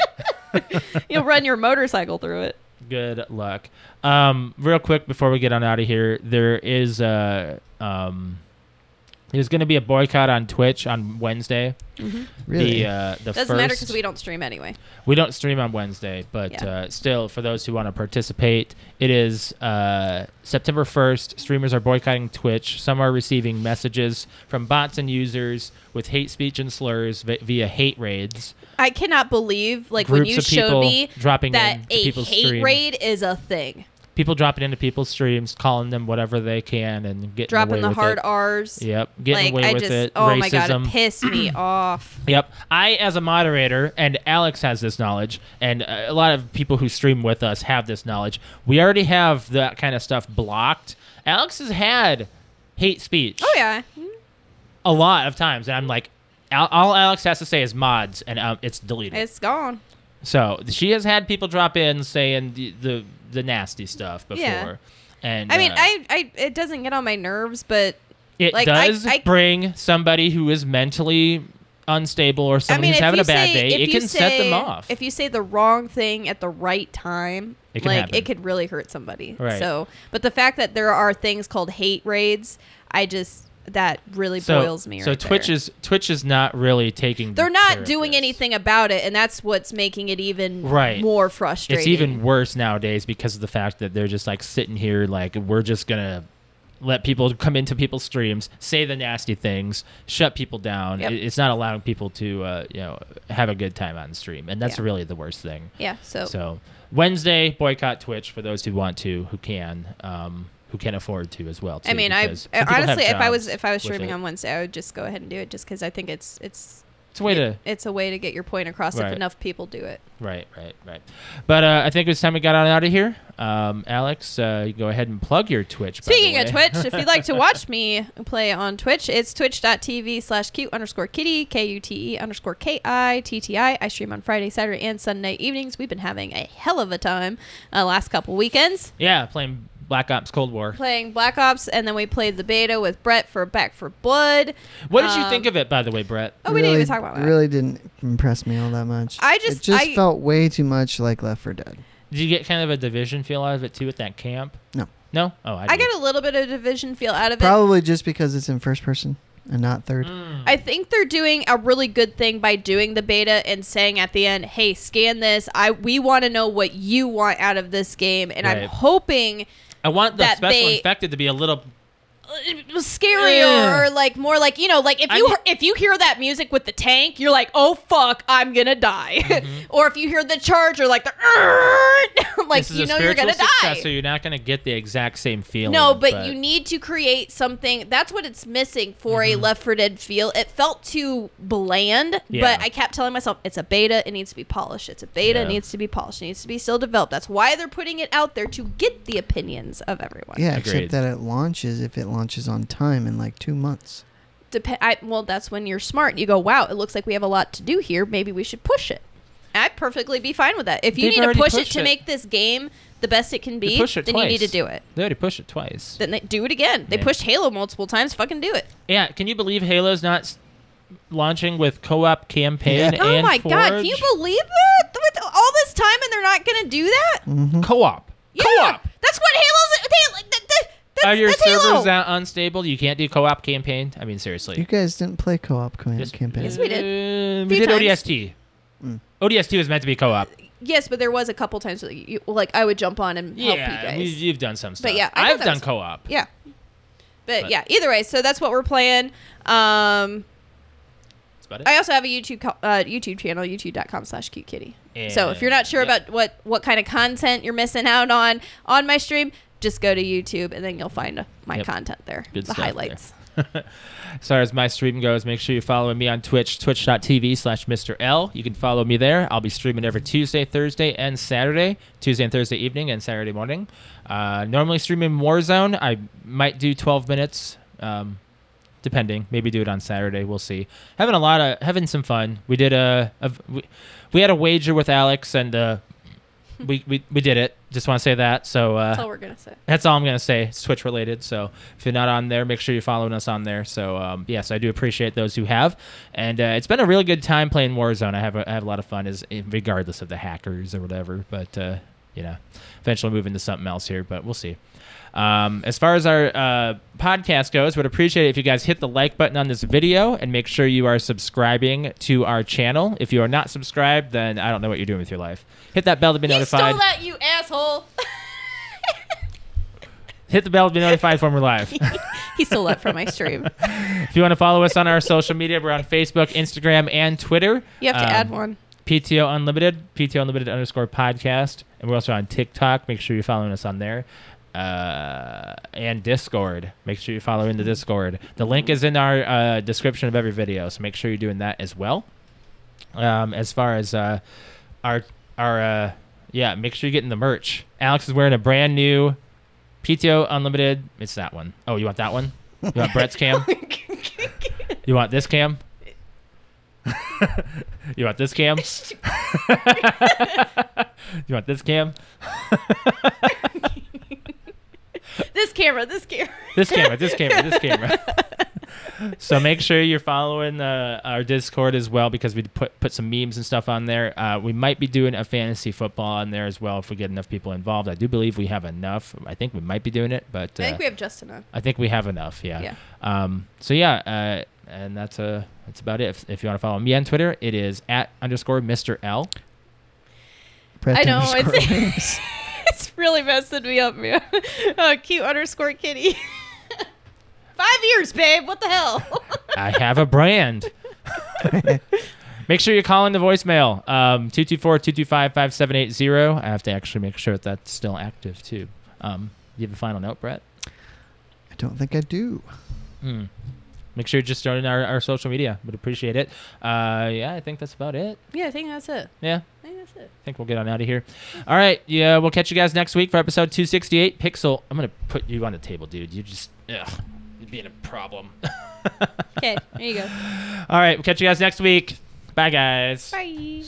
Speaker 3: You'll run your motorcycle through it."
Speaker 2: Good luck. Um, real quick before we get on out of here, there is uh um, there's going to be a boycott on Twitch on Wednesday.
Speaker 1: Really?
Speaker 2: The, uh, the
Speaker 3: Doesn't 'cause matter
Speaker 2: first-
Speaker 3: because we don't stream anyway.
Speaker 2: we don't stream on Wednesday, but
Speaker 3: Yeah.
Speaker 2: uh, still, for those who want to participate, it is uh, September 1st. Streamers are boycotting Twitch. Some are receiving messages from bots and users with hate speech and slurs vi- via hate raids.
Speaker 3: I cannot believe like when
Speaker 2: Groups
Speaker 3: you
Speaker 2: of people
Speaker 3: showed me
Speaker 2: dropping
Speaker 3: that
Speaker 2: in to
Speaker 3: a hate
Speaker 2: people's stream.
Speaker 3: raid is a thing.
Speaker 2: people dropping into people's streams, calling them whatever they can, and getting away
Speaker 3: dropping the
Speaker 2: with
Speaker 3: hard
Speaker 2: it.
Speaker 3: R's.
Speaker 2: Yep, getting
Speaker 3: like
Speaker 2: away
Speaker 3: I
Speaker 2: with
Speaker 3: just,
Speaker 2: it.
Speaker 3: oh
Speaker 2: Racism.
Speaker 3: my god, it pissed me off.
Speaker 2: Yep. I, as a moderator, and Alex has this knowledge, and uh, a lot of people who stream with us have this knowledge. We already have that kind of stuff blocked. Alex has had hate speech
Speaker 3: Oh yeah,
Speaker 2: a lot of times, and I'm like, all, all Alex has to say is mods, and um, it's deleted.
Speaker 3: it's gone.
Speaker 2: so she has had people drop in saying the the, the nasty stuff before.
Speaker 3: Yeah.
Speaker 2: And
Speaker 3: I mean,
Speaker 2: uh,
Speaker 3: I, I, it doesn't get on my nerves, but
Speaker 2: it
Speaker 3: like, I-
Speaker 2: does
Speaker 3: I-
Speaker 2: bring somebody who is mentally unstable or
Speaker 3: I
Speaker 2: someone
Speaker 3: mean,
Speaker 2: who's
Speaker 3: if
Speaker 2: having
Speaker 3: you
Speaker 2: a bad
Speaker 3: say,
Speaker 2: day, it
Speaker 3: if you
Speaker 2: can set them
Speaker 3: say-
Speaker 2: off.
Speaker 3: If you say the wrong thing at the right time,
Speaker 2: It can
Speaker 3: like
Speaker 2: happen.
Speaker 3: it could really hurt somebody.
Speaker 2: Right.
Speaker 3: So, but the fact that there are things called hate raids, I just that really boils me.
Speaker 2: So
Speaker 3: right
Speaker 2: Twitch
Speaker 3: there.
Speaker 2: is Twitch is not really taking.
Speaker 3: they're
Speaker 2: care
Speaker 3: not
Speaker 2: of
Speaker 3: doing
Speaker 2: this.
Speaker 3: anything about it, and that's what's making it even
Speaker 2: Right.
Speaker 3: more frustrating.
Speaker 2: It's even worse nowadays because of the fact that they're just like sitting here, like we're just gonna let people come into people's streams, say the nasty things, shut people down.
Speaker 3: Yep.
Speaker 2: It- It's not allowing people to, uh, you know, have a good time on stream, and that's
Speaker 3: Yeah. Oh.
Speaker 2: really the worst thing.
Speaker 3: yeah. So,
Speaker 2: So Wednesday, boycott Twitch for those who want to, who can, um, who can afford to as well.
Speaker 3: I
Speaker 2: too,
Speaker 3: mean, I
Speaker 2: because some people have
Speaker 3: honestly, if I was
Speaker 2: jobs
Speaker 3: if I was
Speaker 2: with
Speaker 3: streaming
Speaker 2: it.
Speaker 3: on Wednesday, I would just go ahead and do it, just because I think it's it's
Speaker 2: it's a way to
Speaker 3: it's a way to get your point across
Speaker 2: Right.
Speaker 3: if enough people do it.
Speaker 2: Right, right, right. But uh, I think it's time we got on out of here. Um, Alex, uh, you can go ahead and plug your Twitch. by the
Speaker 3: Speaking of
Speaker 2: way.
Speaker 3: Twitch, if you'd like to watch me play on Twitch, it's twitch.tv slash cute underscore kitty, K U T E underscore K I T T I. I stream on Friday, Saturday, and Sunday evenings. We've been having a hell of a time uh, last couple weekends
Speaker 2: yeah, playing Black Ops Cold War.
Speaker 3: playing Black Ops, and then we played the beta with Brett for Back for Blood.
Speaker 2: What did you
Speaker 3: Um,
Speaker 2: think of it, by the way, Brett?
Speaker 3: Oh, we didn't even talk about that.
Speaker 1: Really didn't impress me all that much.
Speaker 3: I
Speaker 1: it
Speaker 3: just-
Speaker 1: just
Speaker 3: I-
Speaker 1: felt way too much like Left 4 Dead.
Speaker 2: Did you get kind of a division feel out of it too at that camp?
Speaker 1: No.
Speaker 2: No. Oh, I,
Speaker 3: I
Speaker 2: did.
Speaker 3: got a little bit of division feel out of it.
Speaker 1: Probably just because it's in first person and not third.
Speaker 3: I think they're doing a really good thing by doing the beta and saying at the end, "Hey, scan this. I we want to know what you want out of this game." And
Speaker 2: Right.
Speaker 3: I'm hoping
Speaker 2: I want the
Speaker 3: that
Speaker 2: special
Speaker 3: they-
Speaker 2: infected to be a little.
Speaker 3: uh, scarier
Speaker 2: Yeah.
Speaker 3: or like more like you know like if
Speaker 2: I
Speaker 3: you
Speaker 2: mean-
Speaker 3: if you hear that music with the tank you're like oh fuck i'm gonna die
Speaker 2: Mm-hmm.
Speaker 3: or if you hear the charge or like the like
Speaker 2: this is
Speaker 3: you
Speaker 2: a
Speaker 3: know you're
Speaker 2: spiritual
Speaker 3: gonna
Speaker 2: success,
Speaker 3: die
Speaker 2: so you're not gonna get the exact same feeling.
Speaker 3: no but, you need to create something that's what it's missing for
Speaker 2: Mm-hmm.
Speaker 3: a left for dead feel it felt too bland
Speaker 2: Yeah.
Speaker 3: but i kept telling myself it's a beta it needs to be polished it's a beta
Speaker 2: Yeah.
Speaker 3: it needs to be polished it needs to be still developed that's why they're putting it out there to get the opinions of everyone
Speaker 1: Yeah,
Speaker 2: Agreed.
Speaker 1: except that it launches if it launches on time in like two months.
Speaker 3: Dep- I, well, that's when you're smart. You go, wow, it looks like we have a lot to do here. Maybe we should push it. I'd perfectly be fine with that. If you
Speaker 2: They've
Speaker 3: need to
Speaker 2: already
Speaker 3: push it
Speaker 2: pushed
Speaker 3: to
Speaker 2: it.
Speaker 3: make this game the best it can
Speaker 2: They
Speaker 3: be,
Speaker 2: pushed it
Speaker 3: then you need to
Speaker 2: twice.
Speaker 3: do it.
Speaker 2: They already pushed it twice.
Speaker 3: Then they, do it again. They
Speaker 2: Yeah.
Speaker 3: pushed Halo multiple times. Fucking do it.
Speaker 2: Yeah, can you believe Halo's not s- launching with co-op campaign?
Speaker 1: Yeah.
Speaker 3: oh
Speaker 2: and
Speaker 3: my god,
Speaker 2: Forge?
Speaker 3: can you believe that? With all this time and they're not going to do that?
Speaker 2: co-op?
Speaker 3: Yeah,
Speaker 2: Co-op.
Speaker 3: That's what Halo's. They, like, that- that- that's,
Speaker 2: Are your
Speaker 3: that's Halo.
Speaker 2: servers that unstable? You can't do co-op campaign. I mean, seriously.
Speaker 1: You guys didn't play co-op co-
Speaker 2: Just-
Speaker 1: campaign.
Speaker 3: Yes, we did.
Speaker 2: Uh,
Speaker 3: Few
Speaker 2: we did
Speaker 3: times.
Speaker 2: ODST. ODST was meant to be co-op.
Speaker 3: Yes, but there was a couple times that you, like I would jump on and help you
Speaker 2: Yeah,
Speaker 3: guys.
Speaker 2: we, you've done some stuff.
Speaker 3: yeah, I thought
Speaker 2: I've
Speaker 3: that
Speaker 2: done
Speaker 3: was-
Speaker 2: co-op.
Speaker 3: Yeah. But,
Speaker 2: But-
Speaker 3: yeah, either way, so that's what we're playing. Um,
Speaker 2: That's about it.
Speaker 3: I also have a YouTube co- uh, YouTube channel, youtube.com slash cute kitty. So if you're
Speaker 2: And-
Speaker 3: not sure
Speaker 2: yeah.
Speaker 3: about what, what kind of content you're missing out on on my stream, just go to YouTube and then you'll find uh, my
Speaker 2: Yep.
Speaker 3: content there.
Speaker 2: Good
Speaker 3: the
Speaker 2: stuff Uh,
Speaker 3: highlights.
Speaker 2: As far as my stream goes, make sure you're following me on Twitch, twitch.tv slash Mr. L. You can follow me there. I'll be streaming every Tuesday, Thursday, and Saturday. Tuesday and Thursday evening and Saturday morning. Uh, normally streaming Warzone. I might do 12 minutes, um, depending. Maybe do it on Saturday. We'll see. Having a lot of, having some fun. We did a, a we, we had a wager with Alex and uh, we, we, we did it. Just want to say that. So uh,
Speaker 3: That's all we're going to say.
Speaker 2: that's all I'm gonna say. It's Twitch related. So if you're not on there, make sure you're following us on there. So um, yes, I do appreciate those who have, and uh, it's been a really good time playing Warzone. I have a, I have a lot of fun, as regardless of the hackers or whatever. But uh, you know, eventually move into something else here, but we'll see. Um, as far as our uh, podcast goes, would appreciate it if you guys hit the like button on this video and make sure you are subscribing to our channel. If you are not subscribed, then I don't know what you're doing with your life. Hit that bell to be
Speaker 3: You
Speaker 2: notified.
Speaker 3: stole that, you asshole.
Speaker 2: Hit the bell to be notified when we're live.
Speaker 3: he stole that from my stream.
Speaker 2: If you want to follow us on our social media, we're on Facebook, Instagram, and Twitter.
Speaker 3: You have
Speaker 2: Um,
Speaker 3: to add one.
Speaker 2: PTO Unlimited, PTO Unlimited underscore podcast. And we're also on TikTok. Make sure you're following us on there. Uh, and Discord. Make sure you're following the Discord. The link is in our uh, description of every video, so make sure you're doing that as well. Um, as far as uh, our our uh, yeah, make sure you're getting the merch. Alex is wearing a brand new PTO Unlimited. It's that one. Oh, you want that one? You want Brett's cam? You want this cam? you want this cam? you want this cam?
Speaker 3: this camera, this camera.
Speaker 2: This camera, this camera, this camera. so make sure you're following uh, our Discord as well because we put put some memes and stuff on there. Uh, we might be doing a fantasy football on there as well if we get enough people involved. I do believe we have enough. I think we might be doing it, but
Speaker 3: I
Speaker 2: uh,
Speaker 3: think we have just enough.
Speaker 2: I think we have enough. Yeah.
Speaker 3: Yeah.
Speaker 2: Um, so yeah, uh, and that's uh, that's about it. If, if you want to follow me on Twitter, it is at underscore Mr L.
Speaker 1: Brett
Speaker 3: I know,
Speaker 1: underscore
Speaker 3: it's-
Speaker 1: Williams.
Speaker 3: It's really messing me up, man. Oh, cute underscore kitty. Five years, babe. What the hell?
Speaker 2: I have a brand. make sure you're calling the voicemail um, 224-225-5780. I have to actually make sure that that's still active too. Um, you have a final note, Brett.
Speaker 1: I don't think I do.
Speaker 2: Hmm. Make sure you're just starting our, our social media. Would appreciate it. Uh, yeah, I think that's about it.
Speaker 3: yeah, I think that's it.
Speaker 2: Yeah.
Speaker 3: I think that's it.
Speaker 2: I think we'll get on out of here. All right. Yeah, we'll catch you guys next week for episode 268. Pixel, I'm going to put you on the table, dude. You just, ugh, you're being a problem.
Speaker 3: Okay, there you go.
Speaker 2: All right. We'll catch you guys next week. Bye, guys.
Speaker 3: Bye.